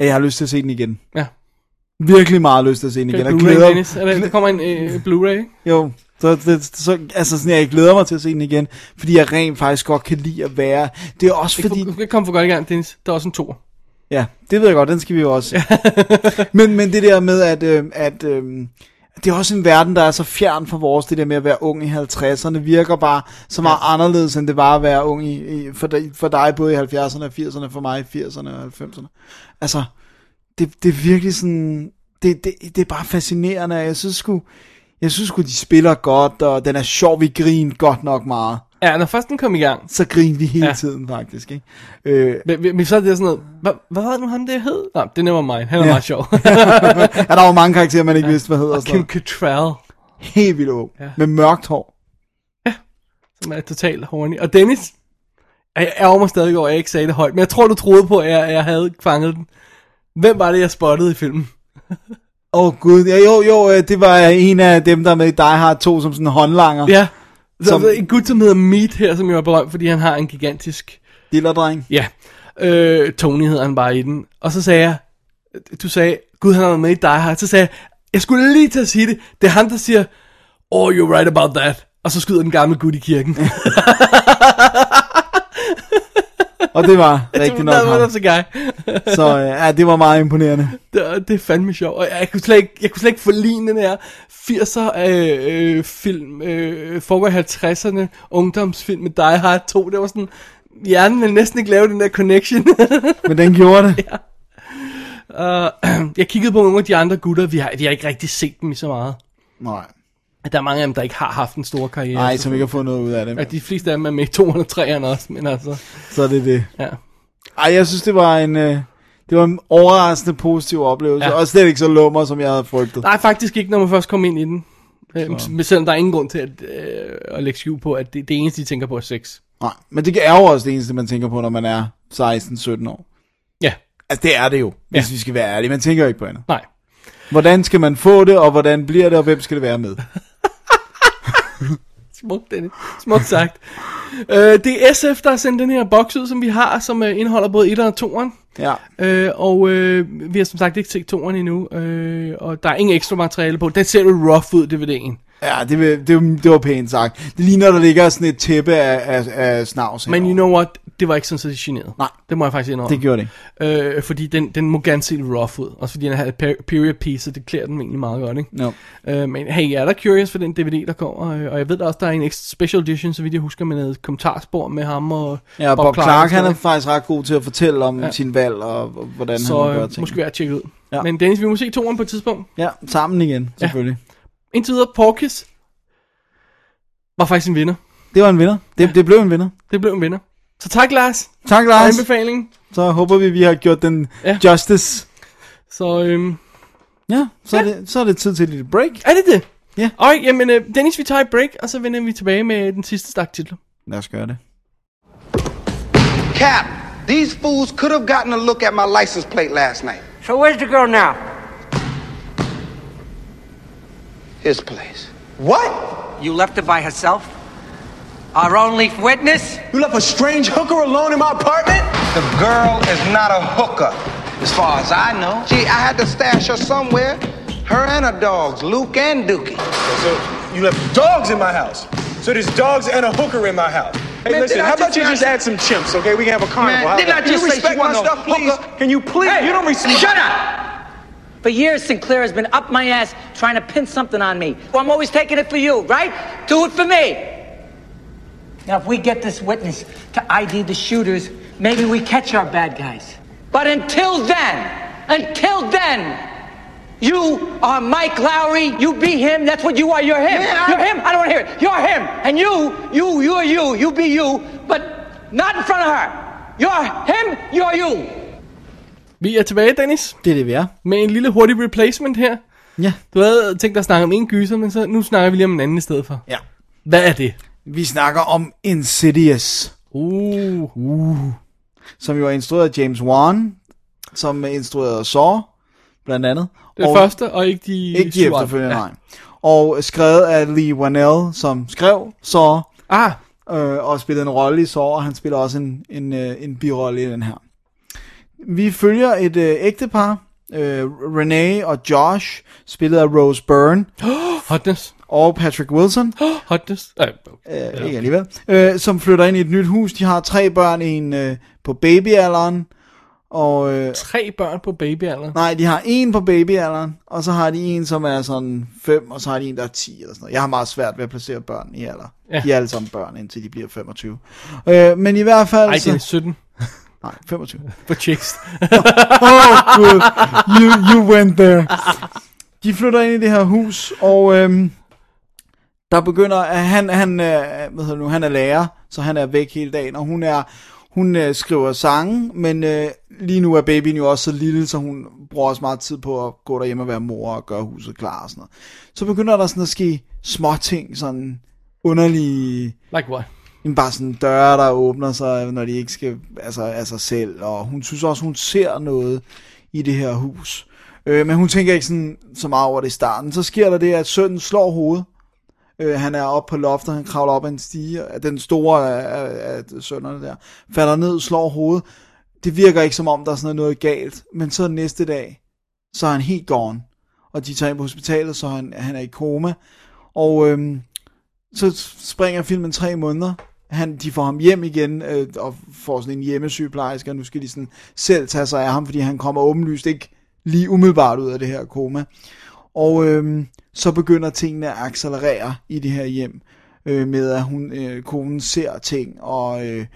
Speaker 4: at jeg har lyst til at se den igen.
Speaker 3: Ja.
Speaker 4: Virkelig meget lyst til at se den igen. Jeg
Speaker 3: Blu-ray,
Speaker 4: glæder,
Speaker 3: Dennis. Er der, der kommer en øh, Blu-ray, ikke?
Speaker 4: jo, så, det, så, altså sådan, jeg glæder mig til at se den igen, fordi jeg rent faktisk godt kan lide at være. Det er også
Speaker 3: Fordi...
Speaker 4: fordi...
Speaker 3: Du kan komme for godt i gang, Dennis. Der er også en toer.
Speaker 4: Ja, det ved jeg godt, den skal vi jo også. [laughs] men, men det der med, at, øh, at øh, det er også en verden, der er så fjern fra vores, det der med at være ung i 50'erne, virker bare så meget ja. anderledes, end det var at være ung i, i for, dig, for dig både i 70'erne og 80'erne, for mig i 80'erne og 90'erne. Altså, det, det er virkelig sådan, det, det, det er bare fascinerende, og jeg synes sgu, jeg synes sgu, de spiller godt, og den er sjov, vi griner godt nok meget.
Speaker 3: Ja, når først den kom i gang,
Speaker 4: Så griner vi hele
Speaker 3: Ja.
Speaker 4: ja. tiden faktisk, ikke? Øh, [laughs]
Speaker 3: Men, men men så er det sådan noget, hvad, hvad var det nu ham der hed? Nej, det er never mig, han er ja.
Speaker 4: Ja. [laughs]
Speaker 3: meget sjov.
Speaker 4: ja, der var mange karakterer, man ikke ja. vidste, hvad hedder. og sådan
Speaker 3: Kim
Speaker 4: noget.
Speaker 3: Cattrall.
Speaker 4: Helt vildt ung.
Speaker 3: Ja.
Speaker 4: Ja. Med mørkt hår.
Speaker 3: som er totalt horny. Og Dennis, jeg ærger mig stadig over, at jeg ikke sagde det højt, men jeg tror, du troede på, at jeg, at jeg havde fanget den. Hvem var det, jeg spottede i filmen?
Speaker 4: Åh oh, gud, ja, jo, jo, øh, det var en af dem, der er med i Die Hard 2 som sådan en håndlanger.
Speaker 3: Ja, så
Speaker 4: Som-
Speaker 3: som... en gut, som hedder Meat her, som jo er berømt, fordi han har en gigantisk...
Speaker 4: Dillerdreng.
Speaker 3: Ja, øh, Tony hedder han bare i den. Og så sagde jeg, du sagde, Gud, han har været med i Die Hard. Så sagde jeg, jeg skulle lige til at sige det. Det er ham, der siger, oh, you're right about that. Og så skyder den gamle gut i
Speaker 4: [laughs]
Speaker 3: kirken.
Speaker 4: Og
Speaker 3: [laughs]
Speaker 4: det var rigtig nok
Speaker 3: Der var der
Speaker 4: ham.
Speaker 3: så guy.
Speaker 4: Så øh, ja, det var meget imponerende.
Speaker 3: Det, det er fandme sjovt, og jeg kunne slet ikke, jeg kunne slet ikke forligne den her 80'er øh, øh, film, øh, foregår i 50'erne, ungdomsfilm med Die Hard 2, det var sådan, hjernen ville næsten ikke lave den der connection. [laughs]
Speaker 4: Men den gjorde det.
Speaker 3: [clears throat] jeg kiggede på nogle af de andre gutter, vi har, vi har ikke rigtig set dem i så meget.
Speaker 4: Nej.
Speaker 3: Der er mange af dem, der ikke har haft en stor karriere.
Speaker 4: Nej, som ikke har fået noget ud af
Speaker 3: Ja,
Speaker 4: det.
Speaker 3: de fleste af dem er med i 203'erne også, men altså,
Speaker 4: Så er det det.
Speaker 3: ja.
Speaker 4: Ej, jeg synes, det var en... Øh, det var en overraskende positiv oplevelse,
Speaker 3: Ja.
Speaker 4: ja. og slet ikke så lummer, som jeg havde frygtet.
Speaker 3: Nej, faktisk ikke, når man først kommer ind i den. Øh, men selvom der er ingen grund til at, øh, at lægge skjul på, at det, det eneste, de tænker på, er sex.
Speaker 4: Nej. Men det er jo også det eneste, man tænker på, når man er 16-17 år.
Speaker 3: Ja,
Speaker 4: Altså, det er det jo, hvis
Speaker 3: Ja.
Speaker 4: ja. vi skal være ærlige. Man tænker jo ikke på andet.
Speaker 3: nej.
Speaker 4: Hvordan skal man få det, og hvordan bliver det, og hvem skal det være
Speaker 3: [laughs]
Speaker 4: med?
Speaker 3: Smukt, Dennis. Smukt sagt. øh, det er SF, der har sendt den her boks ud, som vi har, som øh, indeholder både 1'eren og 2'eren.
Speaker 4: Ja.
Speaker 3: Øh, og øh, vi har som sagt ikke set 2'eren endnu, øh, og der er ingen ekstra materiale på. Den ser jo rough ud, DVD'en.
Speaker 4: Ja, det, vil- det, det var pænt sagt. Det ligner, der ligger sådan et tæppe af, af, af snavs
Speaker 3: Men you
Speaker 4: henover.
Speaker 3: know what? Det var ikke sådan, så de generede.
Speaker 4: Nej.
Speaker 3: Det må jeg faktisk indrømme.
Speaker 4: Det gjorde det ikke.
Speaker 3: Øh, fordi den, den må gerne se lidt rough ud. Også fordi den er et per- period piece, så det klæder den egentlig meget godt, ikke?
Speaker 4: No.
Speaker 3: Øh, men hey, jeg er da curious for den DVD, der kommer. Øh, og jeg ved da også, der er en ekstra special edition, så vidt jeg husker, med noget kommentarspor med ham og
Speaker 4: Ja, Bob, Bob Clark,
Speaker 3: og sådan
Speaker 4: han
Speaker 3: noget.
Speaker 4: er faktisk ret god til at fortælle om
Speaker 3: Ja.
Speaker 4: ja. sin valg, og og hvordan
Speaker 3: Så
Speaker 4: han gør
Speaker 3: øh,
Speaker 4: ting.
Speaker 3: måske værd at tjekke ud. Ja.
Speaker 4: Ja.
Speaker 3: Men Dennis, vi må se toeren på et tidspunkt.
Speaker 4: Ja, sammen igen, selvfølgelig. Ja.
Speaker 3: Indtil videre, Porkis var faktisk en vinder.
Speaker 4: Det var en vinder. Det, det blev en vinder.
Speaker 3: Det blev en vinder. Så tak, Lars,
Speaker 4: Tak,
Speaker 3: for
Speaker 4: Lars.
Speaker 3: anbefalingen.
Speaker 4: Så håber vi, vi har gjort den
Speaker 3: Ja.
Speaker 4: ja. justice.
Speaker 3: Så øhm,
Speaker 4: Ja, så, ja. Er det, så er det tid til et lille break.
Speaker 3: er det det?
Speaker 4: Ja.
Speaker 3: Alright, jamen, øh, Dennis, vi tager et break, og så vender vi tilbage med den sidste stak titler.
Speaker 4: Lad os gøre det.
Speaker 11: Cap, these fools could have gotten a look at my license plate last night.
Speaker 12: So where's the girl now?
Speaker 11: His place.
Speaker 12: What? You left her by herself? Our only witness? You left a strange hooker alone in my apartment?
Speaker 11: The girl is not a hooker, as far as I know. Gee, I had to stash her somewhere. Her and her dogs, Luke and Dookie.
Speaker 13: So you left dogs in my house. So there's dogs and a hooker in my house. Hey,
Speaker 11: Man,
Speaker 13: listen,
Speaker 11: did I
Speaker 13: how about
Speaker 11: just
Speaker 13: you
Speaker 11: not-
Speaker 13: just add some chimps, okay? We can have a carnival.
Speaker 11: Man,
Speaker 13: How
Speaker 11: didn't
Speaker 13: about
Speaker 11: I
Speaker 13: that?
Speaker 11: just
Speaker 13: Can you
Speaker 11: say she
Speaker 13: respect my
Speaker 11: wasn't a
Speaker 13: stuff, please?
Speaker 11: hooker?
Speaker 13: Can you please? you don't respect.
Speaker 12: Shut up! For years, Sinclair has been up my ass trying to pin something on me. Well, I'm always taking it for you, right? Do it for me. Now, if we get this witness to ID the shooters, maybe we catch our bad guys. But until then, until then, you are Mike Lowry. You be him. That's what you are. You're him.
Speaker 11: Yeah, I-
Speaker 12: You're him. I don't want to hear it. You're him. And you, you, you're you. You be you, but not in front of her. You're him. You're you.
Speaker 3: Vi er tilbage, Dennis,
Speaker 4: Det er det, vi er.
Speaker 3: med en lille hurtig replacement her.
Speaker 4: Ja.
Speaker 3: Du havde tænkt dig at snakke om en gyser, men så nu snakker vi lige om en anden i stedet for.
Speaker 4: Ja.
Speaker 3: Hvad er det?
Speaker 4: Vi snakker om Insidious,
Speaker 3: Uh.
Speaker 4: som jo er instrueret af James Wan, som er instrueret af Saw, blandt andet.
Speaker 3: Det
Speaker 4: og
Speaker 3: første, og ikke de
Speaker 4: Ikke de
Speaker 3: syv andre.
Speaker 4: efterfølgende, nej. Og skrevet af Lee Wanell, som skrev Saw,
Speaker 3: Ah,
Speaker 4: øh, og spillede en rolle i Saw, og han spiller også en, en, øh, en birolle i den her. Vi følger et øh, ægtepar, øh, Renee og Josh, spillet af Rose Byrne
Speaker 3: hotness,
Speaker 4: og Patrick Wilson,
Speaker 3: hotness. Øh,
Speaker 4: øh, ikke alligevel, øh, som flytter ind i et nyt hus. De har tre børn, en øh, på babyalderen, og... Øh,
Speaker 3: tre børn på babyalderen.
Speaker 4: Nej, de har en på babyalderen, og så har de en, som er sådan 5, og så har de en, der er 10 eller sådan noget. Jeg har meget svært ved at placere børn i alder.
Speaker 3: Ja.
Speaker 4: Ja. De er alle sammen børn, indtil de bliver 25. Øh, men i hvert fald...
Speaker 3: Ej, det er
Speaker 4: så,
Speaker 3: 17
Speaker 4: nej, 25.
Speaker 3: for chicks.
Speaker 4: Åh, gud. You, you went there. De flytter ind i det her hus, og øhm, der begynder, at han, han, øh, hvad hedder det nu, han er lærer, så han er væk hele dagen, og hun er, Hun øh, skriver sange, men øh, lige nu er babyen jo også så lille, så hun bruger også meget tid på at gå derhjemme og være mor og gøre huset klar og sådan noget. Så begynder der sådan at ske små ting, sådan underlige...
Speaker 3: Like what?
Speaker 4: Jamen bare sådan døre, der åbner sig, når de ikke skal altså, af sig selv. Og hun synes også, hun ser noget i det her hus. Øh, men hun tænker ikke sådan, så meget over det i starten. Så sker der det, at sønnen slår hovedet. Øh, han er oppe på loftet, han kravler op ad en stige. Den store af, af, af sønnerne der falder ned, slår hovedet. Det virker ikke som om, der er sådan noget galt. Men så næste dag, så er han helt gone. Og de tager ind på hospitalet, så han, han er i koma. Og... Øh, så springer filmen tre måneder. Han, de får ham hjem igen øh, og får sådan en hjemmesygeplejerske, og nu skal de sådan selv tage sig af ham, fordi han kommer åbenlyst ikke lige umiddelbart ud af det her koma. Og øh, så begynder tingene at accelerere i det her hjem, øh, med at hun, øh, konen ser ting, og, øh,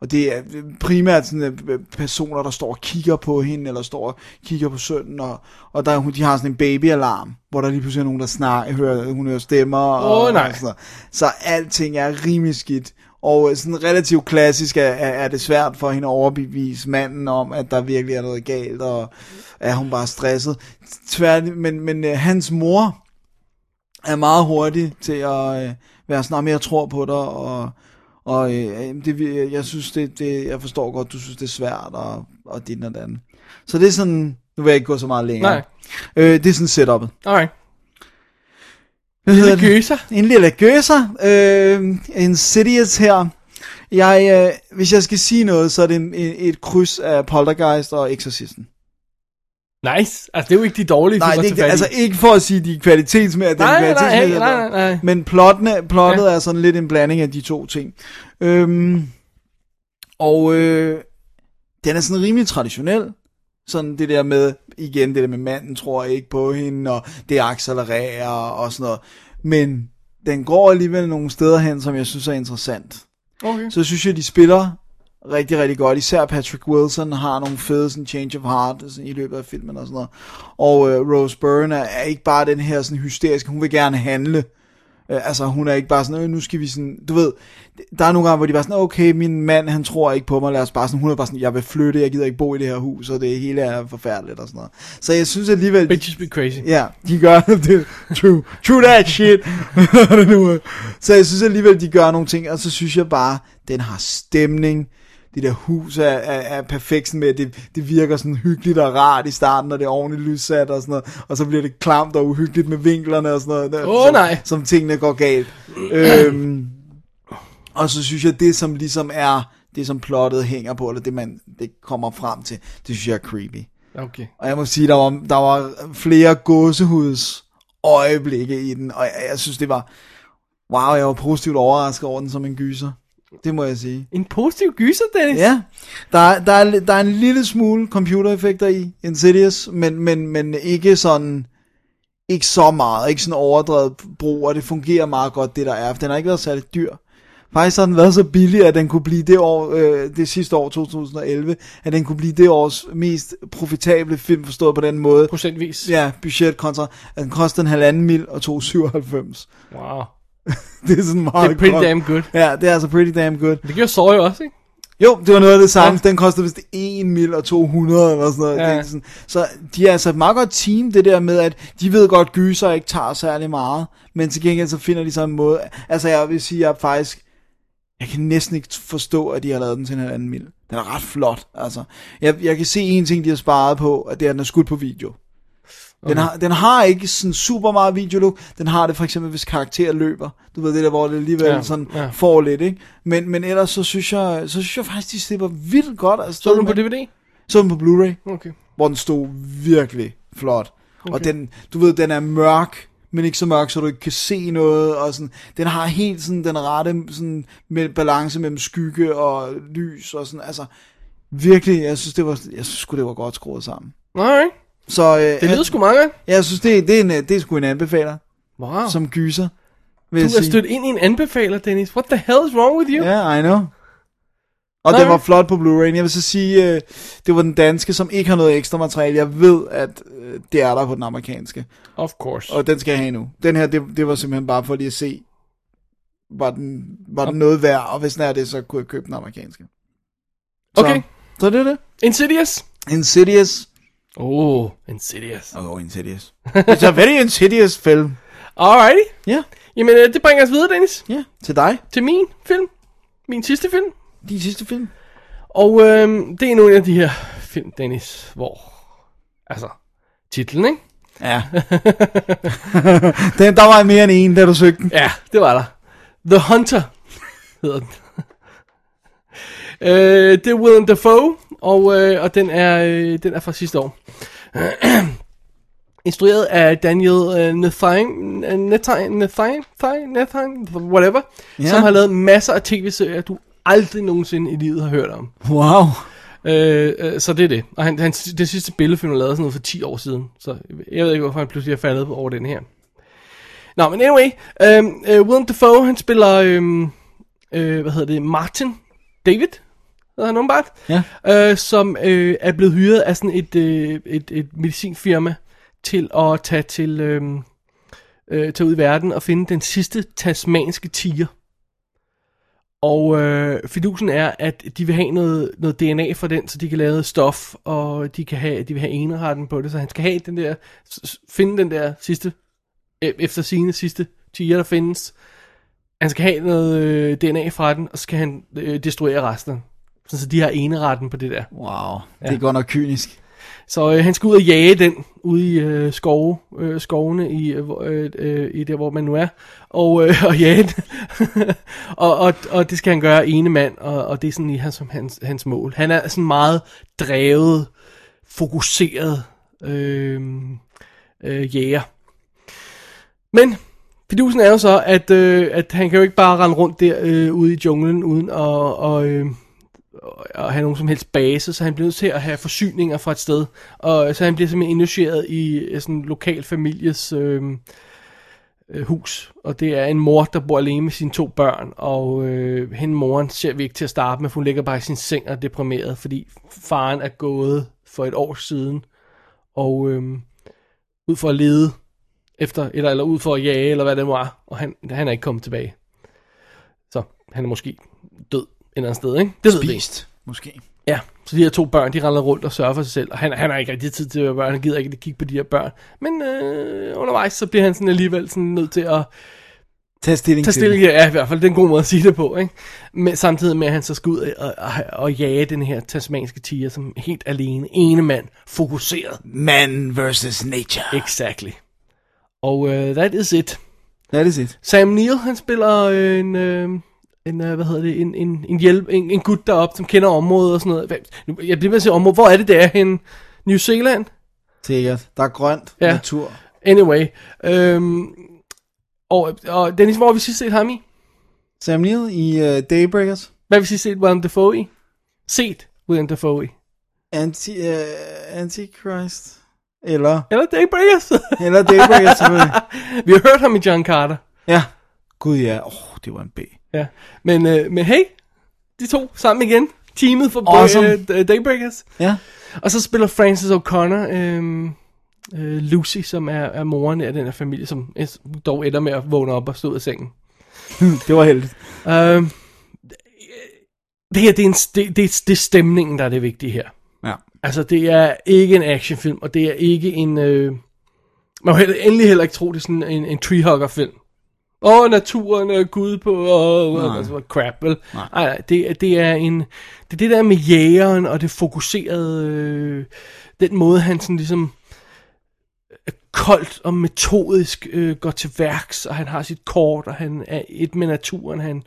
Speaker 4: og det er øh, primært sådan, øh, personer, der står og kigger på hende, eller står og kigger på sønnen, og, og der, de har sådan en babyalarm, hvor der lige pludselig er nogen, der snakker, hører, hun hører stemmer. og,
Speaker 3: Åh, nej.
Speaker 4: og sådan noget. Så alting er rimelig skidt. Og øh, sådan relativt klassisk er, er, er det svært for hende at overbevise manden om, at der virkelig er noget galt, og er hun bare stresset. Tvært, men, men øh, hans mor er meget hurtig til at øh, være sådan, "Jamen, jeg tror på dig, og, og øh, jamen, det, vi- jeg synes, det, det, jeg forstår godt, du synes, det er svært, og, og det og det andet. Så det er sådan, nu vil jeg ikke gå så meget længere.
Speaker 3: Nej.
Speaker 4: Øh, det er sådan setup'et.
Speaker 3: Alright.
Speaker 4: Hvad
Speaker 3: lille
Speaker 4: hedder den?
Speaker 3: gøser.
Speaker 4: En lille gøser. Øh, Insidious her. Jeg, øh, hvis jeg skal sige noget, så er det en, en, et kryds af Poltergeist og Exorcisten.
Speaker 3: Nice. Altså, det er jo ikke de dårlige
Speaker 4: Nej,
Speaker 3: film
Speaker 4: det er ikke, altså ikke for at sige, de er kvalitetsmæssigt.
Speaker 3: Nej, nej, nej, nej, nej.
Speaker 4: Men plottene, plottet ja. er sådan lidt en blanding af de to ting. Øhm, og øh, den er sådan rimelig traditionel. Sådan det der med, igen det der med manden tror ikke på hende, og det accelererer og sådan noget. Men den går alligevel nogle steder hen, som jeg synes er interessant
Speaker 3: Okay.
Speaker 4: så synes jeg, de spiller rigtig, rigtig godt. Især Patrick Wilson har nogle fede sådan, change of heart sådan, i løbet af filmen og sådan noget. Og øh, Rose Byrne er, er ikke bare den her sådan, hysteriske, hun vil gerne handle. Øh, altså hun er ikke bare sådan, "Øh, nu skal vi sådan, du ved, der er nogle gange, hvor de bare sådan, okay, min mand, han tror ikke på mig, lad os bare sådan, hun er bare sådan, jeg vil flytte, jeg gider ikke bo i det her hus, og det hele er forfærdeligt og sådan noget. Så jeg synes alligevel,
Speaker 3: Bitches be crazy.
Speaker 4: Ja, de gør [laughs] det. True. True that shit. [laughs] Hvad er det nu er. så jeg synes alligevel, de gør nogle ting, og så synes jeg bare, den har stemning. Det der hus er, er, er perfekt sådan med, at det, det virker sådan hyggeligt og rart i starten, når det er ordentligt lyssat og sådan noget. Og så bliver det klamt og uhyggeligt med vinklerne og sådan noget.
Speaker 3: Åh,
Speaker 4: som,
Speaker 3: nej.
Speaker 4: Som tingene går galt. øhm, og så synes jeg, det som ligesom er, det som plottet hænger på, eller det man det kommer frem til, det synes jeg er creepy.
Speaker 3: Okay.
Speaker 4: Og jeg må sige, der var, der var flere gåsehuds øjeblikke i den, og jeg, jeg synes, det var... Wow, jeg var positivt overrasket over den som en gyser. Det må jeg sige.
Speaker 3: En positiv gyser, Dennis?
Speaker 4: Ja, der, er- der, er, der er en lille smule computereffekter i Insidious, men, men, men ikke sådan... Ikke så meget, ikke sådan overdrevet brug, og det fungerer meget godt, det der er, for den har ikke været særlig dyr. Faktisk har den været så billig, at den kunne blive det, år, øh, det sidste år, 2011, at den kunne blive det års mest profitable film, forstået på den måde.
Speaker 3: Procentvis.
Speaker 4: Ja, budget kontra, at den kostede en halvanden mil og 2,97.
Speaker 3: Wow.
Speaker 4: Det er sådan meget
Speaker 3: Det er pretty
Speaker 4: godt.
Speaker 3: damn good.
Speaker 4: Ja, det er altså pretty damn good.
Speaker 3: Det gjorde Saw jo også, ikke?
Speaker 4: Jo, det var noget af det samme. Ja. Den kostede vist 1 mil og 200 eller sådan noget.
Speaker 3: Ja.
Speaker 4: Ja. Det er sådan. Så de er altså et meget godt team, det der med, at de ved godt, gyser ikke tager særlig meget, men til gengæld så finder de så en måde. Altså jeg vil sige, jeg er faktisk, jeg kan næsten ikke forstå, at de har lavet den til en halvanden mil. Den er ret flot, altså. Jeg, jeg kan se en ting, de har sparet på, og det er, at den er skudt på video. Den har, den har ikke sådan super meget videoluk. Den har det for eksempel, hvis karakterer løber. Du ved det der, hvor det alligevel
Speaker 3: Ja,
Speaker 4: ja, sådan
Speaker 3: ja.
Speaker 4: ja. får lidt, ikke? Men, men ellers så synes jeg, så synes jeg faktisk, de slipper vildt godt Altså, af
Speaker 3: Så du den på DVD?
Speaker 4: Så den på Blu-ray,
Speaker 3: Okay.
Speaker 4: hvor den stod virkelig flot.
Speaker 3: Okay.
Speaker 4: Okay. Og den, du ved, den er mørk, men ikke så mørk, så du ikke kan se noget, og sådan, den har helt sådan den rette sådan, med balance mellem skygge og lys, og sådan, altså, virkelig, jeg synes, det var, jeg synes sgu, det var godt skruet sammen.
Speaker 3: Alright.
Speaker 4: Så, øh,
Speaker 3: Det lyder sgu meget godt.
Speaker 4: jeg synes, det, det, er, en, øh, det er sgu en anbefaler,
Speaker 3: Wow.
Speaker 4: som gyser. Vil
Speaker 3: Du
Speaker 4: jeg
Speaker 3: er
Speaker 4: sige.
Speaker 3: stødt ind i en anbefaler, Dennis. What the hell is wrong with you?
Speaker 4: Ja, yeah, I know. Og
Speaker 3: Nej.
Speaker 4: det var flot på Blu-ray. Jeg vil så sige, øh, det var den danske, som ikke har noget ekstra materiale. Jeg ved, at øh, det er der på den amerikanske.
Speaker 3: Of course.
Speaker 4: Og den skal jeg have nu. Den her, det, det var simpelthen bare for lige at se, var den, var den noget værd. Og hvis den er det, så kunne jeg købe den amerikanske.
Speaker 3: Okay.
Speaker 4: Så, så det er det.
Speaker 3: Insidious?
Speaker 4: Insidious.
Speaker 3: Oh, Insidious.
Speaker 4: Oh, Insidious. It's a very Insidious film.
Speaker 3: Alrighty.
Speaker 4: Ja. Yeah.
Speaker 3: Jamen, øh, det bringer os videre, Dennis.
Speaker 4: Ja, yeah. til dig.
Speaker 3: Til min film. Min sidste film.
Speaker 4: Din sidste film.
Speaker 3: Og øh, det er nogle af de her film, Dennis, hvor... Altså, titlen, ikke?
Speaker 4: Ja. [laughs] den, der var mere end en, da du søgte den.
Speaker 3: Ja, det var der. The Hunter hedder den. øh, det er Willem Dafoe, og, øh, og den, er, øh, den er fra sidste år. [clears throat] Instrueret af Daniel øh, Nathan, Nathan, Nathan, Nathan, whatever,
Speaker 4: Ja.
Speaker 3: yeah. som har lavet masser af tv-serier, du aldrig nogensinde i livet har hørt om.
Speaker 4: Wow.
Speaker 3: Øh, øh, så det er det. Og han, han, det sidste billedfilm, han lavede, sådan noget for 10 år siden. Så jeg ved ikke, hvorfor han pludselig er faldet over den her. Nå, men anyway. Øh, øh, Willem Dafoe, han spiller, øh, øh, hvad hedder det, Martin David, hedder han åbenbart.
Speaker 4: Ja.
Speaker 3: Øh, som øh, er blevet hyret af sådan et, øh, et, et medicinfirma til at tage til... Øh, øh, tage ud i verden og finde den sidste tasmanske tiger. Og øh, fidusen er, at de vil have noget, noget DNA fra den, så de kan lave noget stof, og de, kan have, de vil have eneretten på det, så han skal have den der, s- s- finde den der sidste, e- efter sine sidste tiger, der findes. Han skal have noget øh, DNA fra den, og så skal han øh, destruere resten. Sådan, så de har eneretten på det der.
Speaker 4: Wow. Det er godt nok kynisk.
Speaker 3: Så øh, han skal ud og jage den ude i øh, skove, øh, skovene i, øh, hvor- øh, øh, i der, hvor man nu er, og, øh, [laughs] og jage den. og, og, og det skal han gøre ene mand, og, og det er sådan i hans, hans, hans mål. Han er sådan meget drevet, fokuseret øh, øh, jæger. Men fidusen er jo så, at, øh, at han kan jo ikke bare rende rundt der øh, ude i junglen, uden at... Og, øh, at have nogen som helst base, så han bliver nødt til at have forsyninger fra et sted. Og så han bliver simpelthen indlogeret i øh, sådan en lokal families øh, øh, hus. Og det er en mor, der bor alene med sine to børn. Og øh, hende moren ser vi ikke til at starte med, for hun ligger bare i sin seng og er deprimeret, fordi faren er gået for et år siden. Og øh, ud for at lede efter, eller, eller ud for at jage, eller hvad det nu var. Og han, han er ikke kommet tilbage. Så han er måske død et eller andet sted, ikke? Det ved vi ikke.
Speaker 4: Spist, måske.
Speaker 3: Ja, så de her to børn, de render rundt og sørger for sig selv, og han, han har ikke rigtig tid til at være børn, han gider ikke at kigge på de her børn. Men øh, undervejs, så bliver han sådan alligevel sådan nødt til at
Speaker 4: Tag stilling
Speaker 3: tage
Speaker 4: til det.
Speaker 3: stilling, ja, i hvert fald, det er en god måde at sige det på, ikke? Men samtidig med, at han så skal ud og, og, og jage den her tasmanske tiger, som helt alene, ene mand, fokuseret.
Speaker 4: Man versus nature.
Speaker 3: Exactly. Og uh, that is it.
Speaker 4: That is it.
Speaker 3: Sam Neill, han spiller øh, en, øh, en, øh, hvad hedder det, en, en, en, hjælp, en, en gut deroppe, som kender området og sådan noget. Hvad- nu- Jeg bliver ved at sige område. Hvor er det, det er henne? New Zealand?
Speaker 4: Sikkert. Der er grønt.
Speaker 3: Ja.
Speaker 4: Natur.
Speaker 3: Anyway. Øhm, og, og Dennis, hvor har vi sidst set ham i?
Speaker 4: Sam Neill i uh, Daybreakers.
Speaker 3: Hvad har vi sidst set William Dafoe i? Set William Dafoe i.
Speaker 4: Anti, uh, Antichrist. Eller,
Speaker 3: Eller Daybreakers.
Speaker 4: eller Daybreakers [laughs] selvfølgelig.
Speaker 3: [laughs] vi har hørt ham i John Carter.
Speaker 4: Ja. Gud ja. Åh, oh, det var en B.
Speaker 3: Ja. Men, øh, men hey, de to sammen igen. Teamet for
Speaker 4: Awesome.
Speaker 3: øh, Daybreakers.
Speaker 4: Ja.
Speaker 3: Og så spiller Frances O'Connor øhm, øh, Lucy, som er, er moren af den her familie, som es- dog ender med at vågne op og stå ud af sengen.
Speaker 4: Hm, det var heldigt.
Speaker 3: Øhm, det her, det er, en, s- det, det, det er stemningen, der er det vigtige her.
Speaker 4: Ja.
Speaker 3: Altså, det er ikke en actionfilm, og det er ikke en... Øh, man må heller, endelig heller ikke tro, det er sådan en, en treehugger-film. Åh, naturen er Gud på, og, og,
Speaker 4: Nej.
Speaker 3: og, og altså, crap, vel?
Speaker 4: Nej.
Speaker 3: Nej, nej, det, er- det er en... Det er det der med jægeren, og det fokuserede... Øh, den måde, han sådan ligesom øh, koldt og metodisk øh, går til værks, og han har sit kort, og han er et med naturen, han,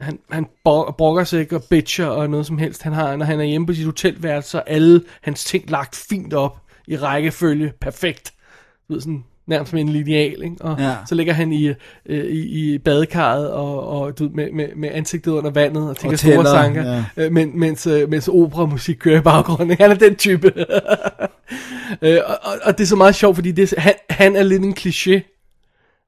Speaker 3: han, han bro- brokker sig ikke og bitcher og noget som helst. Han har, når han er hjemme på sit hotelværelse, så er alle hans ting lagt fint op i rækkefølge, perfekt. Du ved, sådan, nærmest med en lineal, ikke? Og
Speaker 4: Ja.
Speaker 3: så ligger han i, øh, i, i badekarret og, og du ved, med, med, med ansigtet under vandet og tænker
Speaker 4: tæller,
Speaker 3: store sanker,
Speaker 4: ja.
Speaker 3: øh, men, mens, øh, mens operamusik kører i baggrunden. Han er den type. [laughs] øh, og, og, og det er så meget sjovt, fordi det, er- han, han er lidt en kliché,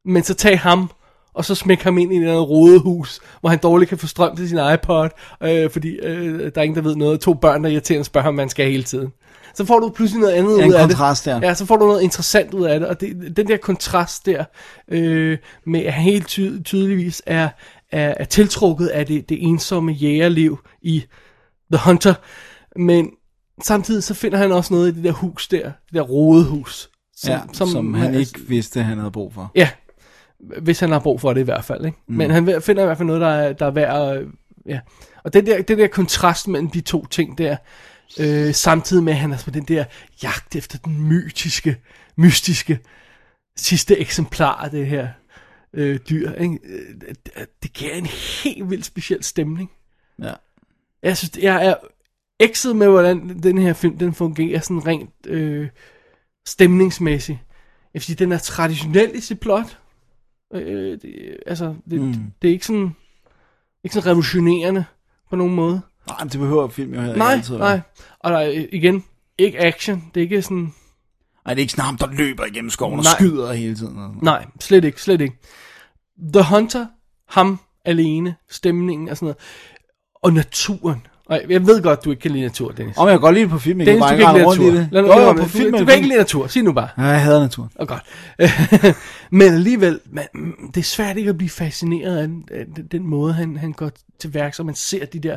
Speaker 3: men så tag ham, og så smæk ham ind i et eller andet rodehus, hvor han dårligt kan få strøm til sin iPod, øh, fordi øh, der er ingen, der ved noget. To børn, der irriterende spørger ham, hvad han skal hele tiden. Så får du pludselig noget andet
Speaker 4: Ja, en
Speaker 3: ud af
Speaker 4: kontrast
Speaker 3: det.
Speaker 4: der.
Speaker 3: Ja, så får du noget interessant ud af det. Og det, den der kontrast der, øh, med at han helt ty- tydeligvis er, er, er tiltrukket af det, det ensomme jægerliv i The Hunter. Men samtidig så finder han også noget i det der hus der, det der rodehus.
Speaker 4: Som, ja, som, altså- som han ikke vidste, han havde brug for.
Speaker 3: Ja, hvis han har brug for det i hvert fald. Ikke? Mm. Men han finder i hvert fald noget, der er, der er værd at, ja. Og den der, den der kontrast mellem de to ting der, øh, samtidig med, at han er på den der jagt efter den mytiske, mystiske sidste eksemplar af det her øh, dyr. Ikke? Øh, det- Det giver en helt vildt speciel stemning.
Speaker 4: Ja.
Speaker 3: Jeg synes, jeg er ekset med, hvordan den her film den fungerer sådan rent øh, stemningsmæssigt. Jeg vil sige, den er traditionel i sit plot. Øh, det, altså, det, mm. det er ikke sådan, ikke sådan revolutionerende på nogen måde.
Speaker 4: Nej, men det behøver film jo heller ikke
Speaker 3: Nej,
Speaker 4: altid. at være.
Speaker 3: nej. Og der er øh, igen, ikke action. Det er ikke sådan...
Speaker 4: Nej, det er ikke sådan ham, der løber igennem skoven og
Speaker 3: Nej.
Speaker 4: skyder hele tiden. og sådan noget.
Speaker 3: Nej, slet ikke, slet ikke. The Hunter, ham alene, stemningen og sådan noget. Og naturen. Og jeg- jeg ved godt, du ikke kan lide natur, Dennis.
Speaker 4: Åh, men jeg kan godt lide det på film, jeg kan
Speaker 3: Dennis,
Speaker 4: bare
Speaker 3: du
Speaker 4: ikke
Speaker 3: kan
Speaker 4: rende
Speaker 3: ikke
Speaker 4: rundt
Speaker 3: lide
Speaker 4: i det.
Speaker 3: natur. Lad nu
Speaker 4: Jo, jo,
Speaker 3: være med
Speaker 4: på
Speaker 3: det. Du-
Speaker 4: film er
Speaker 3: Du
Speaker 4: det
Speaker 3: kan
Speaker 4: kun-
Speaker 3: ikke lide natur, sig nu bare.
Speaker 4: Ja, jeg hader naturen.
Speaker 3: Og godt. [laughs] Men alligevel, man, mm, det er svært ikke at blive fascineret af den, af den- den måde, han, han går til værks, og man ser de der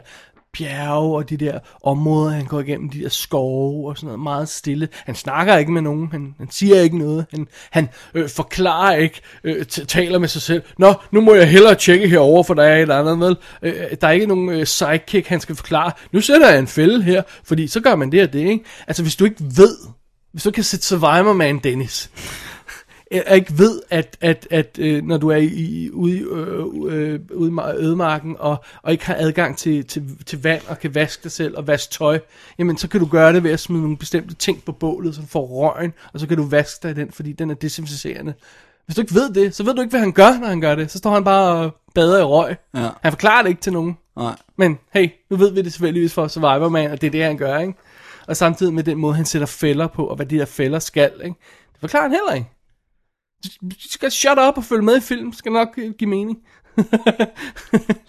Speaker 3: bjerge og de der områder, han går igennem, de der skove og sådan noget, meget stille. Han snakker ikke med nogen, han, han siger ikke noget, han, han øh, forklarer ikke, øh, t- taler med sig selv. Nå, nu må jeg hellere tjekke herover for der er et eller andet, vel? Øh, der er ikke nogen øh, sidekick, han skal forklare. Nu sætter jeg en fælde her, fordi så gør man det og det, ikke? Altså, hvis du ikke ved, hvis du ikke kan sætte Survivor Man, Dennis, jeg ikke ved, at, at, at øh, når du er i, i, ude i øh, øh, ude i mar- ødemarken og, og ikke har adgang til, til, til vand og kan vaske dig selv og vaske tøj, jamen så kan du gøre det ved at smide nogle bestemte ting på bålet, som får røgen, og så kan du vaske dig i den, fordi den er desinficerende. Hvis du ikke ved det, så ved du ikke, hvad han gør, når han gør det. Så står han bare og bader i røg.
Speaker 4: Ja.
Speaker 3: Han forklarer det ikke til nogen.
Speaker 4: Nej.
Speaker 3: Men hey, nu ved vi det selvfølgelig for Survivor Man, og det er det, han gør, ikke? Og samtidig med den måde, han sætter fælder på, og hvad de der fælder skal, ikke? Det forklarer han heller ikke. Du skal shut up og følge med i filmen, skal nok øh, give mening.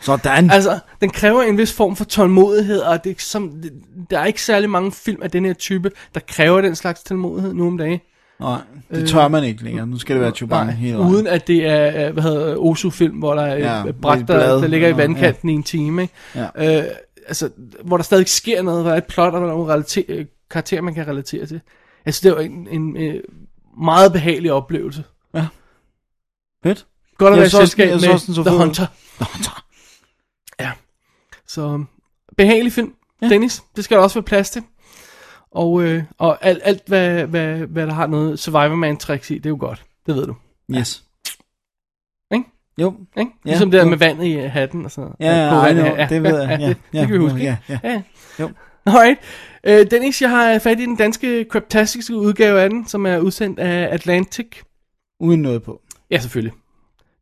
Speaker 4: Sådan.
Speaker 3: Altså, den kræver en vis form for tålmodighed, og det er som, det, der er ikke særlig mange film af den her type, der kræver den slags tålmodighed nu om dagen.
Speaker 4: Nej, det tør man ikke længere. Nu skal det være Chewbacca hele vejen.
Speaker 3: Uden at det er, øh, hvad hedder Osu-film, hvor der er
Speaker 4: Ja,
Speaker 3: ja,
Speaker 4: med
Speaker 3: bræt,
Speaker 4: et blad.
Speaker 3: der, der ligger
Speaker 4: Ja,
Speaker 3: i vandkanten ja. i en time. Ikke?
Speaker 4: Ja.
Speaker 3: Øh, altså, hvor der stadig sker noget, hvor der er et plot, og der er nogle relater, øh, karakterer, man kan relatere til. Jeg synes, det var en, en øh, meget behagelig oplevelse.
Speaker 4: Ja. Fedt.
Speaker 3: Godt at
Speaker 4: Jeg
Speaker 3: være i
Speaker 4: så også-
Speaker 3: selskab
Speaker 4: jeg så
Speaker 3: med
Speaker 4: også den så
Speaker 3: The
Speaker 4: fed ud.
Speaker 3: Hunter.
Speaker 4: [laughs] The Hunter.
Speaker 3: Ja. Så um, behagelig film, ja. Dennis. Det skal der også være plads til. Og, øh, og alt, alt hvad, hvad, hvad der har noget Survivor Man tricks i, det er jo godt. Det ved du.
Speaker 4: Yes.
Speaker 3: Ikke?
Speaker 4: Jo.
Speaker 3: Ikke?
Speaker 4: Ja,
Speaker 3: Ligesom det
Speaker 4: jo.
Speaker 3: der med vandet i øh, hatten og sådan noget.
Speaker 4: Ja, ja,
Speaker 3: På
Speaker 4: I
Speaker 3: vandet,
Speaker 4: know. Det ved jeg. Ja,
Speaker 3: det,
Speaker 4: ja.
Speaker 3: det kan vi huske,
Speaker 4: Ja,
Speaker 3: ikke?
Speaker 4: ja. Jo.
Speaker 3: Alright. Øh, Dennis, jeg har fat i den danske kryptastiske udgave af den, som er udsendt af Atlantic.
Speaker 4: Uden noget på.
Speaker 3: Ja, selvfølgelig.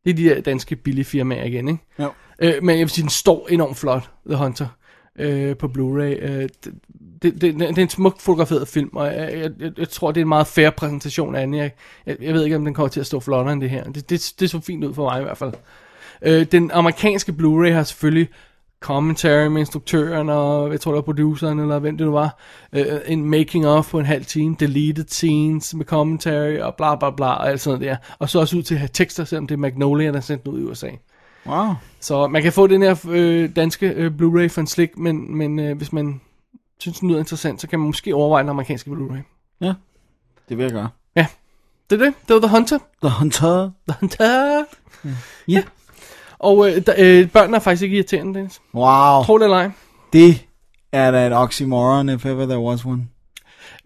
Speaker 3: Det er de der danske billige firmaer igen, ikke?
Speaker 4: Jo.
Speaker 3: Øh, men jeg vil sige, den står enormt flot, The Hunter, øh, på Blu-ray. Øh, det, det, det, det er en smukt fotograferet film, og jeg, jeg, jeg, jeg tror, det er en meget fair præsentation af den. Jeg, jeg, jeg ved ikke, om den kommer til at stå flottere end det her. Det, det, det så fint ud for mig i hvert fald. Øh, den amerikanske Blu-ray har selvfølgelig commentary med instruktøren og jeg tror det var produceren eller hvem det nu var øh, en making of på en halv time deleted scenes med commentary og bla bla bla og alt sådan noget der og så også ud til at have tekster selvom det er Magnolia der har sendt den ud i USA
Speaker 4: Wow.
Speaker 3: så man kan få den her øh, danske øh, Blu-ray for en slik men, men øh, hvis man synes den lyder interessant så kan man måske overveje den amerikanske Blu-ray
Speaker 4: Ja. Det vil jeg gøre.
Speaker 3: ja det er det det var The Hunter
Speaker 4: The Hunter.
Speaker 3: The Hunter
Speaker 4: Ja. Yeah.
Speaker 3: og øh, der, øh, børnene er faktisk ikke irriterende Dennis
Speaker 4: Wow.
Speaker 3: tro det eller ej
Speaker 4: Det er da et oxymoron, if ever there was one.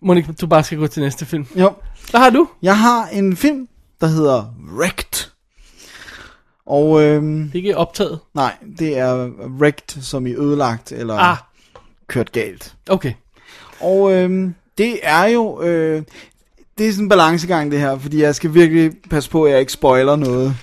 Speaker 3: Monika du bare skal gå til næste film
Speaker 4: Jo.
Speaker 3: Hvad har du?
Speaker 4: Jeg har en film, der hedder Wrecked. Og øhm,
Speaker 3: det er ikke optaget
Speaker 4: nej, det er Wrecked, som i ødelagt eller
Speaker 3: Ah.
Speaker 4: kørt galt.
Speaker 3: Okay.
Speaker 4: Og øhm, det er jo... Øh, det er sådan en balancegang, det her, fordi jeg skal virkelig passe på, at jeg ikke spoiler noget.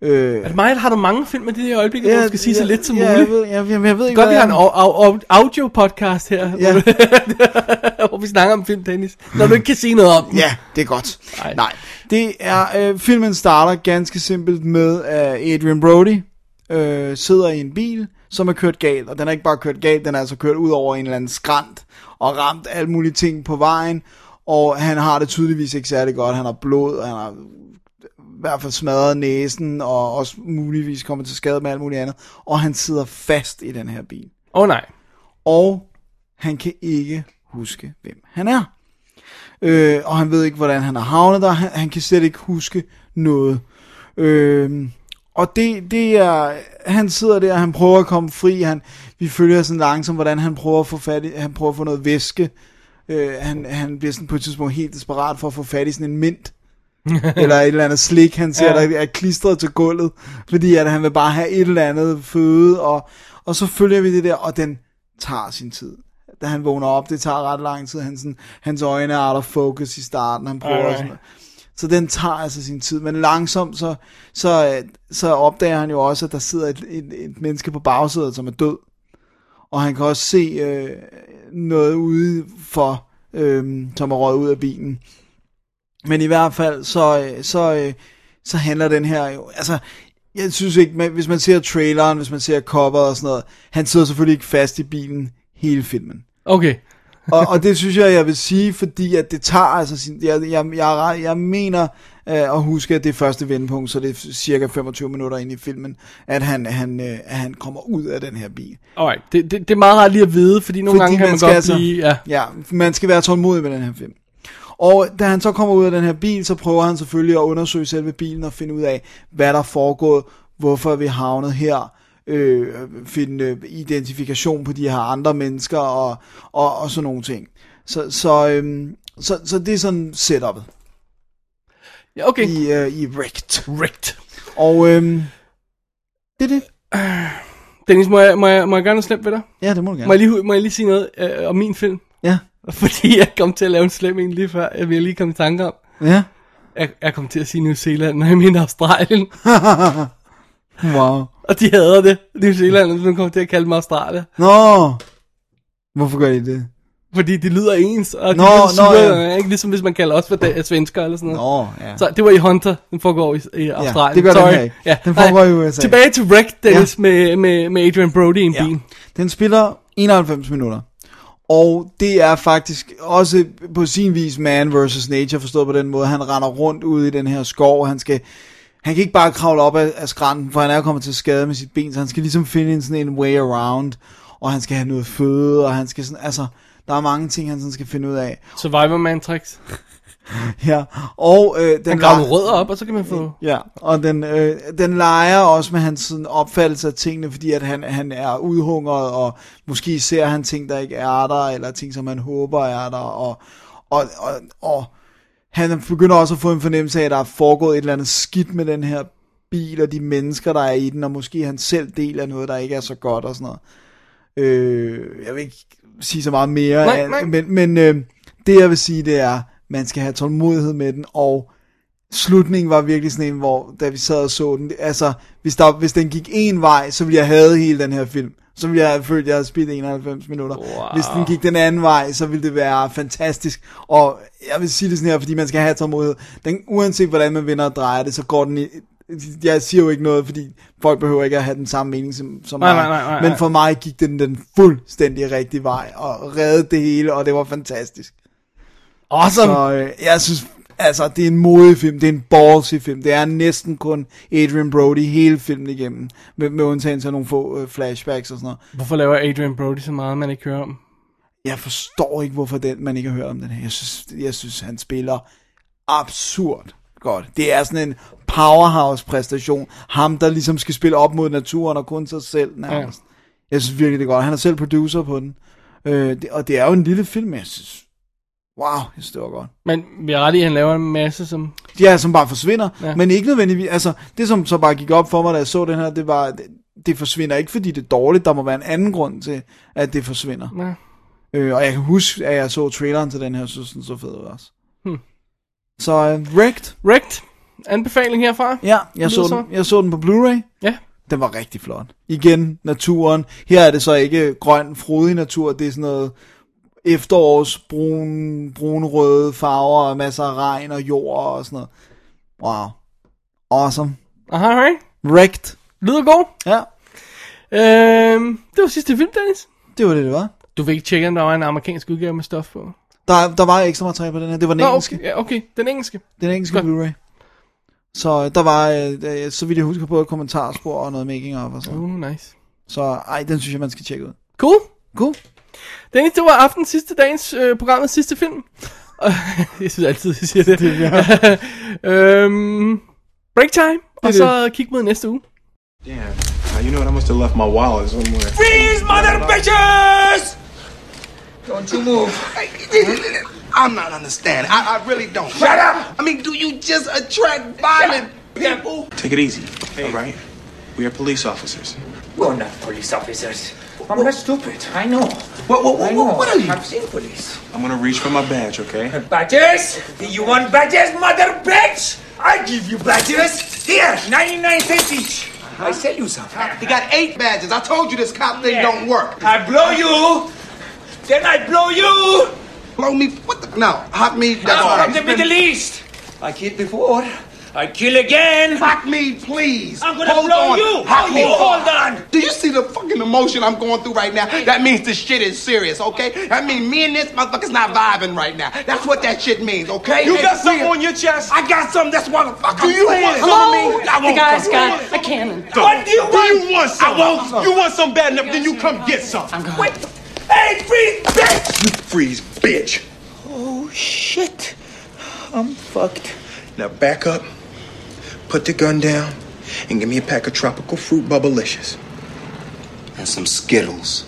Speaker 4: Øh,
Speaker 3: Er det mig, eller har du mange film af det her øjeblik, hvor du skal sige så lidt som
Speaker 4: ja,
Speaker 3: muligt?
Speaker 4: Jeg ved, jeg, jeg, jeg ved ikke,
Speaker 3: Godt, vi
Speaker 4: hvad
Speaker 3: har
Speaker 4: jeg-
Speaker 3: en au- au- au- audio-podcast her, ja. hvor, du- [laughs] hvor vi snakker om film, Dennis, når du ikke kan sige noget om den.
Speaker 4: Ja, det er godt. Nej. Nej. Det er, øh, filmen starter ganske simpelt med, at Adrian Brody øh, sidder i en bil, som er kørt galt. Og den er ikke bare kørt galt, den er altså kørt ud over en eller anden skrant og ramt alle mulige ting på vejen. Og han har det tydeligvis ikke særlig godt. Han har blod, og han har i hvert fald smadret næsen, og også muligvis kommer til skade med alt muligt andet. Og han sidder fast i den her bil.
Speaker 3: Åh oh, nej.
Speaker 4: og han kan ikke huske, hvem han er. Øh, og han ved ikke, hvordan han har havnet der. Han, han kan slet ikke huske noget. Øh, og det, det er, han sidder der, han prøver at komme fri. Han, vi følger sådan langsomt, hvordan han prøver at få fat i, han prøver at få noget væske. Øh, han, han bliver sådan på et tidspunkt helt desperat for at få fat i sådan en mint. eller et eller andet slik, han ser, ja. der er klistret til gulvet, fordi at han vil bare have et eller andet føde, og, og så følger vi det der, og den tager sin tid. Da han vågner op, det tager ret lang tid, han sådan, hans øjne er out of focus i starten, han prøver
Speaker 3: Ej, ej.
Speaker 4: sådan noget. Så den tager altså sin tid, men langsomt så, så, så opdager han jo også, at der sidder et, et, et menneske på bagsædet, som er død. Og han kan også se øh, noget ude for, øh, som er røget ud af bilen. Men i hvert fald, så, øh, så, øh, så handler den her jo... Altså, jeg synes ikke, men hvis man ser traileren, hvis man ser cover og sådan noget, han sidder selvfølgelig ikke fast i bilen hele filmen.
Speaker 3: Okay.
Speaker 4: og, og det synes jeg, jeg vil sige, fordi at det tager altså sin... Jeg, jeg, jeg, er ret- jeg mener øh, at huske, at det er første vendepunkt, så det er cirka 25 minutter ind i filmen, at han, han, øh, at han kommer ud af den her bil.
Speaker 3: Alright, det, det, det er meget rart lige at vide, fordi nogle fordi gange kan man,
Speaker 4: skal altså-
Speaker 3: godt blive... Ja.
Speaker 4: ja, man skal være tålmodig med den her film. Og da han så kommer ud af den her bil, så prøver han selvfølgelig at undersøge selve bilen og finde ud af, hvad der er foregået, hvorfor er vi havnet her, øh, finde øh, identifikation på de her andre mennesker og, og, og sådan nogle ting. Så, så, øh, så, så det er sådan setupet
Speaker 3: ja, okay.
Speaker 4: i, øh, i Wrecked.
Speaker 3: Wrecked.
Speaker 4: Og øh, det er det.
Speaker 3: Dennis, må jeg, må, jeg, må jeg gøre noget slemt ved dig?
Speaker 4: Ja, det må du gerne.
Speaker 3: Må jeg lige, må jeg lige sige noget øh, om min film? [laughs]
Speaker 4: Ja.
Speaker 3: Fordi jeg kom til at lave en slem en lige før, jeg vil lige komme i tanke om.
Speaker 4: Ja.
Speaker 3: Jeg, jeg kom til at sige New Zealand, [laughs] når jeg mener Australien.
Speaker 4: wow.
Speaker 3: Og de hader det. New Zealand, og nu kommer til at kalde mig Australien.
Speaker 4: Nå, hvorfor gør I det?
Speaker 3: Fordi det lyder ens, og de
Speaker 4: Nå,
Speaker 3: lyder
Speaker 4: nå,
Speaker 3: sure,
Speaker 4: ja.
Speaker 3: ikke ligesom hvis man kalder os for da- svensker eller sådan noget.
Speaker 4: Nå, ja.
Speaker 3: Så det var i Hunter, den foregår i, i Australien.
Speaker 4: det gør den
Speaker 3: Sorry.
Speaker 4: her ikke.
Speaker 3: Ja.
Speaker 4: Den foregår
Speaker 3: Nej.
Speaker 4: i USA.
Speaker 3: Tilbage til Wreck, Dennis, ja. med, med, med Adrian Brody i en ja. bil.
Speaker 4: Den spiller 91 minutter. Og det er faktisk også på sin vis man versus nature, forstået på den måde. Han render rundt ude i den her skov, han skal... Han kan ikke bare kravle op af, af skrænten, for han er kommet til skade med sit ben, så han skal ligesom finde en sådan en way around, og han skal have noget føde, og han skal sådan, altså, der er mange ting, han sådan skal finde ud af.
Speaker 3: Survivor Man tricks.
Speaker 4: Ja, og øh, den
Speaker 3: Han graver
Speaker 4: var-
Speaker 3: rødder op, og så kan man få...
Speaker 4: Ja, og den, øh, den leger også med hans sådan, opfattelse af tingene, fordi at han, han er udhungret, og måske ser han ting, der ikke er der, eller ting, som han håber er der, og, og, og, og han begynder også at få en fornemmelse af, at der er foregået et eller andet skidt med den her bil, og de mennesker, der er i den, og måske han selv deler noget, der ikke er så godt, og sådan noget. Øh, jeg vil ikke sige så meget mere,
Speaker 3: Nej, nej.
Speaker 4: men, men øh, det jeg vil sige, det er, man skal have tålmodighed med den, og slutningen var virkelig sådan en, hvor da vi sad og så den, det- altså, hvis, der, hvis den gik en vej, så ville jeg have hele den her film. Så ville jeg have følt, at jeg havde spildt 91 minutter. Wow. Hvis den gik den anden vej, så ville det være fantastisk. Og jeg vil sige det sådan her, fordi man skal have tålmodighed. Den, uanset hvordan man vinder og drejer det, så går den i, jeg siger jo ikke noget, fordi folk behøver ikke at have den samme mening som, som
Speaker 3: Nej,
Speaker 4: mig.
Speaker 3: nej, nej, nej,
Speaker 4: Men
Speaker 3: nej.
Speaker 4: for mig gik den den fuldstændig rigtige vej, og reddede det hele, og det var fantastisk.
Speaker 3: Awesome!
Speaker 4: Så øh, jeg synes, altså, det er en modig film, det er en ballsy film, det er næsten kun Adrian Brody hele filmen igennem, med, med undtagelse af nogle få øh, flashbacks og sådan noget.
Speaker 3: Hvorfor laver Adrian Brody så meget, man ikke hører om?
Speaker 4: Jeg forstår ikke, hvorfor den, man ikke har hørt om den her. Jeg synes, jeg synes han spiller absurd godt. Det er sådan en powerhouse-præstation. Ham, der ligesom skal spille op mod naturen og kun sig selv nærmest. Ja. Jeg synes virkelig, det er godt. Han er selv producer på den. Øh, det, og det er jo en lille film, men jeg synes... Wow, jeg synes, det var godt.
Speaker 3: Men vi har ret i, at han laver en masse, som...
Speaker 4: Ja, som bare forsvinder,
Speaker 3: Ja.
Speaker 4: ja. men ikke nødvendigvis, altså det som så bare gik op for mig, da jeg så den her, det var, det, det forsvinder ikke, fordi det er dårligt, der må være en anden grund til, at det forsvinder.
Speaker 3: Ja.
Speaker 4: Øh, og jeg kan huske, at jeg så traileren til den her, så synes den så fed ud også.
Speaker 3: Hmm.
Speaker 4: Så uh, Wrecked,
Speaker 3: Wrecked. Anbefaling herfra.
Speaker 4: ja, jeg så,
Speaker 3: lyder så.
Speaker 4: den, jeg så den på Blu-ray.
Speaker 3: Ja.
Speaker 4: Den var rigtig flot. Igen, naturen. Her er det så ikke grøn, frodig natur, det er sådan noget efterårs brun, brunrøde farver og masser af regn og jord og sådan noget. Wow. Awesome.
Speaker 3: Aha, right.
Speaker 4: Wrecked.
Speaker 3: Lyder god.
Speaker 4: Ja,
Speaker 3: Øhm, det var sidste film, Dennis.
Speaker 4: det var det, det var.
Speaker 3: Du vil ikke tjekke, om der var en amerikansk udgave med stof på?
Speaker 4: Der, der var ekstra materiale på den her. Det var den
Speaker 3: Nå,
Speaker 4: engelske.
Speaker 3: okay, ja, okay. Den engelske.
Speaker 4: Den engelske
Speaker 3: Godt.
Speaker 4: Blu-ray. Så øh, der var, øh, øh, så vidt jeg husker, både et kommentarspor og noget making of og sådan.
Speaker 3: Uh, nice.
Speaker 4: Så ej, den synes jeg, man skal tjekke ud.
Speaker 3: Cool.
Speaker 4: Cool.
Speaker 3: Dennis, det var aften sidste dagens øh, programmet sidste film. [laughs] Og- jeg synes altid, jeg siger det. det [laughs] øhm, break time, og
Speaker 14: det.
Speaker 3: så kig mod næste uge.
Speaker 14: Damn. Uh, you know what? I must have left my wallet somewhere.
Speaker 11: Freeze, mother bitches! Don't you move. I'm not understanding. I, I really don't. Shut up! I mean, do you just attract violent people?
Speaker 5: Take it easy, all right? We are police officers.
Speaker 12: We're not police officers. I'm not stupid. I know. What,
Speaker 5: what- what- what are you?
Speaker 12: I've seen police.
Speaker 5: I'm gonna reach for my badge, okay?
Speaker 12: Badges? Do you want badges, mother bitch? I give you badges. Here, 99 cents each. I sell you some.
Speaker 11: He got eight badges. I told you this cop thing don't work.
Speaker 12: I blow you, then I blow you.
Speaker 11: Blow me? What the? No, hot me. That's all
Speaker 12: I'm
Speaker 11: right.
Speaker 12: from the Middle East. I killed before. I kill again.
Speaker 11: Hot me, please.
Speaker 12: I'm gonna blow
Speaker 11: on.
Speaker 12: you.
Speaker 11: Hot
Speaker 12: Oh,
Speaker 11: me.
Speaker 12: you. Hold on.
Speaker 11: Do you see the fucking emotion I'm going through right now? That means this shit is serious, okay? That means me and this motherfucker's not vibing right now. That's what that shit means, okay?
Speaker 13: You got something
Speaker 11: on
Speaker 13: your chest?
Speaker 11: I got something. That's why the fuck
Speaker 13: Do
Speaker 11: I'm
Speaker 13: you
Speaker 11: saying.
Speaker 13: want some of me?
Speaker 11: I won't
Speaker 13: The guy's
Speaker 11: come.
Speaker 13: got
Speaker 11: a cannon.
Speaker 13: What do you want? you want some?
Speaker 11: I want some.
Speaker 13: You want some bad enough, then you come get some. Wait. Hey, freeze, bitch! You freeze, bitch.
Speaker 11: Oh shit. I'm fucked.
Speaker 13: Now back up, put the gun down, and give me a pack of tropical fruit bubblicious.
Speaker 11: And some Skittles.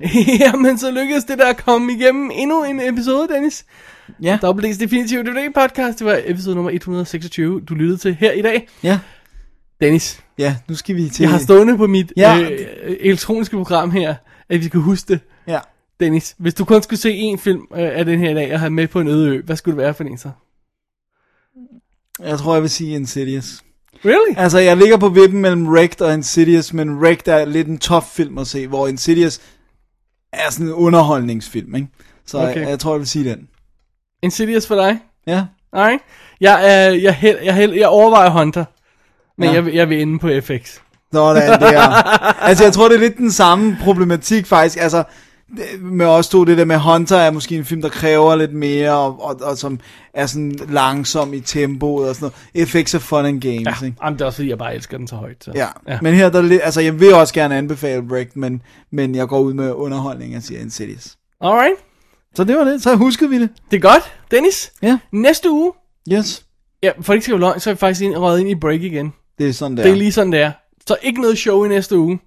Speaker 3: [laughs] Jamen, så lykkedes det der at komme igennem endnu en episode, Dennis.
Speaker 4: Ja.
Speaker 3: Double D's Definitive DVD podcast, det var episode nummer 126, du lyttede til her i dag.
Speaker 4: Ja.
Speaker 3: Dennis.
Speaker 4: Ja, nu skal vi til...
Speaker 3: Jeg har stående på mit
Speaker 4: Ja.
Speaker 3: ja. øh, elektroniske program her, at vi skal huske det.
Speaker 4: Ja.
Speaker 3: Dennis, hvis du kun skulle se én film øh, af den her i dag, og have med på en øde ø, hvad skulle det være for en så?
Speaker 4: Jeg tror, jeg vil sige Insidious.
Speaker 3: Really?
Speaker 4: Altså, jeg ligger på vippen mellem Wrecked og Insidious, men Wrecked er lidt en top film at se, hvor Insidious er sådan en underholdningsfilm, ikke? Så okay.
Speaker 3: Okay.
Speaker 4: jeg, jeg tror, jeg vil sige den.
Speaker 3: Insidious for dig?
Speaker 4: Ja.
Speaker 3: Nej. Jeg, er, jeg, hel, jeg, hel, jeg overvejer Hunter, men
Speaker 4: Ja.
Speaker 3: ja. jeg, vil- jeg vil ende på FX.
Speaker 4: Sådan der. altså, jeg tror, det er lidt den samme problematik, faktisk. Altså, det- med os to, det der med Hunter er måske en film, der kræver lidt mere, og, og, og som er sådan langsom i tempoet og sådan noget. FX er fun and games, ja. ikke?
Speaker 3: Jamen, det er også fordi, jeg bare elsker den så højt. Så.
Speaker 4: Ja. ja, men her der er lidt, altså jeg vil også gerne anbefale Break, men, men jeg går ud med underholdning og siger Insidious.
Speaker 3: Alright.
Speaker 4: Så det var det, så huskede vi det.
Speaker 3: Det er godt. Dennis,
Speaker 4: ja.
Speaker 3: næste uge,
Speaker 4: Yes.
Speaker 3: ja, for det ikke skal være løgn, så er vi faktisk ind, røget ind i break igen.
Speaker 4: Det er sådan der.
Speaker 3: Det er lige sådan, det er. Så ikke noget show i næste uge.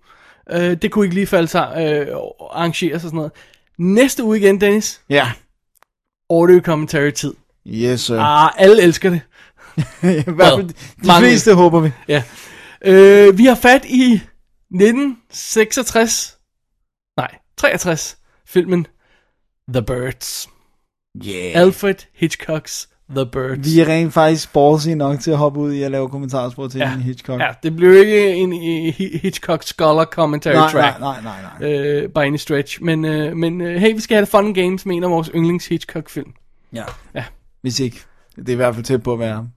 Speaker 3: Uh, det kunne ikke lige falde sig, øh, arrangeres og sådan noget. Næste uge igen, Dennis.
Speaker 4: Ja.
Speaker 3: Audio commentary tid.
Speaker 4: Yes, sir.
Speaker 3: Ah, alle elsker det.
Speaker 4: [laughs] I hvert fald de fleste håber vi.
Speaker 3: Ja. Øh, vi har fat i 1966, nej, 63, filmen The Birds.
Speaker 4: Yeah.
Speaker 3: Alfred Hitchcocks The Birds.
Speaker 4: Vi er rent faktisk ballsy nok til at hoppe ud i at lave kommentarspor til ja. en Hitchcock.
Speaker 3: Ja, det blev ikke en øh, Hi- Hitchcock Scholar commentary
Speaker 4: Nej,
Speaker 3: track.
Speaker 4: nej, nej, nej,
Speaker 3: Øh, by any stretch. Men, øh, men øh, hey, vi skal have det fun and games med en af vores yndlings Hitchcock film.
Speaker 4: Ja.
Speaker 3: Ja.
Speaker 4: Hvis ikke. Det er i hvert fald tæt på at være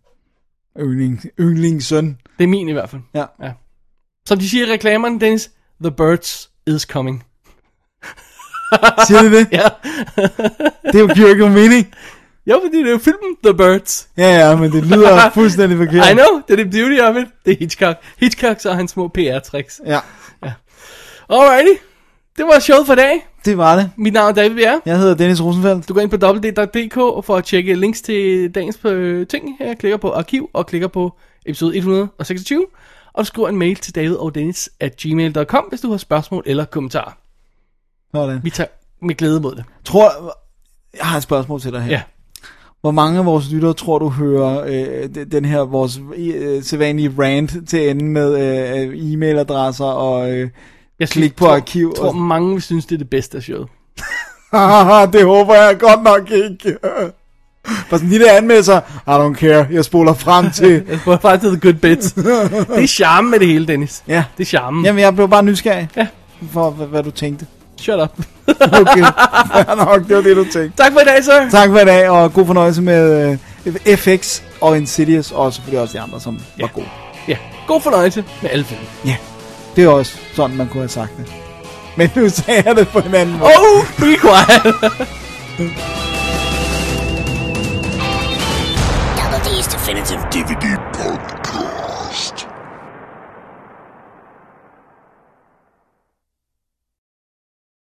Speaker 4: yndling, yndlingssøn.
Speaker 3: Det er min i hvert fald.
Speaker 4: Ja.
Speaker 3: ja. Som de siger i reklamerne, Dennis, The Birds is coming.
Speaker 4: Siger de det?
Speaker 3: [laughs] ja.
Speaker 4: Det er jo- giver jo ikke nogen mening.
Speaker 3: Jo, fordi det er jo filmen The Birds.
Speaker 4: Ja, ja, men det
Speaker 3: [laughs]
Speaker 4: lyder fuldstændig forkert.
Speaker 3: I know, det er det beauty of it. Det er Hitchcock. Hitchcock så hans små PR-tricks.
Speaker 4: Ja.
Speaker 3: ja. Alrighty. Det var showet for i dag.
Speaker 4: Det var det.
Speaker 3: Mit navn er David Bjerre.
Speaker 4: Jeg hedder Dennis Rosenfeldt.
Speaker 3: Du går ind på www.dk for at tjekke links til dagens øh, ting. Her klikker på arkiv og klikker på episode 126. Og du skriver en mail til David og Dennis at gmail.com, hvis du har spørgsmål eller kommentarer.
Speaker 4: Sådan.
Speaker 3: Vi tager med glæde mod det.
Speaker 4: Tror, jeg har et spørgsmål til dig her.
Speaker 3: Ja.
Speaker 4: Hvor mange af vores lyttere tror du hører øh, de- den her vores øh, sædvanlige rant til ende med øh, øh, e-mailadresser og øh,
Speaker 3: Jeg synes-
Speaker 4: klik på
Speaker 3: tror-
Speaker 4: arkiv?
Speaker 3: Jeg tror, mange vil synes, det er det bedste af showet.
Speaker 4: og... det håber jeg godt nok ikke. For sådan en lille anmeldelse, I don't care, jeg spoler frem til...
Speaker 3: jeg spoler frem til the good bits. Det er charme med det hele, Dennis.
Speaker 4: [laughs] Ja.
Speaker 3: Det er charme.
Speaker 4: Jamen, jeg blev bare nysgerrig
Speaker 3: ja.
Speaker 4: for, hvad, hvad du tænkte.
Speaker 3: Shut up.
Speaker 4: [laughs] okay, fair nok, det var det, du tænkte.
Speaker 3: Tak for i dag, sir.
Speaker 4: Tak for i dag, og god fornøjelse med øh, FX og Insidious, og selvfølgelig også de andre, som var gode.
Speaker 3: Ja, god fornøjelse med alle film.
Speaker 4: Ja, det er også sådan, man kunne have sagt det. Men nu sagde jeg det på en anden måde.
Speaker 3: Oh, be quiet.
Speaker 2: Double D's Definitive DVD Podcast.